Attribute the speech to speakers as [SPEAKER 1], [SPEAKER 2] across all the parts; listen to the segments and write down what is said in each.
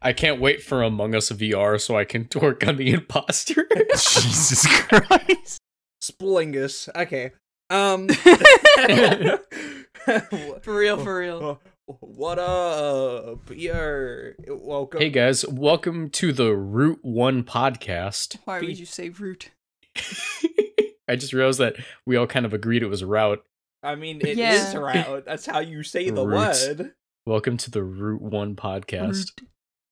[SPEAKER 1] I can't wait for Among Us VR so I can work on the imposter.
[SPEAKER 2] Jesus Christ.
[SPEAKER 3] Splingus. Okay. Um.
[SPEAKER 4] For real, for real.
[SPEAKER 3] what up? You're welcome.
[SPEAKER 1] hey guys, welcome to the Route 1 podcast.
[SPEAKER 4] Why would you say root?
[SPEAKER 1] I just realized that we all kind of agreed it was route.
[SPEAKER 3] I mean, it is
[SPEAKER 4] Yeah.
[SPEAKER 3] route. That's how you say the
[SPEAKER 1] Roots.
[SPEAKER 3] word.
[SPEAKER 1] Welcome to the Route 1 podcast.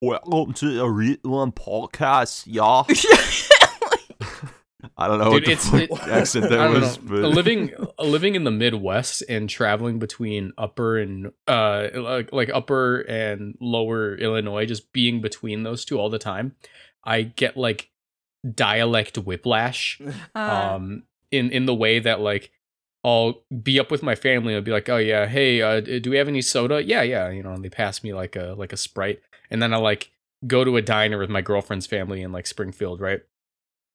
[SPEAKER 4] Root.
[SPEAKER 2] Welcome to the Real One podcast, y'all.
[SPEAKER 4] Uh,
[SPEAKER 2] I don't know
[SPEAKER 1] Dude,
[SPEAKER 2] what the
[SPEAKER 1] it's-
[SPEAKER 2] fuck
[SPEAKER 3] it-
[SPEAKER 2] accent
[SPEAKER 1] I
[SPEAKER 2] that
[SPEAKER 1] don't
[SPEAKER 2] was,
[SPEAKER 1] know.
[SPEAKER 2] but
[SPEAKER 1] living uh, living in the Midwest and traveling between upper and uh like, like upper and lower Illinois, just being between those two all the time, I get like dialect whiplash.
[SPEAKER 4] Uh,
[SPEAKER 1] um in in the way that like I'll be up with my family and be like, "Oh yeah, hey, uh, d- do we have any soda?" "Yeah, yeah," you know, and they pass me like a like a Sprite. And then I like go to a diner with my girlfriend's family in like Springfield, right?
[SPEAKER 4] Mm-hmm.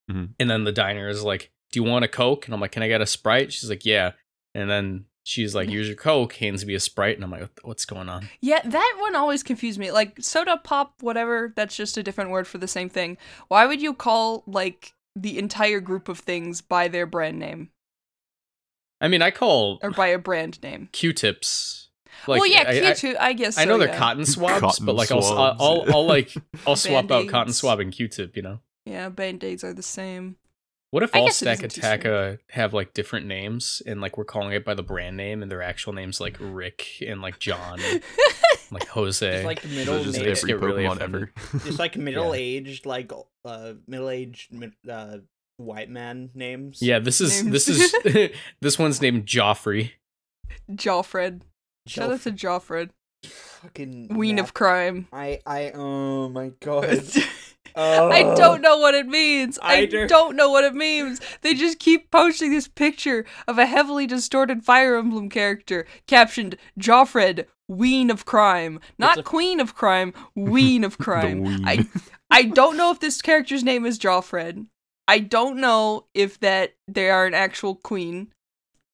[SPEAKER 2] Mhm.
[SPEAKER 1] And then the diner is like, "Do you want a Coke?" And I'm like, "Can I get a Sprite?" She's like, "Yeah." And then she's like, "Here's your Coke." Hands me a Sprite, and I'm like, "What- "What's going on?"
[SPEAKER 4] yeah, that one always confused me. Like soda pop, whatever. That's just a different word for the same thing. Why would you call like the entire group of things by their brand name
[SPEAKER 1] I mean, I call
[SPEAKER 4] or by a brand name?
[SPEAKER 1] Q-tips.
[SPEAKER 4] well, yeah,
[SPEAKER 1] I- I-
[SPEAKER 4] Q two. I, guess.
[SPEAKER 1] I know
[SPEAKER 4] so,
[SPEAKER 1] they're
[SPEAKER 4] yeah.
[SPEAKER 1] cotton swabs,
[SPEAKER 2] Cotton
[SPEAKER 1] but like I'll,
[SPEAKER 2] swabs.
[SPEAKER 1] I'll, I'll, I'll like I'll swap out
[SPEAKER 4] Band-Aids.
[SPEAKER 1] cotton swab and Q-tip. You know,
[SPEAKER 4] Yeah, band aids are the same.
[SPEAKER 1] what if
[SPEAKER 4] I
[SPEAKER 1] all
[SPEAKER 4] guess it
[SPEAKER 1] Stack
[SPEAKER 4] isn't too
[SPEAKER 1] Attack uh, have like different names and like we're calling it by the brand name and their actual names like Rick and like John, and, like Jose.
[SPEAKER 3] It's like middle
[SPEAKER 2] They're just
[SPEAKER 1] name.
[SPEAKER 3] aged.
[SPEAKER 2] every
[SPEAKER 1] Get really
[SPEAKER 2] Pokemon
[SPEAKER 1] offended.
[SPEAKER 2] ever.
[SPEAKER 3] It's like middle aged, like uh, middle aged uh, white man names.
[SPEAKER 1] yeah, this is
[SPEAKER 4] Names.
[SPEAKER 1] this is this one's named Joffrey.
[SPEAKER 4] Jawfred. Shout out
[SPEAKER 3] Shelf-
[SPEAKER 4] to Jawfred.
[SPEAKER 3] fucking
[SPEAKER 4] Ween
[SPEAKER 3] nap-
[SPEAKER 4] of crime.
[SPEAKER 3] I I oh my god. Oh.
[SPEAKER 4] I
[SPEAKER 3] Ugh.
[SPEAKER 4] don't know what it means. I,
[SPEAKER 3] Either-
[SPEAKER 4] don't know what it means. They just keep posting this picture of a heavily distorted Fire Emblem character captioned Joffred, Ween of Crime. Not
[SPEAKER 3] a-
[SPEAKER 4] Queen of Crime, Ween of Crime.
[SPEAKER 2] ween.
[SPEAKER 4] I I don't know if this character's name is Joffred. I don't know if that they are an actual queen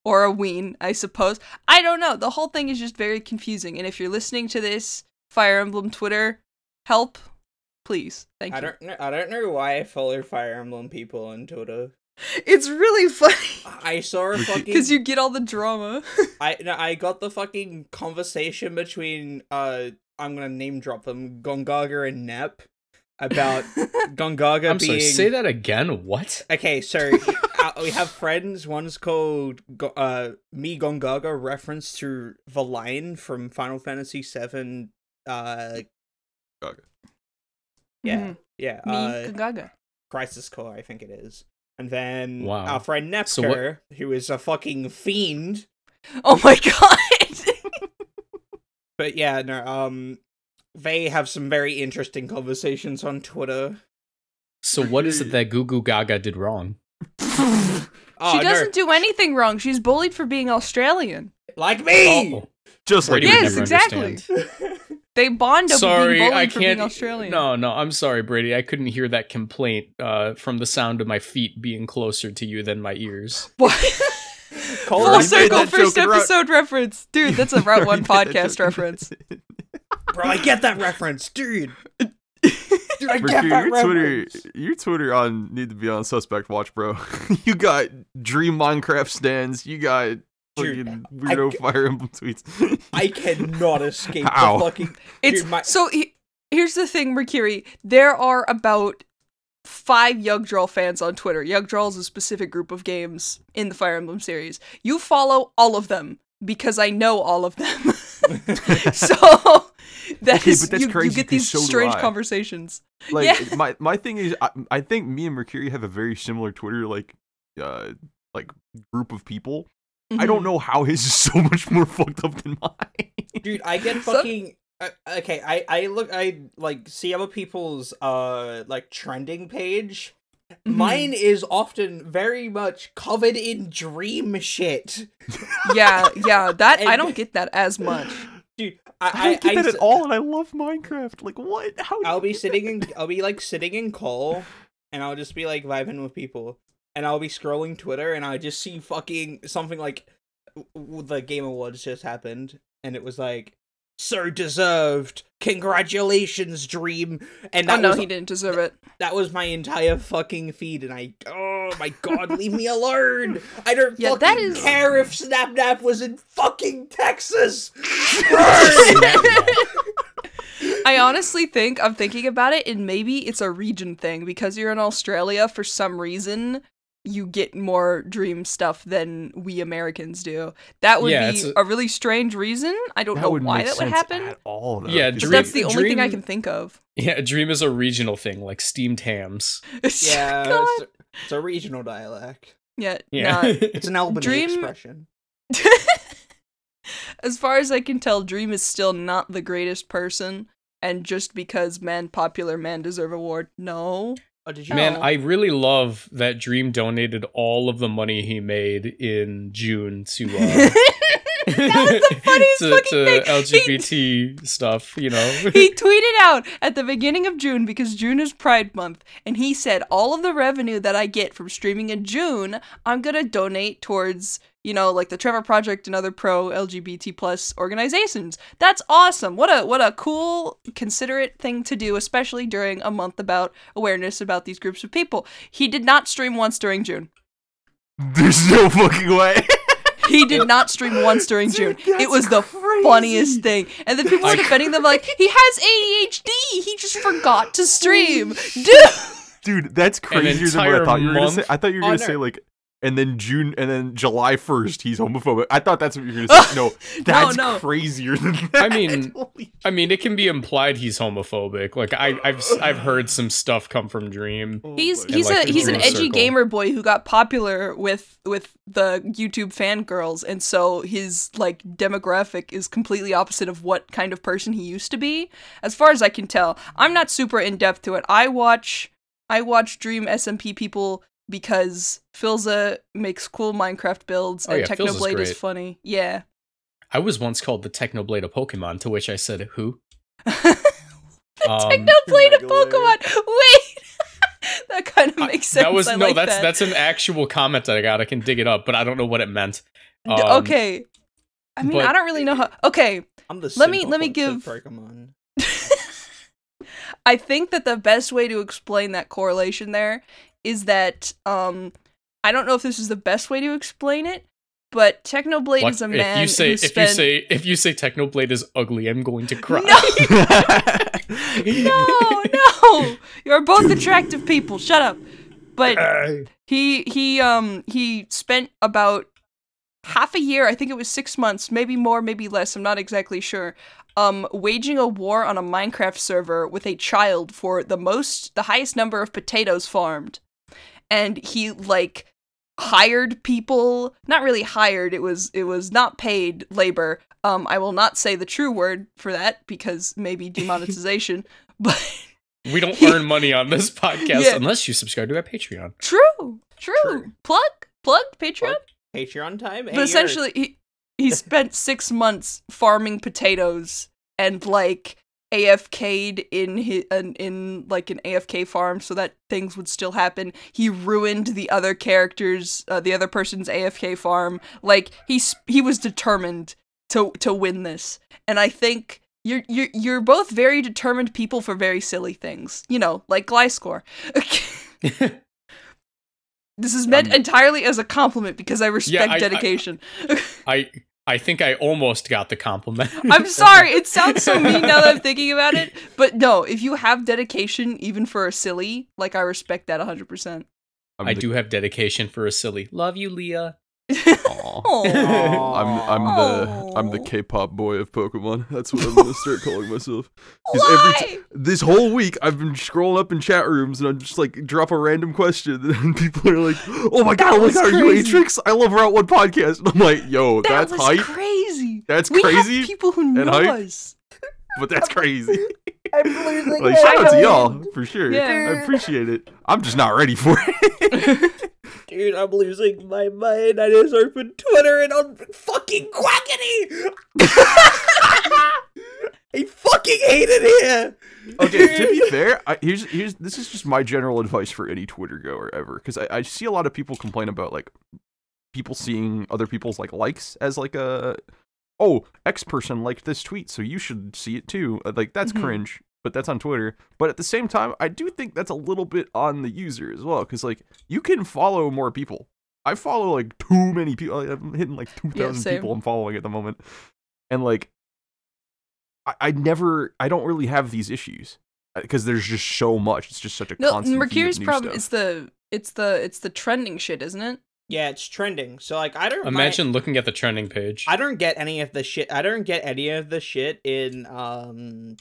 [SPEAKER 4] or a ween, I suppose. I don't know. The whole thing is just very confusing. And if you're listening to this Fire Emblem Twitter, help, please. Thank
[SPEAKER 3] I
[SPEAKER 4] you.
[SPEAKER 3] don't know. I don't know why I follow Fire Emblem people on Twitter.
[SPEAKER 4] It's really funny
[SPEAKER 3] I saw a fucking
[SPEAKER 4] because you get all the drama.
[SPEAKER 3] I no, I got the fucking conversation between uh I'm gonna name drop them Gongaga and Nep about Gongaga
[SPEAKER 1] I'm
[SPEAKER 3] being
[SPEAKER 1] sorry, say that again. What?
[SPEAKER 3] okay. So uh, we have friends. One's called Go- uh me Gongaga reference to the line from Final Fantasy VII. Uh yeah
[SPEAKER 4] Mhm.
[SPEAKER 3] yeah
[SPEAKER 4] Me,
[SPEAKER 3] uh,
[SPEAKER 4] Gaga.
[SPEAKER 3] Crisis Core I think it is. And then
[SPEAKER 1] Wow.
[SPEAKER 3] our friend Nepker,
[SPEAKER 1] So what-
[SPEAKER 3] who is a fucking fiend,
[SPEAKER 4] Oh my god.
[SPEAKER 3] But yeah, no, um they have some very interesting conversations on Twitter.
[SPEAKER 1] So what is it that Goo Goo Gaga did wrong? Ah,
[SPEAKER 3] Oh,
[SPEAKER 4] she
[SPEAKER 3] no,
[SPEAKER 4] doesn't do anything wrong. She's bullied for being Australian.
[SPEAKER 3] like me.
[SPEAKER 1] Oh,
[SPEAKER 2] just like
[SPEAKER 1] Brady
[SPEAKER 4] Yes,
[SPEAKER 1] would never
[SPEAKER 4] exactly.
[SPEAKER 1] understand.
[SPEAKER 4] They bond over
[SPEAKER 1] sorry,
[SPEAKER 4] being bullied
[SPEAKER 1] I
[SPEAKER 4] for
[SPEAKER 1] can't. e-,
[SPEAKER 4] being Australian.
[SPEAKER 1] No, no, I'm sorry, Brady. I couldn't hear that complaint uh, from the sound of my feet being closer to you than my ears.
[SPEAKER 4] What?
[SPEAKER 1] Oh,
[SPEAKER 3] Call
[SPEAKER 4] Full
[SPEAKER 3] it-
[SPEAKER 2] Already made
[SPEAKER 4] circle
[SPEAKER 2] that
[SPEAKER 4] first
[SPEAKER 2] joke in Route-
[SPEAKER 4] episode reference. Dude, that's a Route 1 podcast reference.
[SPEAKER 3] Bro, I get that reference, dude. Dude, I get
[SPEAKER 2] Mercury,
[SPEAKER 3] that
[SPEAKER 2] your Twitter,
[SPEAKER 3] reference.
[SPEAKER 2] your Twitter on need to be on Suspect Watch, bro. you got Dream Minecraft stands. You got
[SPEAKER 3] Dude,
[SPEAKER 2] fucking weirdo
[SPEAKER 3] ca-
[SPEAKER 2] Fire Emblem tweets.
[SPEAKER 3] I cannot escape
[SPEAKER 2] Ow.
[SPEAKER 3] the fucking
[SPEAKER 4] It's
[SPEAKER 3] Dude, my-
[SPEAKER 4] so he- here's the thing, Mercury. There are about five Yugdral fans on Twitter. Yugdral is a specific group of games in the Fire Emblem series. You follow all of them because I know all of them. so that
[SPEAKER 2] Okay,
[SPEAKER 4] is-
[SPEAKER 2] but
[SPEAKER 4] you,
[SPEAKER 2] that's
[SPEAKER 4] you
[SPEAKER 2] crazy
[SPEAKER 4] get
[SPEAKER 2] 'cause
[SPEAKER 4] these
[SPEAKER 2] so do
[SPEAKER 4] strange
[SPEAKER 2] I.
[SPEAKER 4] conversations.
[SPEAKER 2] like
[SPEAKER 4] Yeah.
[SPEAKER 2] my my thing is, I, I think me and Mercury have a very similar Twitter like uh like group of people. I
[SPEAKER 4] Mm-hmm.
[SPEAKER 3] Mm-hmm.
[SPEAKER 2] don't know how his is so much more fucked up than mine.
[SPEAKER 3] dude i get
[SPEAKER 4] So-
[SPEAKER 3] fucking I okay i i look i like see other people's uh like trending page
[SPEAKER 4] Mhm.
[SPEAKER 2] Mm-hmm.
[SPEAKER 3] mine is often very much covered in dream shit
[SPEAKER 4] Yeah, yeah. That I
[SPEAKER 3] And-
[SPEAKER 4] don't get that as much.
[SPEAKER 3] dude i
[SPEAKER 2] I don't get that
[SPEAKER 3] s-
[SPEAKER 2] at all, and I love Minecraft. Like what? How? do
[SPEAKER 3] i'll
[SPEAKER 2] you
[SPEAKER 3] be
[SPEAKER 2] get
[SPEAKER 3] sitting
[SPEAKER 2] that?
[SPEAKER 3] in i'll be like sitting in call and i'll just be like vibing with people and i'll be scrolling twitter and i just see fucking something like w- w- the game awards just happened and it was like so deserved. Congratulations, Dream. And
[SPEAKER 4] Oh
[SPEAKER 3] that
[SPEAKER 4] no,
[SPEAKER 3] was
[SPEAKER 4] he didn't deserve it.
[SPEAKER 3] that was my entire fucking feed, and I oh my god, leave me alone! I don't
[SPEAKER 4] Yeah,
[SPEAKER 3] fucking
[SPEAKER 4] that is-
[SPEAKER 3] care if Snap Nap was in fucking Texas.
[SPEAKER 4] I honestly think I'm thinking about it, and maybe it's a region thing because you're in Australia for some reason. You get more dream stuff than we Americans do. That would
[SPEAKER 1] Yeah,
[SPEAKER 4] be
[SPEAKER 1] it's
[SPEAKER 4] a-,
[SPEAKER 1] a-
[SPEAKER 4] really strange reason. I don't know
[SPEAKER 2] wouldn't
[SPEAKER 4] why
[SPEAKER 2] make
[SPEAKER 4] that would
[SPEAKER 2] sense Ah,
[SPEAKER 4] happen,
[SPEAKER 2] at all. Though,
[SPEAKER 1] Yeah,
[SPEAKER 2] because,
[SPEAKER 4] but
[SPEAKER 1] Dream-
[SPEAKER 4] that's the only thing I
[SPEAKER 1] dream-
[SPEAKER 4] can think of.
[SPEAKER 1] Yeah, dream is a regional thing, like steamed hams.
[SPEAKER 3] yeah,
[SPEAKER 4] God.
[SPEAKER 3] it's a, it's a regional dialect.
[SPEAKER 4] yeah,
[SPEAKER 1] Yeah,
[SPEAKER 4] not-
[SPEAKER 3] It's an Albany
[SPEAKER 4] Dream-
[SPEAKER 3] expression.
[SPEAKER 4] as far as I can tell, Dream is still not the greatest person. And just because men, popular men, deserve award, no.
[SPEAKER 3] Oh, did you
[SPEAKER 1] man,
[SPEAKER 4] No.
[SPEAKER 1] I really love that Dream donated all of the money he made in June to. Uh,
[SPEAKER 4] was the funniest
[SPEAKER 1] to,
[SPEAKER 4] fucking
[SPEAKER 1] to
[SPEAKER 4] thing. He-
[SPEAKER 1] LGBT stuff, you know.
[SPEAKER 4] he tweeted out at the beginning of June because June is Pride Month, and he said, All of the revenue that I get from streaming in June, I'm gonna donate towards, you know, like the Trevor Project and other pro LGBT plus organizations. That's awesome. What a what a cool, considerate thing to do, especially during a month about awareness about these groups of people. He did not stream once during June.
[SPEAKER 2] There's no fucking way.
[SPEAKER 4] He did not stream once during June.
[SPEAKER 2] Dude,
[SPEAKER 4] It was the
[SPEAKER 2] that's crazy.
[SPEAKER 4] funniest thing. And then people were
[SPEAKER 1] Like-
[SPEAKER 4] defending them like, he has ADHD. He just forgot to stream. Dude.
[SPEAKER 2] Dude, that's crazier than what I
[SPEAKER 1] entire
[SPEAKER 2] thought you were gonna say.
[SPEAKER 1] month
[SPEAKER 2] I thought you were gonna
[SPEAKER 3] on
[SPEAKER 2] say
[SPEAKER 3] Earth.
[SPEAKER 2] like, and then June, and then July first, he's homophobic. I thought that's what you were gonna say. No, that's
[SPEAKER 4] no.
[SPEAKER 2] crazier than
[SPEAKER 1] I
[SPEAKER 2] that.
[SPEAKER 1] mean,
[SPEAKER 2] Holy
[SPEAKER 1] I mean, it can be implied he's homophobic. Like I, I've I've heard some stuff come from Dream.
[SPEAKER 2] oh
[SPEAKER 4] He's
[SPEAKER 2] my
[SPEAKER 4] he's
[SPEAKER 1] like
[SPEAKER 4] a
[SPEAKER 1] the
[SPEAKER 4] he's an
[SPEAKER 1] dream
[SPEAKER 4] edgy
[SPEAKER 1] circle.
[SPEAKER 4] gamer boy who got popular with with the YouTube fangirls and so his like demographic is completely opposite of what kind of person he used to be. As far as I can tell, I'm not super in depth to it. I watch I watch Dream SMP people because Filza makes cool Minecraft builds
[SPEAKER 1] Oh,
[SPEAKER 4] and
[SPEAKER 1] yeah, Filza's
[SPEAKER 4] Technoblade is
[SPEAKER 1] great.
[SPEAKER 4] funny. Yeah.
[SPEAKER 1] I was once called the Technoblade of Pokemon, to which I said, "Who?" Um,
[SPEAKER 4] Technoblade of
[SPEAKER 2] Regular.
[SPEAKER 4] Pokemon. Wait. that kind of
[SPEAKER 1] I-
[SPEAKER 4] makes sense.
[SPEAKER 1] That was
[SPEAKER 4] I
[SPEAKER 1] no,
[SPEAKER 4] like
[SPEAKER 1] that's
[SPEAKER 4] that.
[SPEAKER 1] that's an actual comment that I got. I can dig it up, but I don't know what it meant.
[SPEAKER 4] D-
[SPEAKER 1] Um,
[SPEAKER 4] okay. I mean, I
[SPEAKER 1] but-
[SPEAKER 4] don't really know how. Okay,
[SPEAKER 3] I'm the
[SPEAKER 4] Let me-
[SPEAKER 3] simple
[SPEAKER 4] let me
[SPEAKER 3] one, said
[SPEAKER 4] give-
[SPEAKER 3] Pokemon.
[SPEAKER 4] I think that the best way to explain that correlation there is that um, I don't know if this is the best way to explain it, but Technoblade
[SPEAKER 1] What-
[SPEAKER 4] is a man
[SPEAKER 1] if you say
[SPEAKER 4] who
[SPEAKER 1] if
[SPEAKER 4] spent.
[SPEAKER 1] you say if you say Technoblade is ugly, I'm going to cry.
[SPEAKER 4] no, no, you're both attractive people. Shut up. But he he um he spent about half a year i think it was six months maybe more maybe less i'm not exactly sure um waging a war on a minecraft server with a child for the most the highest number of potatoes farmed and he like hired people not really hired it was it was not paid labor um i will not say the true word for that because maybe demonetization but
[SPEAKER 1] We don't earn money on this podcast
[SPEAKER 4] Yeah.
[SPEAKER 1] unless you subscribe to our Patreon.
[SPEAKER 4] true true,
[SPEAKER 3] True.
[SPEAKER 4] plug plug patreon
[SPEAKER 3] Plug. Patreon time. Hey,
[SPEAKER 4] but
[SPEAKER 3] you're-
[SPEAKER 4] essentially he, he spent six months farming potatoes and like afk'd in his, in, in like an afk farm so that things would still happen he ruined the other characters uh, the other person's afk farm like he s- he was determined to to win this and i think you're you're you're both very determined people for very silly things you know like glyscore this is meant
[SPEAKER 1] Um,
[SPEAKER 4] entirely as a compliment because i respect
[SPEAKER 1] I- I-
[SPEAKER 4] dedication
[SPEAKER 1] I I think I almost got the compliment.
[SPEAKER 4] I'm sorry. It sounds so mean now that I'm thinking about it. But no, if you have dedication, even for a silly, like I respect that 100%.
[SPEAKER 1] I do have dedication for a silly. Love you, Leah.
[SPEAKER 2] Aw.
[SPEAKER 4] Oh,
[SPEAKER 2] I'm I'm the I'm the
[SPEAKER 4] Aw.
[SPEAKER 2] K-pop boy of Pokemon. That's what I'm gonna start calling myself. 'Cause every t-
[SPEAKER 4] why?
[SPEAKER 2] this whole week I've been scrolling up in chat rooms and I'm just like drop a random question and people are like, "Oh my god, look
[SPEAKER 4] was
[SPEAKER 2] how you
[SPEAKER 4] crazy.
[SPEAKER 2] Atrix? I love Route One podcast." And I'm like, "Yo,
[SPEAKER 4] That
[SPEAKER 2] that's
[SPEAKER 4] was
[SPEAKER 2] hype.
[SPEAKER 4] crazy.
[SPEAKER 2] that's
[SPEAKER 4] we
[SPEAKER 2] crazy,
[SPEAKER 4] have people who know
[SPEAKER 2] hype.
[SPEAKER 4] us.
[SPEAKER 2] but that's crazy."
[SPEAKER 3] I'm losing
[SPEAKER 2] like, shout out to y'all for sure.
[SPEAKER 4] Yeah.
[SPEAKER 2] I appreciate it. I'm just not ready for it.
[SPEAKER 3] Dude, I'm losing my mind. I just opened Twitter and I'm fucking quackity! I fucking hate it here!
[SPEAKER 2] okay, to be fair, I, here's here's this is just my general advice for any Twitter goer ever, because I, I see a lot of people complain about like people seeing other people's like likes as like a oh, X person liked this tweet, so you should see it too. Uh, Like that's
[SPEAKER 4] Mhm.
[SPEAKER 2] cringe, but that's on Twitter. But at the same time, I do think that's a little bit on the user as well, because like you can follow more people. I follow like too many people. I'm hitting like two thousand
[SPEAKER 4] same.
[SPEAKER 2] people I'm following at the moment, and like I, I never, I don't really have these issues because there's just so much. It's just such a
[SPEAKER 4] No,
[SPEAKER 2] constant. feed of
[SPEAKER 4] Mercury's
[SPEAKER 2] new
[SPEAKER 4] problem
[SPEAKER 2] stuff.
[SPEAKER 4] is the it's the it's the trending shit, isn't it?
[SPEAKER 3] Yeah, it's trending. So like I don't mind-
[SPEAKER 1] Imagine looking at the trending page.
[SPEAKER 3] I don't get any of the shit. I don't get any of the shit in um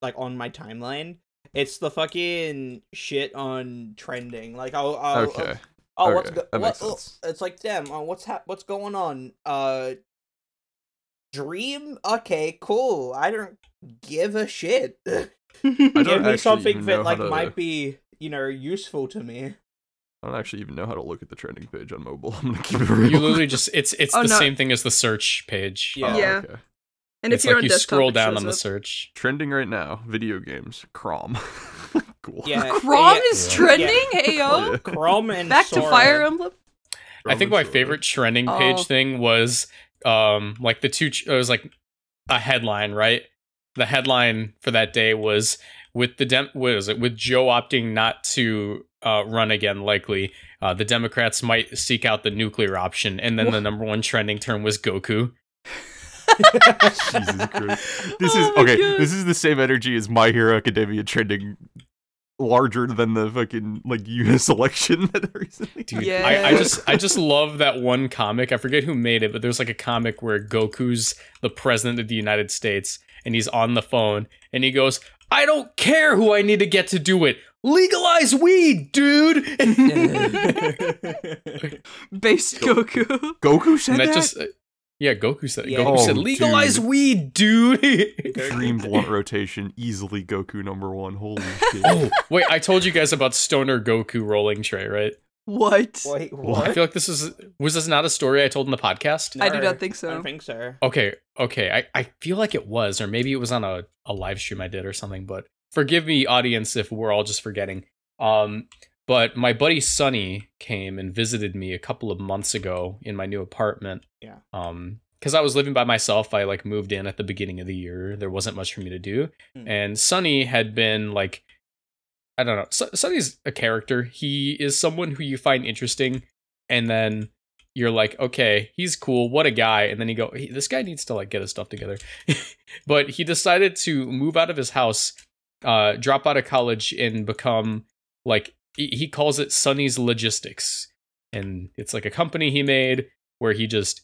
[SPEAKER 3] like on my timeline. It's the fucking shit on trending. Like I'll, I'll
[SPEAKER 2] okay.
[SPEAKER 3] oh what's
[SPEAKER 2] okay,
[SPEAKER 3] go-
[SPEAKER 2] that makes
[SPEAKER 3] what- oh,
[SPEAKER 2] sense.
[SPEAKER 3] it's like damn uh, what's hap- what's going on uh dream okay cool I don't give a shit.
[SPEAKER 2] I don't
[SPEAKER 3] Give me
[SPEAKER 2] actually
[SPEAKER 3] something
[SPEAKER 2] even
[SPEAKER 3] that
[SPEAKER 2] know
[SPEAKER 3] like
[SPEAKER 2] how to-
[SPEAKER 3] might be you know useful to me.
[SPEAKER 2] I don't actually even know how to look at the trending page on mobile. I'm gonna keep it real.
[SPEAKER 1] you literally just it's it's
[SPEAKER 4] Oh,
[SPEAKER 1] the
[SPEAKER 4] no.
[SPEAKER 1] same thing as the search page.
[SPEAKER 3] Yeah.
[SPEAKER 2] Oh,
[SPEAKER 4] Yeah.
[SPEAKER 2] okay.
[SPEAKER 4] and
[SPEAKER 1] it's
[SPEAKER 4] if you're
[SPEAKER 1] like
[SPEAKER 4] on
[SPEAKER 1] you
[SPEAKER 4] desktop,
[SPEAKER 1] scroll
[SPEAKER 4] it
[SPEAKER 1] down
[SPEAKER 4] shows
[SPEAKER 1] on the
[SPEAKER 4] up.
[SPEAKER 1] search.
[SPEAKER 2] Trending right now, video games, Chrome. cool.
[SPEAKER 3] Yeah.
[SPEAKER 4] Crom
[SPEAKER 3] yeah,
[SPEAKER 4] is
[SPEAKER 1] Yeah.
[SPEAKER 4] trending. Hey yo,
[SPEAKER 2] Yeah.
[SPEAKER 3] Chrome and
[SPEAKER 4] back to
[SPEAKER 3] Sora.
[SPEAKER 4] Fire Emblem.
[SPEAKER 1] I think my
[SPEAKER 2] Chrome is
[SPEAKER 1] favorite trending page
[SPEAKER 4] Oh.
[SPEAKER 1] thing was um like the two ch- it was like a headline, right? The headline for that day was with the dem what is it with Joe opting not to uh, run again likely uh, the Democrats might seek out the nuclear option and then the number one trending term was Goku.
[SPEAKER 2] Jesus Christ. This
[SPEAKER 4] Oh
[SPEAKER 2] is
[SPEAKER 4] my
[SPEAKER 2] okay.
[SPEAKER 4] God.
[SPEAKER 2] This is the same energy as My Hero Academia trending larger than the fucking like US election that recently.
[SPEAKER 1] Dude,
[SPEAKER 4] Yeah.
[SPEAKER 1] I, I just I just love that one comic. I forget who made it, but there's like a comic where Goku's the president of the United States and he's on the phone and he goes, I don't care who I need to get to do it. Legalize weed, dude.
[SPEAKER 4] Based Goku.
[SPEAKER 2] Goku said
[SPEAKER 1] and that
[SPEAKER 2] that.
[SPEAKER 1] just uh, Yeah, Goku said
[SPEAKER 3] Yeah.
[SPEAKER 1] Goku said
[SPEAKER 2] Oh,
[SPEAKER 1] legalize
[SPEAKER 2] dude.
[SPEAKER 1] weed, dude.
[SPEAKER 2] Dream blunt rotation, easily Goku number one. Holy shit!
[SPEAKER 1] oh, wait, I told you guys about Stoner Goku rolling tray, right?
[SPEAKER 4] What?
[SPEAKER 3] Wait,
[SPEAKER 1] I
[SPEAKER 3] what?
[SPEAKER 1] feel like this is was this not a story I told in the podcast?
[SPEAKER 4] I do
[SPEAKER 3] No,
[SPEAKER 4] not think
[SPEAKER 3] I
[SPEAKER 4] so.
[SPEAKER 3] don't think so.
[SPEAKER 1] Okay, okay. I, I feel like it was, or maybe it was on a, a live stream I did or something, but forgive me, audience, if we're all just forgetting. Um, but my buddy Sonny came and visited me a couple of months ago in my new apartment.
[SPEAKER 3] Yeah.
[SPEAKER 1] Um, because I was living by myself. I like moved in at the beginning of the year. There wasn't much for me to do.
[SPEAKER 3] Hmm.
[SPEAKER 1] And Sonny had been like I don't know. Son- Sonny's a character. He is someone who you find interesting, and then you're like, okay, he's cool. What a guy. And then you go, "He- this guy needs to like get his stuff together. but he decided to move out of his house, uh, drop out of college, and become like he- he calls it Sonny's Logistics, and it's like a company he made where he just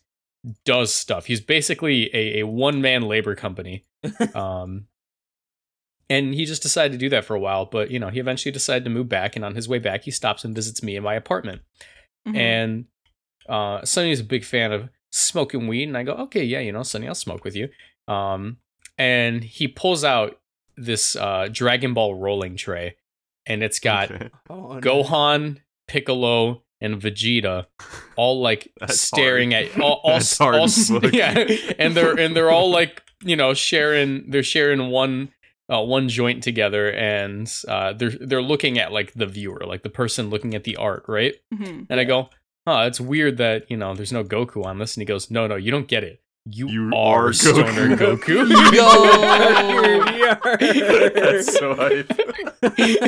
[SPEAKER 1] does stuff. He's basically a, a one man labor company. um, and he just decided to do that for a while, but you know, he eventually decided to move back. And on his way back, he stops and visits me in my apartment.
[SPEAKER 4] Mhm.
[SPEAKER 2] Mm-hmm.
[SPEAKER 1] And uh, Sonny's a big fan of smoking weed, and I go, okay, yeah, you know, Sonny, I'll smoke with you. Um, and he pulls out this uh, Dragon Ball rolling tray, and it's got
[SPEAKER 2] Okay.
[SPEAKER 3] Oh, no.
[SPEAKER 1] Gohan, Piccolo, and Vegeta all like
[SPEAKER 2] That's
[SPEAKER 1] staring
[SPEAKER 2] hard.
[SPEAKER 1] at all, all,
[SPEAKER 2] That's hard
[SPEAKER 1] all s-
[SPEAKER 2] work.
[SPEAKER 1] yeah, and they're and they're all like you know sharing they're sharing one uh, one joint together, and uh, they're they're looking at like the viewer, like the person looking at the art, right?
[SPEAKER 4] Mhm.
[SPEAKER 1] And I go, huh, it's weird that you know there's no Goku on this, and he goes, no, no, you don't get it. You,
[SPEAKER 2] You
[SPEAKER 1] are,
[SPEAKER 2] are
[SPEAKER 1] Stoner
[SPEAKER 2] Goku."
[SPEAKER 1] Goku.
[SPEAKER 4] Yo.
[SPEAKER 2] That's
[SPEAKER 3] Wait,
[SPEAKER 2] so hype.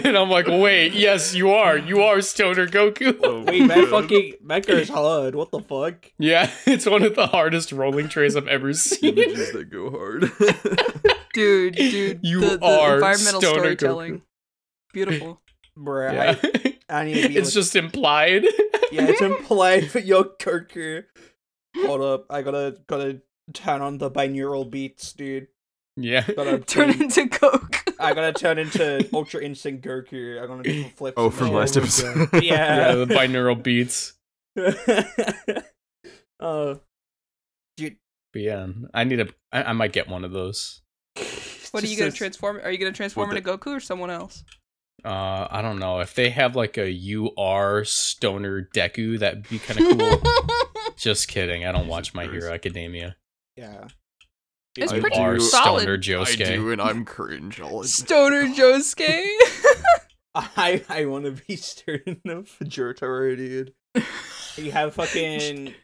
[SPEAKER 1] and I'm like, wait, yes, you are. You are Stoner Goku.
[SPEAKER 2] Oh,
[SPEAKER 3] that
[SPEAKER 2] man.
[SPEAKER 3] fucking Mecca is hard. What the fuck?
[SPEAKER 1] Yeah, it's one of the hardest rolling trays I've ever seen.
[SPEAKER 2] images that go hard.
[SPEAKER 4] Dude, dude,
[SPEAKER 1] You
[SPEAKER 4] the, the
[SPEAKER 1] are
[SPEAKER 4] environmental
[SPEAKER 1] stoner
[SPEAKER 4] storytelling. Beautiful.
[SPEAKER 3] Bruh,
[SPEAKER 1] Yeah.
[SPEAKER 3] I, I need to be
[SPEAKER 1] it's just implied.
[SPEAKER 3] yeah, it's implied for your Goku. Hold up, I gotta gotta turn on the binaural beats, dude.
[SPEAKER 1] Yeah.
[SPEAKER 3] Gotta
[SPEAKER 4] Turn
[SPEAKER 3] be-
[SPEAKER 4] into Coke.
[SPEAKER 3] I gotta turn into Ultra Instinct Goku. I'm gonna do some flips.
[SPEAKER 2] oh,
[SPEAKER 3] and
[SPEAKER 2] from
[SPEAKER 3] shit.
[SPEAKER 2] last episode.
[SPEAKER 1] Yeah,
[SPEAKER 3] Yeah.
[SPEAKER 1] the binaural beats.
[SPEAKER 3] uh,
[SPEAKER 1] But yeah, I need a. I, I might get one of those.
[SPEAKER 4] What are you
[SPEAKER 3] just
[SPEAKER 4] gonna
[SPEAKER 3] says-
[SPEAKER 4] transform? Are you gonna transform
[SPEAKER 2] What
[SPEAKER 4] into Goku or someone else?
[SPEAKER 1] Uh, I don't know if they have like a UR stoner Deku. That'd be kind of cool. Just kidding. I don't watch My Hero Academia.
[SPEAKER 3] Yeah.
[SPEAKER 4] It's
[SPEAKER 2] I
[SPEAKER 4] pretty
[SPEAKER 2] do-
[SPEAKER 1] UR
[SPEAKER 4] solid.
[SPEAKER 1] stoner
[SPEAKER 2] I
[SPEAKER 1] Josuke.
[SPEAKER 2] do, and I'm cringe. I'll admit.
[SPEAKER 4] Stoner Josuke.
[SPEAKER 3] I I want to be stirring up for Jotaro, dude. You have fucking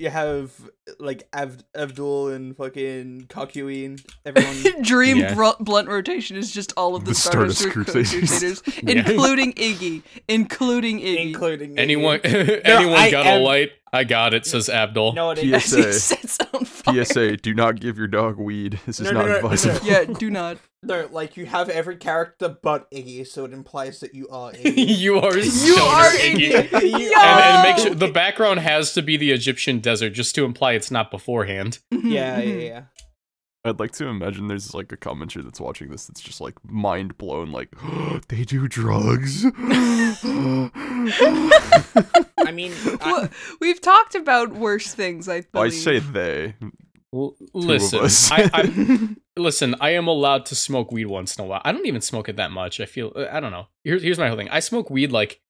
[SPEAKER 3] you have like Ab- Abdul and fucking Kakuyin. Everyone.
[SPEAKER 4] Dream
[SPEAKER 1] Yeah.
[SPEAKER 4] bru- blunt rotation is just all of the,
[SPEAKER 2] The
[SPEAKER 4] Stardust, Cru-
[SPEAKER 2] Stardust Crusaders.
[SPEAKER 4] Crusaders,
[SPEAKER 1] Yeah.
[SPEAKER 4] including Iggy, including Iggy.
[SPEAKER 3] Including
[SPEAKER 1] Anyone,
[SPEAKER 3] I
[SPEAKER 1] anyone got
[SPEAKER 3] am-
[SPEAKER 1] a light? I got it. Says Abdul.
[SPEAKER 3] No, it
[SPEAKER 2] Yes.
[SPEAKER 3] ain't.
[SPEAKER 4] As he
[SPEAKER 2] PSA.
[SPEAKER 4] sets on fire.
[SPEAKER 2] PSA: Do not give your dog weed. This is
[SPEAKER 3] No, no,
[SPEAKER 2] not
[SPEAKER 3] no, no,
[SPEAKER 2] advisable.
[SPEAKER 3] no.
[SPEAKER 4] Yeah, do not.
[SPEAKER 3] No, like you have every character but Iggy, so it implies that you are Iggy.
[SPEAKER 1] you are.
[SPEAKER 4] You are
[SPEAKER 1] idiot.
[SPEAKER 4] Iggy.
[SPEAKER 3] You
[SPEAKER 4] Yo!
[SPEAKER 1] And,
[SPEAKER 3] are-
[SPEAKER 1] and make sure the background has to be the Egyptian desert, just to imply it's not beforehand.
[SPEAKER 4] Mhm,
[SPEAKER 3] Yeah, yeah,
[SPEAKER 4] mhm.
[SPEAKER 3] yeah.
[SPEAKER 2] I'd like to imagine there's like a commenter that's watching this that's just like mind blown, like they do drugs.
[SPEAKER 3] I mean, I,
[SPEAKER 4] Well, we've talked about worse things, I
[SPEAKER 2] I
[SPEAKER 4] believe.
[SPEAKER 2] say they. Two
[SPEAKER 1] L-
[SPEAKER 2] of
[SPEAKER 1] listen,
[SPEAKER 2] us.
[SPEAKER 1] I, I listen. I am allowed to smoke weed once in a while. I don't even smoke it that much. I feel. I don't know. Here's here's my whole thing. I smoke weed like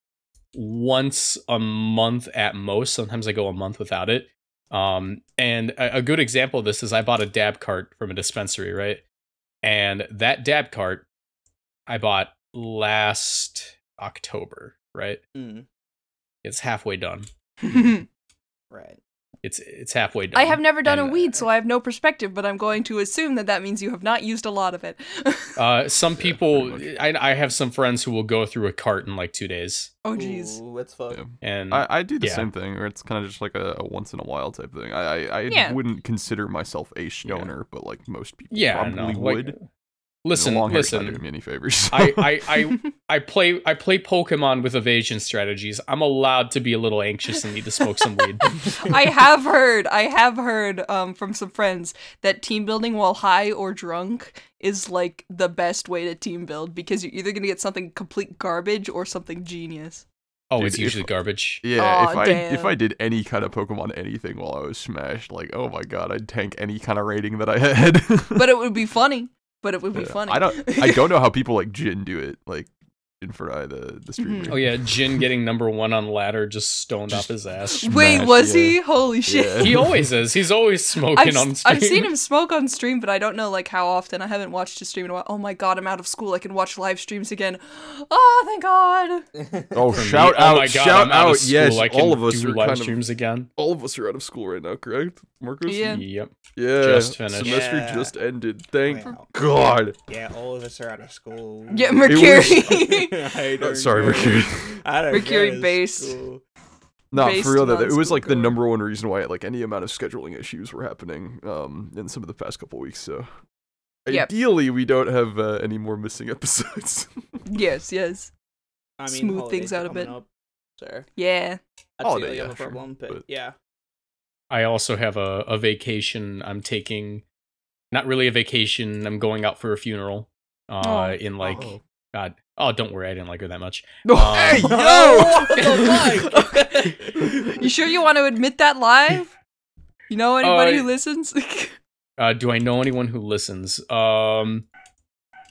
[SPEAKER 1] once a month at most. Sometimes I go a month without it. Um, and a, a good example of this is I bought a dab cart from a dispensary, right? And that dab cart I bought last October, right?
[SPEAKER 3] mm,
[SPEAKER 1] It's halfway done.
[SPEAKER 3] right.
[SPEAKER 1] It's it's halfway done.
[SPEAKER 4] I have never done a
[SPEAKER 2] uh,
[SPEAKER 1] And,
[SPEAKER 4] weed, so I have no perspective, but I'm going to assume that that means you have not used a lot of it.
[SPEAKER 1] Uh, some
[SPEAKER 2] Yeah,
[SPEAKER 1] people,
[SPEAKER 2] pretty
[SPEAKER 1] I, I have some friends who will go through a cart in like two days,
[SPEAKER 4] oh, jeez.
[SPEAKER 3] Ooh, Let's fuck.
[SPEAKER 2] Yeah.
[SPEAKER 1] and
[SPEAKER 2] I, I do the
[SPEAKER 1] Mm. Yeah.
[SPEAKER 2] same thing, or it's kind of just like a, a once in a while type thing. I I, I
[SPEAKER 4] Yeah.
[SPEAKER 2] wouldn't consider myself a stoner, but like most people
[SPEAKER 1] yeah,
[SPEAKER 2] probably
[SPEAKER 1] no, like,
[SPEAKER 2] would.
[SPEAKER 1] listen,
[SPEAKER 2] long hair's not doing
[SPEAKER 1] listen.
[SPEAKER 2] me any favors.
[SPEAKER 1] I, I, I, I play I play Pokemon with evasion strategies. I'm allowed to be a little anxious and need to smoke some weed.
[SPEAKER 4] I have heard, I have heard um, from some friends that team building while high or drunk is like the best way to team build because you're either going to get something complete garbage or something genius.
[SPEAKER 1] Oh,
[SPEAKER 2] Dude,
[SPEAKER 1] it's
[SPEAKER 2] if-
[SPEAKER 1] usually garbage.
[SPEAKER 2] Yeah, if
[SPEAKER 4] Aw,
[SPEAKER 2] I if
[SPEAKER 4] damn.
[SPEAKER 2] I did any kind of Pokemon anything while I was smashed, like oh my god, I'd tank any kind of rating that I had.
[SPEAKER 4] But it would be funny. But it would be
[SPEAKER 2] Yeah.
[SPEAKER 4] funny.
[SPEAKER 2] I don't I don't know how people like Jin do it, like Jin Fry the
[SPEAKER 4] Mm-hmm.
[SPEAKER 2] the streamer.
[SPEAKER 1] Oh yeah, Jin getting number one on ladder just stoned
[SPEAKER 2] Just-
[SPEAKER 1] off his ass.
[SPEAKER 4] Wait,
[SPEAKER 2] Smash,
[SPEAKER 4] was
[SPEAKER 2] yeah.
[SPEAKER 4] he? Holy shit.
[SPEAKER 2] Yeah.
[SPEAKER 1] He always is. He's always smoking
[SPEAKER 4] I've,
[SPEAKER 1] on
[SPEAKER 4] s- I've
[SPEAKER 1] stream.
[SPEAKER 4] seen him smoke on stream, but I don't know like how often. I haven't watched his stream in a while. Oh my god, I'm out of school. I can watch live streams again. Oh, thank God.
[SPEAKER 2] Oh,
[SPEAKER 1] For me,
[SPEAKER 2] shout
[SPEAKER 1] oh
[SPEAKER 2] out!
[SPEAKER 1] my God,
[SPEAKER 2] shout
[SPEAKER 1] I'm out,
[SPEAKER 2] out!
[SPEAKER 1] Of school.
[SPEAKER 2] yes,
[SPEAKER 1] I can
[SPEAKER 2] all of us
[SPEAKER 1] do
[SPEAKER 2] are
[SPEAKER 1] live
[SPEAKER 2] kind
[SPEAKER 1] streams again.
[SPEAKER 2] of all of us are out of school right now, correct, Marcus?
[SPEAKER 4] Yeah.
[SPEAKER 1] Yep.
[SPEAKER 2] Yeah,
[SPEAKER 1] Just finished.
[SPEAKER 2] Semester
[SPEAKER 3] Yeah.
[SPEAKER 2] just ended. Thank
[SPEAKER 3] Wow.
[SPEAKER 2] God.
[SPEAKER 3] Yeah, all of us are out of school.
[SPEAKER 4] Yeah,
[SPEAKER 2] was-
[SPEAKER 4] Mercury.
[SPEAKER 3] I
[SPEAKER 2] No,
[SPEAKER 3] don't
[SPEAKER 2] sorry,
[SPEAKER 3] go-
[SPEAKER 2] Mercury.
[SPEAKER 3] I don't
[SPEAKER 4] Mercury
[SPEAKER 3] go to
[SPEAKER 4] based.
[SPEAKER 3] school.
[SPEAKER 2] Not
[SPEAKER 4] Based
[SPEAKER 2] for real though. that- It was
[SPEAKER 4] non-school
[SPEAKER 2] like the
[SPEAKER 4] girl.
[SPEAKER 2] number one reason why like any amount of scheduling issues were happening um in some of the past couple weeks. So
[SPEAKER 4] Yep.
[SPEAKER 2] ideally, we don't have uh, any more missing episodes.
[SPEAKER 4] yes, yes.
[SPEAKER 3] I mean,
[SPEAKER 4] Smooth
[SPEAKER 3] holidays
[SPEAKER 4] things
[SPEAKER 3] are
[SPEAKER 4] out a
[SPEAKER 3] coming
[SPEAKER 4] bit.
[SPEAKER 3] Up, so
[SPEAKER 4] Yeah.
[SPEAKER 3] that's
[SPEAKER 2] Holiday,
[SPEAKER 3] the only
[SPEAKER 2] yeah,
[SPEAKER 3] other
[SPEAKER 2] sure,
[SPEAKER 3] problem. But,
[SPEAKER 2] but-
[SPEAKER 3] yeah,
[SPEAKER 1] I also have a, a vacation I'm taking. Not really a vacation. I'm going out for a funeral. Uh,
[SPEAKER 4] Oh.
[SPEAKER 1] in like
[SPEAKER 2] Oh.
[SPEAKER 1] God. Oh, don't worry. I didn't like her that much.
[SPEAKER 2] hey
[SPEAKER 1] Um,
[SPEAKER 2] yo!
[SPEAKER 4] You sure you want to admit that live? You know anybody
[SPEAKER 1] Uh,
[SPEAKER 4] who listens?
[SPEAKER 1] Uh, do I know anyone who listens? Um,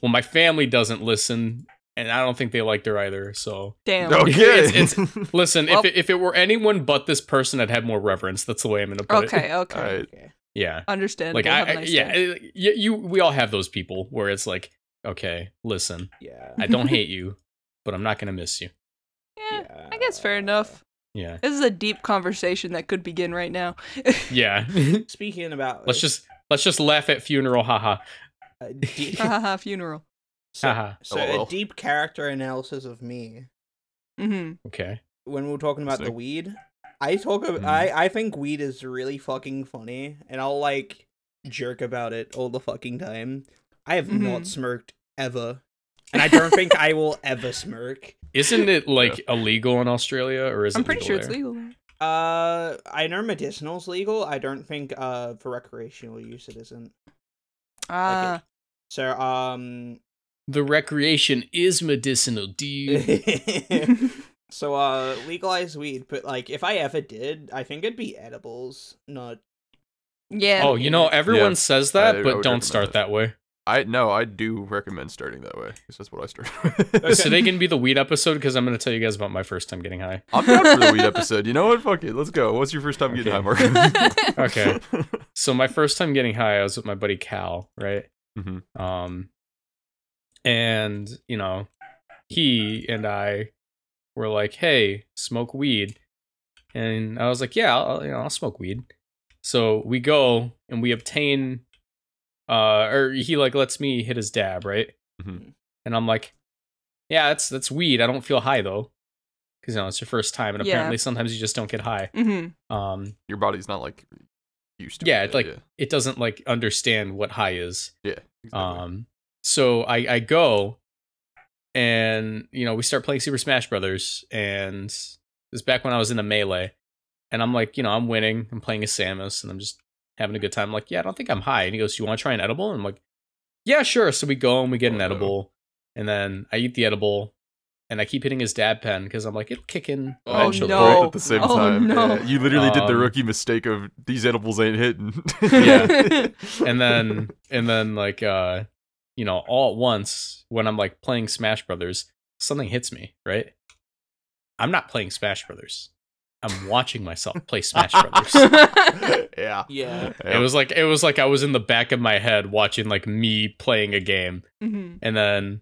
[SPEAKER 1] well, my family doesn't listen, and I don't think they liked her either. So
[SPEAKER 4] Damn.
[SPEAKER 2] okay.
[SPEAKER 1] It's- listen,
[SPEAKER 4] Well-
[SPEAKER 1] if it, if it were anyone but this person, I'd have more reverence. That's the way I'm gonna put it.
[SPEAKER 4] Okay, okay.
[SPEAKER 2] all right.
[SPEAKER 4] Eh,
[SPEAKER 1] Yeah.
[SPEAKER 4] Understandable.
[SPEAKER 1] Like I,
[SPEAKER 4] Have a
[SPEAKER 1] I-
[SPEAKER 4] nice
[SPEAKER 1] yeah,
[SPEAKER 4] day.
[SPEAKER 1] it- you, you we all have those people where it's like, okay, listen,
[SPEAKER 3] Yeah,
[SPEAKER 1] I don't hate you, but I'm not gonna miss you.
[SPEAKER 4] Yeah, I guess fair enough.
[SPEAKER 1] Yeah.
[SPEAKER 4] This is a deep conversation that could begin right now.
[SPEAKER 1] Yeah.
[SPEAKER 3] Speaking about
[SPEAKER 1] let's just let's just laugh at funeral, haha.
[SPEAKER 3] a deep,
[SPEAKER 4] Ha ha ha, funeral.
[SPEAKER 3] so,
[SPEAKER 1] Haha.
[SPEAKER 3] so
[SPEAKER 2] LOL.
[SPEAKER 3] a deep character analysis of me
[SPEAKER 4] hmm
[SPEAKER 1] Okay.
[SPEAKER 3] when we were talking about the
[SPEAKER 2] Sick.
[SPEAKER 3] weed. I talk. About,
[SPEAKER 1] Mhm.
[SPEAKER 3] I I think weed is really fucking funny, and I'll like jerk about it all the fucking time. I have not
[SPEAKER 4] Mhm.
[SPEAKER 3] smirked ever, and I don't think I will ever smirk.
[SPEAKER 1] Isn't it like illegal in Australia or is it
[SPEAKER 4] I'm pretty sure it's
[SPEAKER 1] there?
[SPEAKER 4] legal.
[SPEAKER 3] Uh, I know medicinal's legal. I don't think uh for recreational use it isn't.
[SPEAKER 4] Ah,
[SPEAKER 3] So um,
[SPEAKER 1] The recreation is medicinal, dude.
[SPEAKER 3] so uh, legalize weed. But like, if I ever did, I think it'd be edibles, not
[SPEAKER 4] yeah.
[SPEAKER 1] oh, you know, everyone
[SPEAKER 2] Yeah.
[SPEAKER 1] says
[SPEAKER 2] I-
[SPEAKER 1] that,
[SPEAKER 2] I
[SPEAKER 1] but
[SPEAKER 2] would
[SPEAKER 1] don't
[SPEAKER 2] recommend
[SPEAKER 1] start
[SPEAKER 2] it.
[SPEAKER 1] that way.
[SPEAKER 2] I no, I do recommend starting that way because that's what I started. with.
[SPEAKER 3] Okay.
[SPEAKER 1] So they can be the weed episode because I'm gonna tell you guys about my first time getting high.
[SPEAKER 2] I'm down for the weed episode. You know what? Fuck it. Let's go. What's your first time getting high,
[SPEAKER 1] Okay.
[SPEAKER 2] Marcus?
[SPEAKER 1] Okay. So my first time getting high, I was with my buddy Cal, right?
[SPEAKER 2] Mhm.
[SPEAKER 1] Um, and you know, he and I were like, "Hey, smoke weed," and I was like, yeah, I'll, you know, I'll smoke weed. So we go and we obtain, uh, or he like lets me hit his dab, right?
[SPEAKER 2] Mhm.
[SPEAKER 1] And I'm like, yeah, that's that's weed. I don't feel high though, because you know it's your first time, and
[SPEAKER 4] Yeah.
[SPEAKER 1] apparently sometimes you just don't get high.
[SPEAKER 4] Mm-hmm.
[SPEAKER 1] Um,
[SPEAKER 2] Your body's not like used to.
[SPEAKER 1] yeah,
[SPEAKER 2] it
[SPEAKER 1] it, like
[SPEAKER 2] yeah,
[SPEAKER 1] it doesn't like understand what high is.
[SPEAKER 2] yeah, exactly.
[SPEAKER 1] Um, so I I go, and you know we start playing Super Smash Brothers, and this is back when I was in the melee, and I'm like, you know, I'm winning, I'm playing as Samus, and I'm just having a good time. I'm like, yeah, I don't think I'm high. And he goes, do you want to try an edible? And I'm like, yeah, sure. So we go and we get an
[SPEAKER 2] Oh, no.
[SPEAKER 1] edible, and then I eat the edible, and I keep hitting his dab pen because I'm like, it'll kick in.
[SPEAKER 4] Oh,
[SPEAKER 1] eventually."
[SPEAKER 4] no.
[SPEAKER 2] Both at the same
[SPEAKER 4] Oh,
[SPEAKER 2] time.
[SPEAKER 4] no.
[SPEAKER 2] Yeah, you literally did the
[SPEAKER 1] Um,
[SPEAKER 2] rookie mistake of these edibles ain't hitting.
[SPEAKER 1] Yeah. and then and then like uh you know all at once when i'm like playing smash brothers something hits me right i'm not playing smash brothers i'm watching myself play smash brothers
[SPEAKER 2] yeah.
[SPEAKER 3] Yeah.
[SPEAKER 1] it was like it was like i was in the back of my head watching like me playing a game
[SPEAKER 4] mm-hmm.
[SPEAKER 1] and then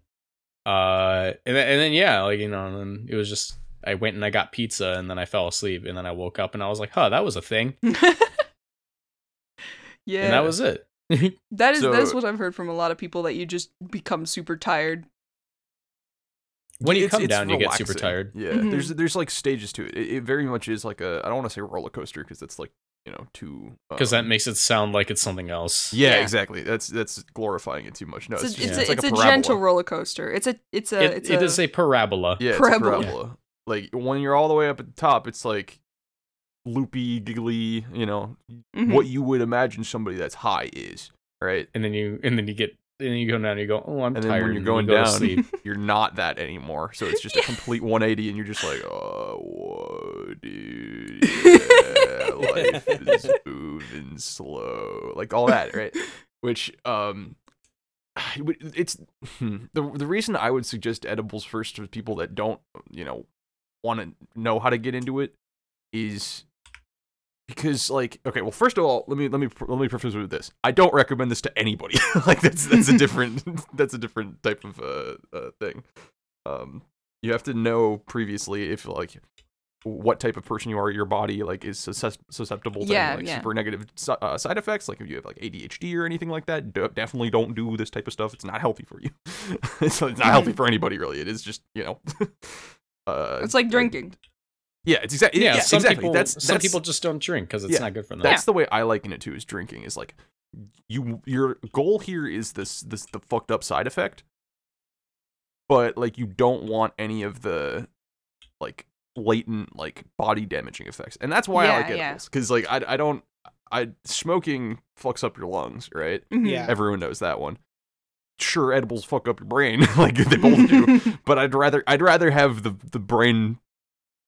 [SPEAKER 1] uh and then, and then yeah like you know and then it was just i went and i got pizza and then i fell asleep and then i woke up and i was like huh that was a thing
[SPEAKER 4] yeah.
[SPEAKER 1] and that was it
[SPEAKER 4] that is that is
[SPEAKER 2] So-
[SPEAKER 4] what I've heard from a lot of people that you just become super tired.
[SPEAKER 1] when you
[SPEAKER 2] It's-
[SPEAKER 1] come
[SPEAKER 2] it's
[SPEAKER 1] down you get super
[SPEAKER 2] relaxing.
[SPEAKER 1] tired
[SPEAKER 2] Yeah,
[SPEAKER 4] Mhm.
[SPEAKER 2] there's there's like stages to it. It, it very much is like a I don't want to say roller coaster because that's like you know too
[SPEAKER 1] because
[SPEAKER 2] um,
[SPEAKER 1] that makes it sound like it's something else
[SPEAKER 2] yeah,
[SPEAKER 4] Yeah.
[SPEAKER 2] exactly. That's that's glorifying it too much. No,
[SPEAKER 4] It's
[SPEAKER 2] it's,
[SPEAKER 4] a,
[SPEAKER 2] just,
[SPEAKER 4] it's
[SPEAKER 1] yeah.
[SPEAKER 4] a,
[SPEAKER 2] like
[SPEAKER 4] it's a,
[SPEAKER 2] parabola.
[SPEAKER 4] gentle roller coaster. It's a it's a
[SPEAKER 1] it,
[SPEAKER 4] it's
[SPEAKER 1] it
[SPEAKER 4] a,
[SPEAKER 1] is a parabola.
[SPEAKER 2] yeah, it's a
[SPEAKER 4] parabola.
[SPEAKER 2] parabola. Like when you're all the way up at the top, it's like loopy, giggly. You know
[SPEAKER 4] mhm.
[SPEAKER 2] what you would imagine somebody that's high is, right?
[SPEAKER 1] And then you and then you get and then you go down and you go, oh, I'm
[SPEAKER 2] And then
[SPEAKER 1] tired.
[SPEAKER 2] when you're
[SPEAKER 1] and
[SPEAKER 2] going
[SPEAKER 1] you go to
[SPEAKER 2] down,
[SPEAKER 1] sleep.
[SPEAKER 2] you're not that anymore. So it's just a complete 180, and you're just like, oh, whoa, dude, yeah, life is moving slow, like all that, right? Which, um, it would- it's hmm, the the reason I would suggest edibles first to people that don't, you know, want to know how to get into it is because like okay well first of all let me let me let me preface with this i don't recommend this to anybody like that's that's a different that's a different type of uh, uh thing um you have to know previously if like what type of person you are your body like is suscep- susceptible to
[SPEAKER 4] Yeah,
[SPEAKER 2] like
[SPEAKER 4] yeah.
[SPEAKER 2] super negative si- uh, side effects like if you have like adhd or anything like that d- definitely don't do this type of stuff it's not healthy for you it's, it's
[SPEAKER 4] Mm-hmm.
[SPEAKER 2] not healthy for anybody really it is just you know uh
[SPEAKER 4] It's like drinking.
[SPEAKER 2] yeah it's exactly
[SPEAKER 1] yeah,
[SPEAKER 2] yeah,
[SPEAKER 1] some
[SPEAKER 2] exactly
[SPEAKER 1] people
[SPEAKER 2] that's
[SPEAKER 1] some
[SPEAKER 2] that's-
[SPEAKER 1] people just don't drink because it's
[SPEAKER 2] Yeah,
[SPEAKER 1] not good for them.
[SPEAKER 2] that's the way I liken it to is drinking is like you your goal here is this this the fucked up side effect, but like you don't want any of the like latent like body damaging effects, and that's why I
[SPEAKER 4] Yeah,
[SPEAKER 2] like
[SPEAKER 4] yeah.
[SPEAKER 2] edibles because like I I don't I smoking fucks up your lungs right
[SPEAKER 4] Mhm.
[SPEAKER 3] Yeah.
[SPEAKER 2] everyone knows that one sure edibles fuck up your brain like they both do but I'd rather I'd rather have the the brain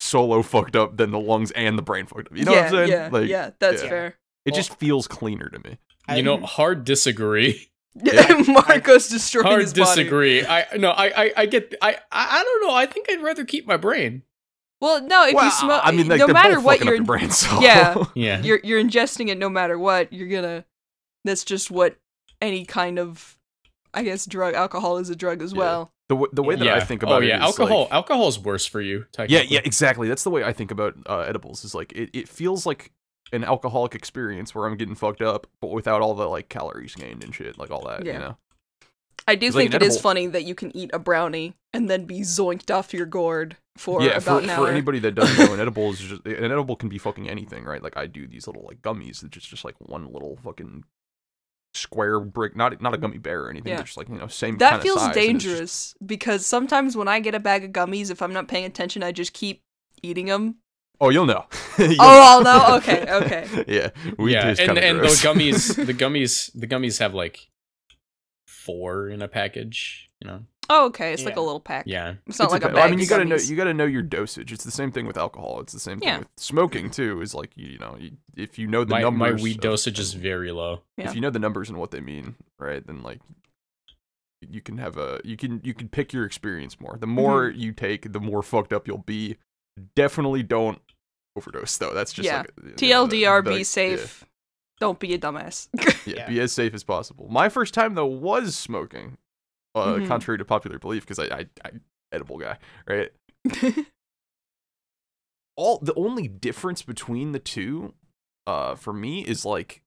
[SPEAKER 2] solo fucked up than the lungs and the brain fucked up you know
[SPEAKER 4] yeah,
[SPEAKER 2] what I'm saying
[SPEAKER 4] Yeah,
[SPEAKER 2] like
[SPEAKER 4] yeah, that's
[SPEAKER 2] yeah.
[SPEAKER 4] fair.
[SPEAKER 2] it
[SPEAKER 3] Well-
[SPEAKER 2] just feels cleaner to me.
[SPEAKER 3] uh,
[SPEAKER 1] you know, hard disagree.
[SPEAKER 4] Marco's destroying
[SPEAKER 1] Hard
[SPEAKER 4] his body.
[SPEAKER 1] disagree. I no, I, I I get I I I don't know. I think I'd rather keep my brain.
[SPEAKER 4] Well, no, if you smoke,
[SPEAKER 2] I mean, like,
[SPEAKER 4] no
[SPEAKER 2] they're
[SPEAKER 4] matter
[SPEAKER 2] both
[SPEAKER 4] what
[SPEAKER 2] fucking up
[SPEAKER 4] you're
[SPEAKER 2] your brain, so
[SPEAKER 4] Yeah.
[SPEAKER 1] Yeah.
[SPEAKER 4] you're you're ingesting it no matter what you're gonna that's just what any kind of i guess drug alcohol is a drug as
[SPEAKER 2] Yeah.
[SPEAKER 4] well
[SPEAKER 2] the w- the way that
[SPEAKER 1] yeah.
[SPEAKER 2] I think about
[SPEAKER 1] oh
[SPEAKER 2] it
[SPEAKER 1] yeah,
[SPEAKER 2] is,
[SPEAKER 1] alcohol.
[SPEAKER 2] like-
[SPEAKER 1] Alcohol's worse for you.
[SPEAKER 2] yeah,
[SPEAKER 1] Technically.
[SPEAKER 2] yeah, exactly. That's the way I think about uh, edibles. Is like it, it feels like an alcoholic experience where I'm getting fucked up, but without all the like calories gained and shit, like all that.
[SPEAKER 4] Yeah.
[SPEAKER 2] You know.
[SPEAKER 4] i do
[SPEAKER 2] It's like
[SPEAKER 4] think
[SPEAKER 2] an
[SPEAKER 4] it is
[SPEAKER 2] edible.
[SPEAKER 4] funny that you can eat a brownie and then be zoinked off your gourd for
[SPEAKER 2] yeah.
[SPEAKER 4] about
[SPEAKER 2] For,
[SPEAKER 4] an
[SPEAKER 2] for
[SPEAKER 4] hour
[SPEAKER 2] anybody that doesn't know, an edible is just an edible can be fucking anything, right? Like I do these little like gummies that just just like one little fucking square brick, not not a gummy bear or anything,
[SPEAKER 4] Yeah.
[SPEAKER 2] but just like you know same.
[SPEAKER 4] that
[SPEAKER 2] kinda
[SPEAKER 4] feels
[SPEAKER 2] size, and it's just-
[SPEAKER 4] dangerous because sometimes when i get a bag of gummies if i'm not paying attention i just keep eating them
[SPEAKER 2] oh, you'll know. You'll
[SPEAKER 4] oh i'll know okay okay
[SPEAKER 2] yeah, we
[SPEAKER 1] yeah.
[SPEAKER 2] taste
[SPEAKER 1] and
[SPEAKER 2] kinda
[SPEAKER 1] and the
[SPEAKER 2] gross.
[SPEAKER 1] gummies, the gummies, the gummies have like four in a package. You know.
[SPEAKER 4] oh okay it's like a
[SPEAKER 3] Yeah.
[SPEAKER 4] little pack
[SPEAKER 1] Yeah.
[SPEAKER 4] it's not
[SPEAKER 2] It's
[SPEAKER 4] like
[SPEAKER 2] okay.
[SPEAKER 4] a
[SPEAKER 2] Well,
[SPEAKER 4] bag
[SPEAKER 2] I mean, you
[SPEAKER 4] of
[SPEAKER 2] gotta know
[SPEAKER 4] gummies.
[SPEAKER 2] you gotta know your dosage. It's the same thing with alcohol. It's the same thing
[SPEAKER 4] Yeah.
[SPEAKER 2] with smoking too. Is like you know, you, if you know the
[SPEAKER 1] My my
[SPEAKER 2] numbers,
[SPEAKER 1] weed
[SPEAKER 2] of-
[SPEAKER 1] dosage is very low.
[SPEAKER 4] Yeah.
[SPEAKER 2] If you know the numbers and what they mean, right? Then like, you can have a you can you can pick your experience more. The more
[SPEAKER 4] Mm-hmm.
[SPEAKER 2] you take, the more fucked up you'll be. Definitely don't overdose though. That's just
[SPEAKER 4] Yeah.
[SPEAKER 2] like a- you know, the-
[SPEAKER 4] tldr
[SPEAKER 2] the-
[SPEAKER 4] be
[SPEAKER 2] yeah.
[SPEAKER 4] safe don't be a dumbass
[SPEAKER 2] yeah,
[SPEAKER 3] Yeah.
[SPEAKER 2] be as safe as possible. My first time though was smoking, uh,
[SPEAKER 4] Mhm.
[SPEAKER 2] contrary to popular belief, because I, I I edible guy, right? all the only difference between the two, uh, for me is like,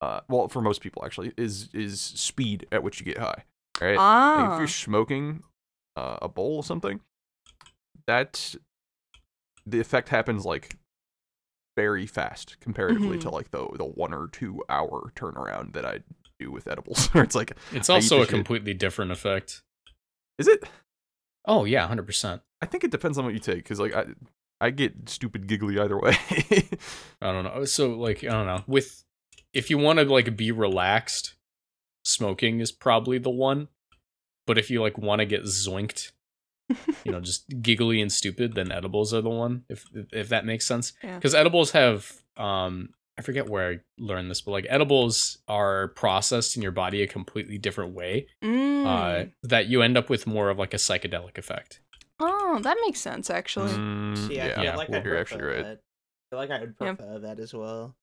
[SPEAKER 2] uh, well, for most people actually is is speed at which you get high. Right. Like, if
[SPEAKER 4] Ah.
[SPEAKER 2] you're smoking uh, a bowl or something, that the effect happens like very fast comparatively
[SPEAKER 3] Mm-hmm.
[SPEAKER 2] to like the the one or two hour turnaround that I do with edibles. Where it's like,
[SPEAKER 1] It's
[SPEAKER 2] I eat
[SPEAKER 1] also
[SPEAKER 2] the
[SPEAKER 1] a
[SPEAKER 2] shit.
[SPEAKER 1] completely different effect.
[SPEAKER 2] is it?
[SPEAKER 1] Oh yeah, hundred percent.
[SPEAKER 2] I think it depends on what you take because like I I get stupid giggly either way.
[SPEAKER 1] I don't know. So like I don't know. With if you want to like be relaxed, smoking is probably the one. But if you like want to get zoinked, you know, just giggly and stupid, then edibles are the one. If if that makes sense,
[SPEAKER 4] Yeah.
[SPEAKER 1] because edibles have um I forget where I learned this, but like edibles are processed in your body a completely different way uh,
[SPEAKER 4] Mm.
[SPEAKER 1] that you end up with more of like a psychedelic effect.
[SPEAKER 4] oh, that makes sense actually.
[SPEAKER 2] Mm,
[SPEAKER 3] See, I
[SPEAKER 2] yeah,
[SPEAKER 3] feel
[SPEAKER 1] yeah,
[SPEAKER 3] like
[SPEAKER 2] well,
[SPEAKER 3] I'd
[SPEAKER 2] you're actually
[SPEAKER 3] prefer
[SPEAKER 2] right.
[SPEAKER 3] that. I feel like I would
[SPEAKER 4] Yeah.
[SPEAKER 3] prefer that as well.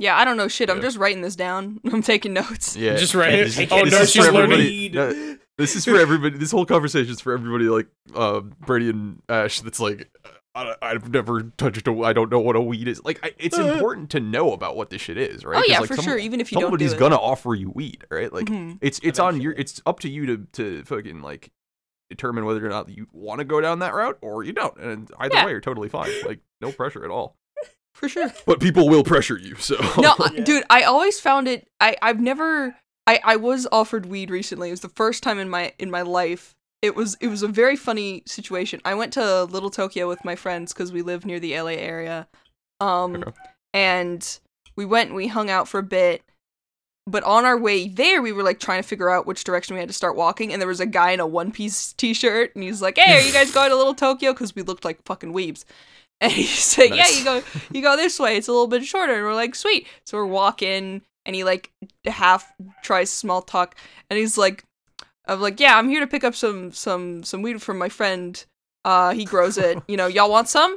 [SPEAKER 4] Yeah, I don't know shit. I'm
[SPEAKER 2] Yeah.
[SPEAKER 4] just writing this down. I'm taking notes.
[SPEAKER 2] Yeah,
[SPEAKER 1] Just write
[SPEAKER 2] This
[SPEAKER 1] it.
[SPEAKER 2] is-
[SPEAKER 1] Oh
[SPEAKER 2] this
[SPEAKER 1] no,
[SPEAKER 2] is for
[SPEAKER 1] she's learning.
[SPEAKER 2] everybody. No, this is for everybody. This whole conversation is for everybody, like uh, Brady and Ash. That's like, I, I've never touched. A, I don't know what a weed is. Like, I, it's important to know about what this shit is, right?
[SPEAKER 4] Uh. Oh
[SPEAKER 2] 'Cause,
[SPEAKER 4] yeah,
[SPEAKER 2] like,
[SPEAKER 4] for
[SPEAKER 2] some-
[SPEAKER 4] sure. Even if you don't do
[SPEAKER 2] Somebody's
[SPEAKER 4] it.
[SPEAKER 2] gonna offer you weed, right? Like,
[SPEAKER 4] Mhm.
[SPEAKER 2] it's it's on your.
[SPEAKER 3] Eventually.
[SPEAKER 2] It's up to you to to fucking like determine whether or not you want to go down that route or you don't. And either
[SPEAKER 4] Yeah.
[SPEAKER 2] way, you're totally fine. Like, no pressure at all.
[SPEAKER 4] for sure.
[SPEAKER 2] But people will pressure you. So Oh
[SPEAKER 4] no, I-
[SPEAKER 3] Yeah.
[SPEAKER 4] dude, I always found it. I I've never. I I was offered weed recently. It was the first time in my in my life. It was it was a very funny situation. I went to Little Tokyo with my friends because we live near the LA area, um,
[SPEAKER 2] Okay.
[SPEAKER 4] and we went and we hung out for a bit. But on our way there, we were like trying to figure out which direction we had to start walking, and there was a guy in a One Piece T-shirt, and he's like, "Hey, are you guys going to Little Tokyo?" Because we looked like fucking weebs, and he's like,
[SPEAKER 2] Nice.
[SPEAKER 4] "Yeah, you go, you go this way. It's a little bit shorter." And we're like, "Sweet." So we're walking, and he like half tries small talk, and he's like, "I'm like, yeah, I'm here to pick up some some some weed from my friend. Uh, he grows it. You know, y'all want some?"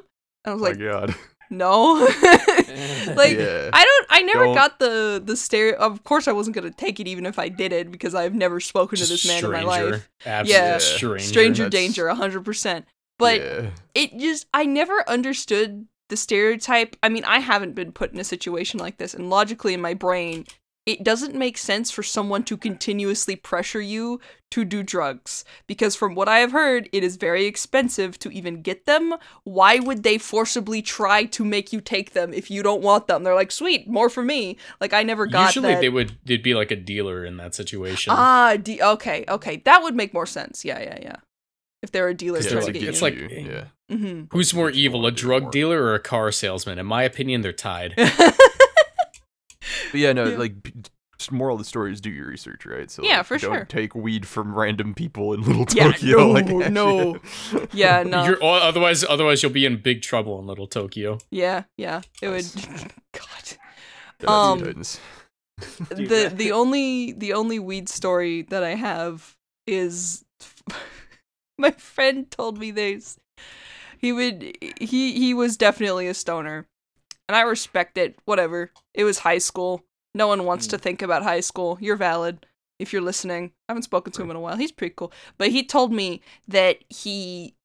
[SPEAKER 4] And I was like,
[SPEAKER 2] my god.
[SPEAKER 4] "No." like
[SPEAKER 2] yeah.
[SPEAKER 4] I don't. I never
[SPEAKER 2] Don't-
[SPEAKER 4] got the the stereo. Of course, I wasn't gonna take it, even if I did it, because I've never spoken to this man in my life.
[SPEAKER 1] Absolute
[SPEAKER 4] Yeah.
[SPEAKER 1] stranger.
[SPEAKER 4] Stranger
[SPEAKER 2] that's-
[SPEAKER 4] danger, hundred percent. But
[SPEAKER 2] yeah.
[SPEAKER 4] it just I never understood the stereotype. I mean, I haven't been put in a situation like this, and logically in my brain, it doesn't make sense for someone to continuously pressure you to do drugs because from what I have heard, it is very expensive to even get them. Why would they forcibly try to make you take them if you don't want them? They're like, "Sweet, more for me." Like I never got
[SPEAKER 1] Usually
[SPEAKER 4] that.
[SPEAKER 1] they would they'd be like a dealer in that situation.
[SPEAKER 4] ah, d- okay, okay, that would make more sense. Yeah, yeah, yeah. If they're a dealer
[SPEAKER 1] Yeah,
[SPEAKER 4] trying
[SPEAKER 1] it's
[SPEAKER 4] to
[SPEAKER 1] like-
[SPEAKER 4] get
[SPEAKER 1] it's
[SPEAKER 4] you.
[SPEAKER 1] like-
[SPEAKER 2] yeah.
[SPEAKER 4] Mhm.
[SPEAKER 1] Who's more
[SPEAKER 2] Which one
[SPEAKER 1] evil, a
[SPEAKER 2] do you
[SPEAKER 1] drug
[SPEAKER 2] more?
[SPEAKER 1] dealer or a car salesman? In my opinion, they're tied.
[SPEAKER 4] Mm-hmm.
[SPEAKER 2] But yeah, no,
[SPEAKER 4] Yeah.
[SPEAKER 2] like p- just moral of the story is do your research, right? So
[SPEAKER 4] Yeah,
[SPEAKER 2] like,
[SPEAKER 4] for
[SPEAKER 2] don't
[SPEAKER 4] sure.
[SPEAKER 2] take weed from random people in Little
[SPEAKER 4] Yeah,
[SPEAKER 2] Tokyo. like,
[SPEAKER 4] no,
[SPEAKER 2] actually-
[SPEAKER 4] no. yeah, no.
[SPEAKER 1] You're, or otherwise, otherwise you'll be in big trouble in Little Tokyo.
[SPEAKER 4] Yeah, yeah. It
[SPEAKER 2] Nice.
[SPEAKER 4] would God.
[SPEAKER 2] Yeah, that's
[SPEAKER 4] Um,
[SPEAKER 2] Titans.
[SPEAKER 3] Dude,
[SPEAKER 4] the
[SPEAKER 3] that-
[SPEAKER 4] the only the only weed story that I have is my friend told me this. He would he he was definitely a stoner. And I respect it. Whatever. It was high school. No one wants
[SPEAKER 3] Mm.
[SPEAKER 4] to think about high school. You're valid if you're listening. I haven't spoken to him in a while. He's pretty cool. But he told me that he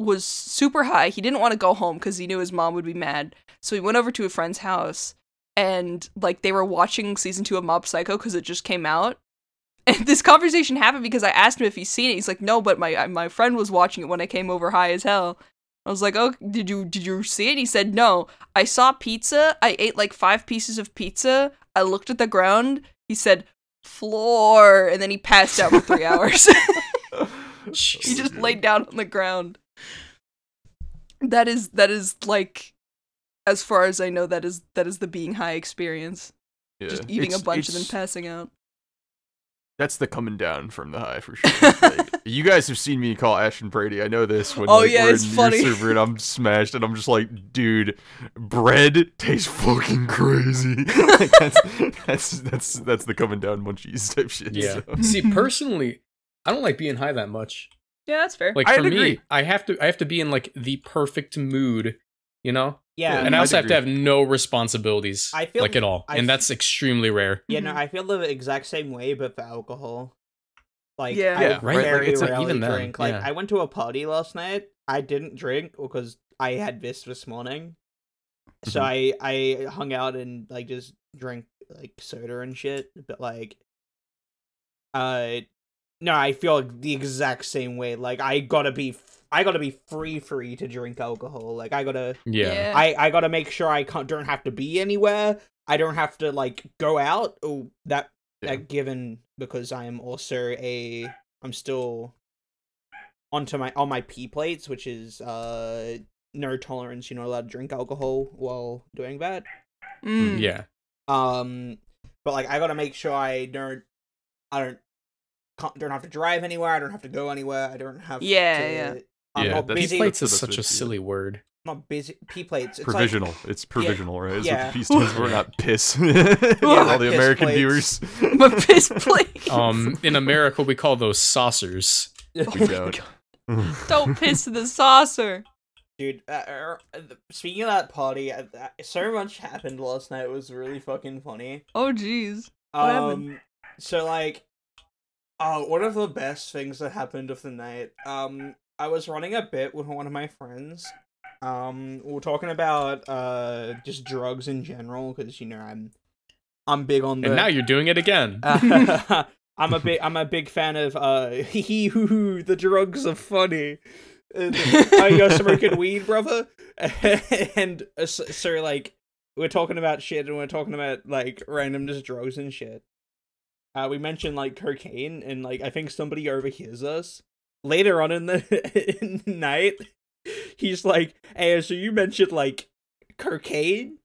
[SPEAKER 4] was super high. He didn't want to go home cuz he knew his mom would be mad. So he went over to a friend's house and like they were watching season two of Mob Psycho because it just came out. And this conversation happened because I asked him if he's seen it. He's like, no, but my my friend was watching it when I came over high as hell. I was like, oh, did you did you see it? He said, no. I saw pizza. I ate like five pieces of pizza. I looked at the ground. He said, floor, and then he passed out for three hours. he just laid down on the ground. That is that is like, as far as I know, that is that is the being high experience
[SPEAKER 2] Yeah.
[SPEAKER 4] just eating
[SPEAKER 2] It's-
[SPEAKER 4] a bunch and then
[SPEAKER 2] it's-
[SPEAKER 4] passing out.
[SPEAKER 2] That's the coming down from the high for sure. Like, you guys have seen me call Ash and Brady. I know this when
[SPEAKER 4] Oh,
[SPEAKER 2] like,
[SPEAKER 4] yeah,
[SPEAKER 2] we're
[SPEAKER 4] it's
[SPEAKER 2] in your
[SPEAKER 4] funny.
[SPEAKER 2] server and I'm smashed and I'm just like, dude, bread tastes fucking crazy. like, that's, that's that's that's the coming down munchies type shit.
[SPEAKER 1] Yeah.
[SPEAKER 2] so.
[SPEAKER 1] See, personally, I don't like being high that much.
[SPEAKER 4] Yeah, that's fair.
[SPEAKER 1] Like
[SPEAKER 2] I'd
[SPEAKER 1] for me,
[SPEAKER 2] agree.
[SPEAKER 1] I have to I have to be in like the perfect mood, you know.
[SPEAKER 3] yeah,
[SPEAKER 1] and I
[SPEAKER 2] I'd
[SPEAKER 1] also have to have
[SPEAKER 2] agree.
[SPEAKER 1] no responsibilities,
[SPEAKER 3] I feel-
[SPEAKER 1] like at all,
[SPEAKER 3] I
[SPEAKER 1] and
[SPEAKER 3] f-
[SPEAKER 1] that's extremely rare.
[SPEAKER 3] Yeah, no,
[SPEAKER 4] Mhm.
[SPEAKER 3] I feel the exact same way, but for alcohol. Like,
[SPEAKER 4] Yeah.
[SPEAKER 3] I
[SPEAKER 2] Yeah,
[SPEAKER 1] right? Like,
[SPEAKER 3] very
[SPEAKER 1] it's like
[SPEAKER 3] rarely
[SPEAKER 1] even then,
[SPEAKER 3] drink. Like,
[SPEAKER 1] yeah.
[SPEAKER 3] I went to a party last night. I didn't drink because I had this this morning. So
[SPEAKER 1] Mm-hmm.
[SPEAKER 3] I I hung out and like just drank like soda and shit, but like uh no, I feel the exact same way. Like I got to be f- I got to be free free to drink alcohol. Like I got to
[SPEAKER 1] Yeah.
[SPEAKER 3] I I gotta make sure I can't don't have to be anywhere. I don't have to like go out. Oh, that
[SPEAKER 2] Yeah.
[SPEAKER 3] that given because I am also a I'm still onto my on my P plates, which is uh no tolerance. You're not allowed to drink alcohol while doing that.
[SPEAKER 4] Mm.
[SPEAKER 1] Yeah.
[SPEAKER 3] Um, but like I gotta make sure I don't I don't can't, don't have to drive anywhere. I don't have to go anywhere. I don't have
[SPEAKER 4] Yeah,
[SPEAKER 3] to-
[SPEAKER 4] yeah.
[SPEAKER 3] I'm
[SPEAKER 2] Yeah,
[SPEAKER 3] not
[SPEAKER 2] that's-
[SPEAKER 3] busy.
[SPEAKER 1] P-plates is
[SPEAKER 2] That's
[SPEAKER 1] such a
[SPEAKER 2] what-
[SPEAKER 1] silly word.
[SPEAKER 3] not busy. P plates. It's like-
[SPEAKER 2] provisional. it's provisional, right? That's
[SPEAKER 3] Yeah.
[SPEAKER 2] what the P stands for. Not piss. All the
[SPEAKER 3] piss
[SPEAKER 2] American
[SPEAKER 3] plates.
[SPEAKER 2] viewers.
[SPEAKER 4] But piss please.
[SPEAKER 1] Um, in America, we call those saucers.
[SPEAKER 4] Oh
[SPEAKER 2] we
[SPEAKER 4] my
[SPEAKER 2] don't.
[SPEAKER 4] God. Don't piss the saucer.
[SPEAKER 3] Dude, uh, er, uh, th- speaking of that party, uh, th- so much happened last night. It was really fucking funny.
[SPEAKER 4] Oh jeez. What happened?
[SPEAKER 3] Um, so like, oh, one of the best things that happened of the night. Um, I was running a bit with one of my friends. Um, we are talking about uh just drugs in general because you know I'm I'm big on the.
[SPEAKER 1] And now you're doing it again.
[SPEAKER 3] Uh, I'm a big I'm a big fan of uh hee hee hoo hoo the drugs are funny. And, Are you smoking weed, brother? and uh, so, so like we're talking about shit and we're talking about like random just drugs and shit. Uh, we mentioned like cocaine and like I think somebody overhears us later on in the, in the night. He's like, "Hey, so you mentioned like cocaine,"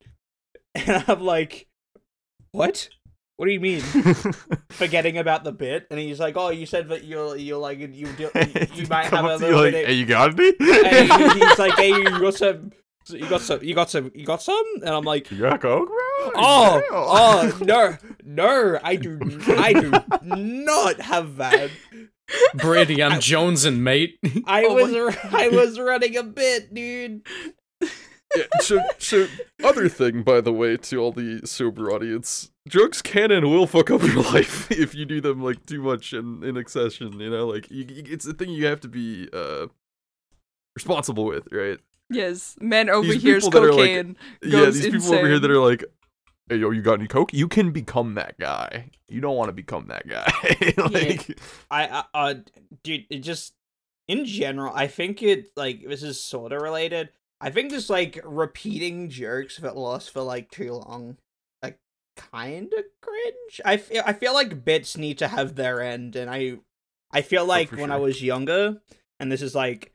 [SPEAKER 3] and I'm like, "What? What do you mean?" forgetting about the bit, and he's like, "Oh, you said that you're you're like you do, you might have
[SPEAKER 2] Come
[SPEAKER 3] a
[SPEAKER 2] up to you
[SPEAKER 3] little
[SPEAKER 2] like,
[SPEAKER 3] bit."
[SPEAKER 2] hey,
[SPEAKER 3] Of,
[SPEAKER 2] you got me?
[SPEAKER 3] and he- he's like, "Hey, you got some, you got some, you got some, you got some," and I'm like,
[SPEAKER 2] you got coke, bro?
[SPEAKER 3] "Oh,
[SPEAKER 2] Damn."
[SPEAKER 3] oh, no, no, I do, I do not have that.
[SPEAKER 1] Brady, I'm Jonesing, mate.
[SPEAKER 3] I
[SPEAKER 4] Oh
[SPEAKER 3] was,
[SPEAKER 4] my
[SPEAKER 3] ru- I was running a bit, dude."
[SPEAKER 5] Yeah, so, so other thing, by the way, to all the sober audience, drugs can and will fuck up your life if you do them like too much and in accession. You know, like you, you- it's a thing you have to be uh responsible with, right?
[SPEAKER 4] Yes. Man overhears
[SPEAKER 5] people that are, like,
[SPEAKER 4] cocaine.
[SPEAKER 5] yeah,
[SPEAKER 4] Goes
[SPEAKER 5] these people over here
[SPEAKER 4] insane.
[SPEAKER 5] that are like,
[SPEAKER 2] Hey, yo, you got any coke? You can become that guy. You don't want to become that guy. like,
[SPEAKER 3] I, I uh, dude, it just in general, I think it like this is sort of related. I think just like repeating jokes that last for like too long, like kind of cringe. I feel I feel like bits need to have their end, and I I feel like
[SPEAKER 2] Oh, for
[SPEAKER 3] when I
[SPEAKER 2] sure.
[SPEAKER 3] was younger, and this is like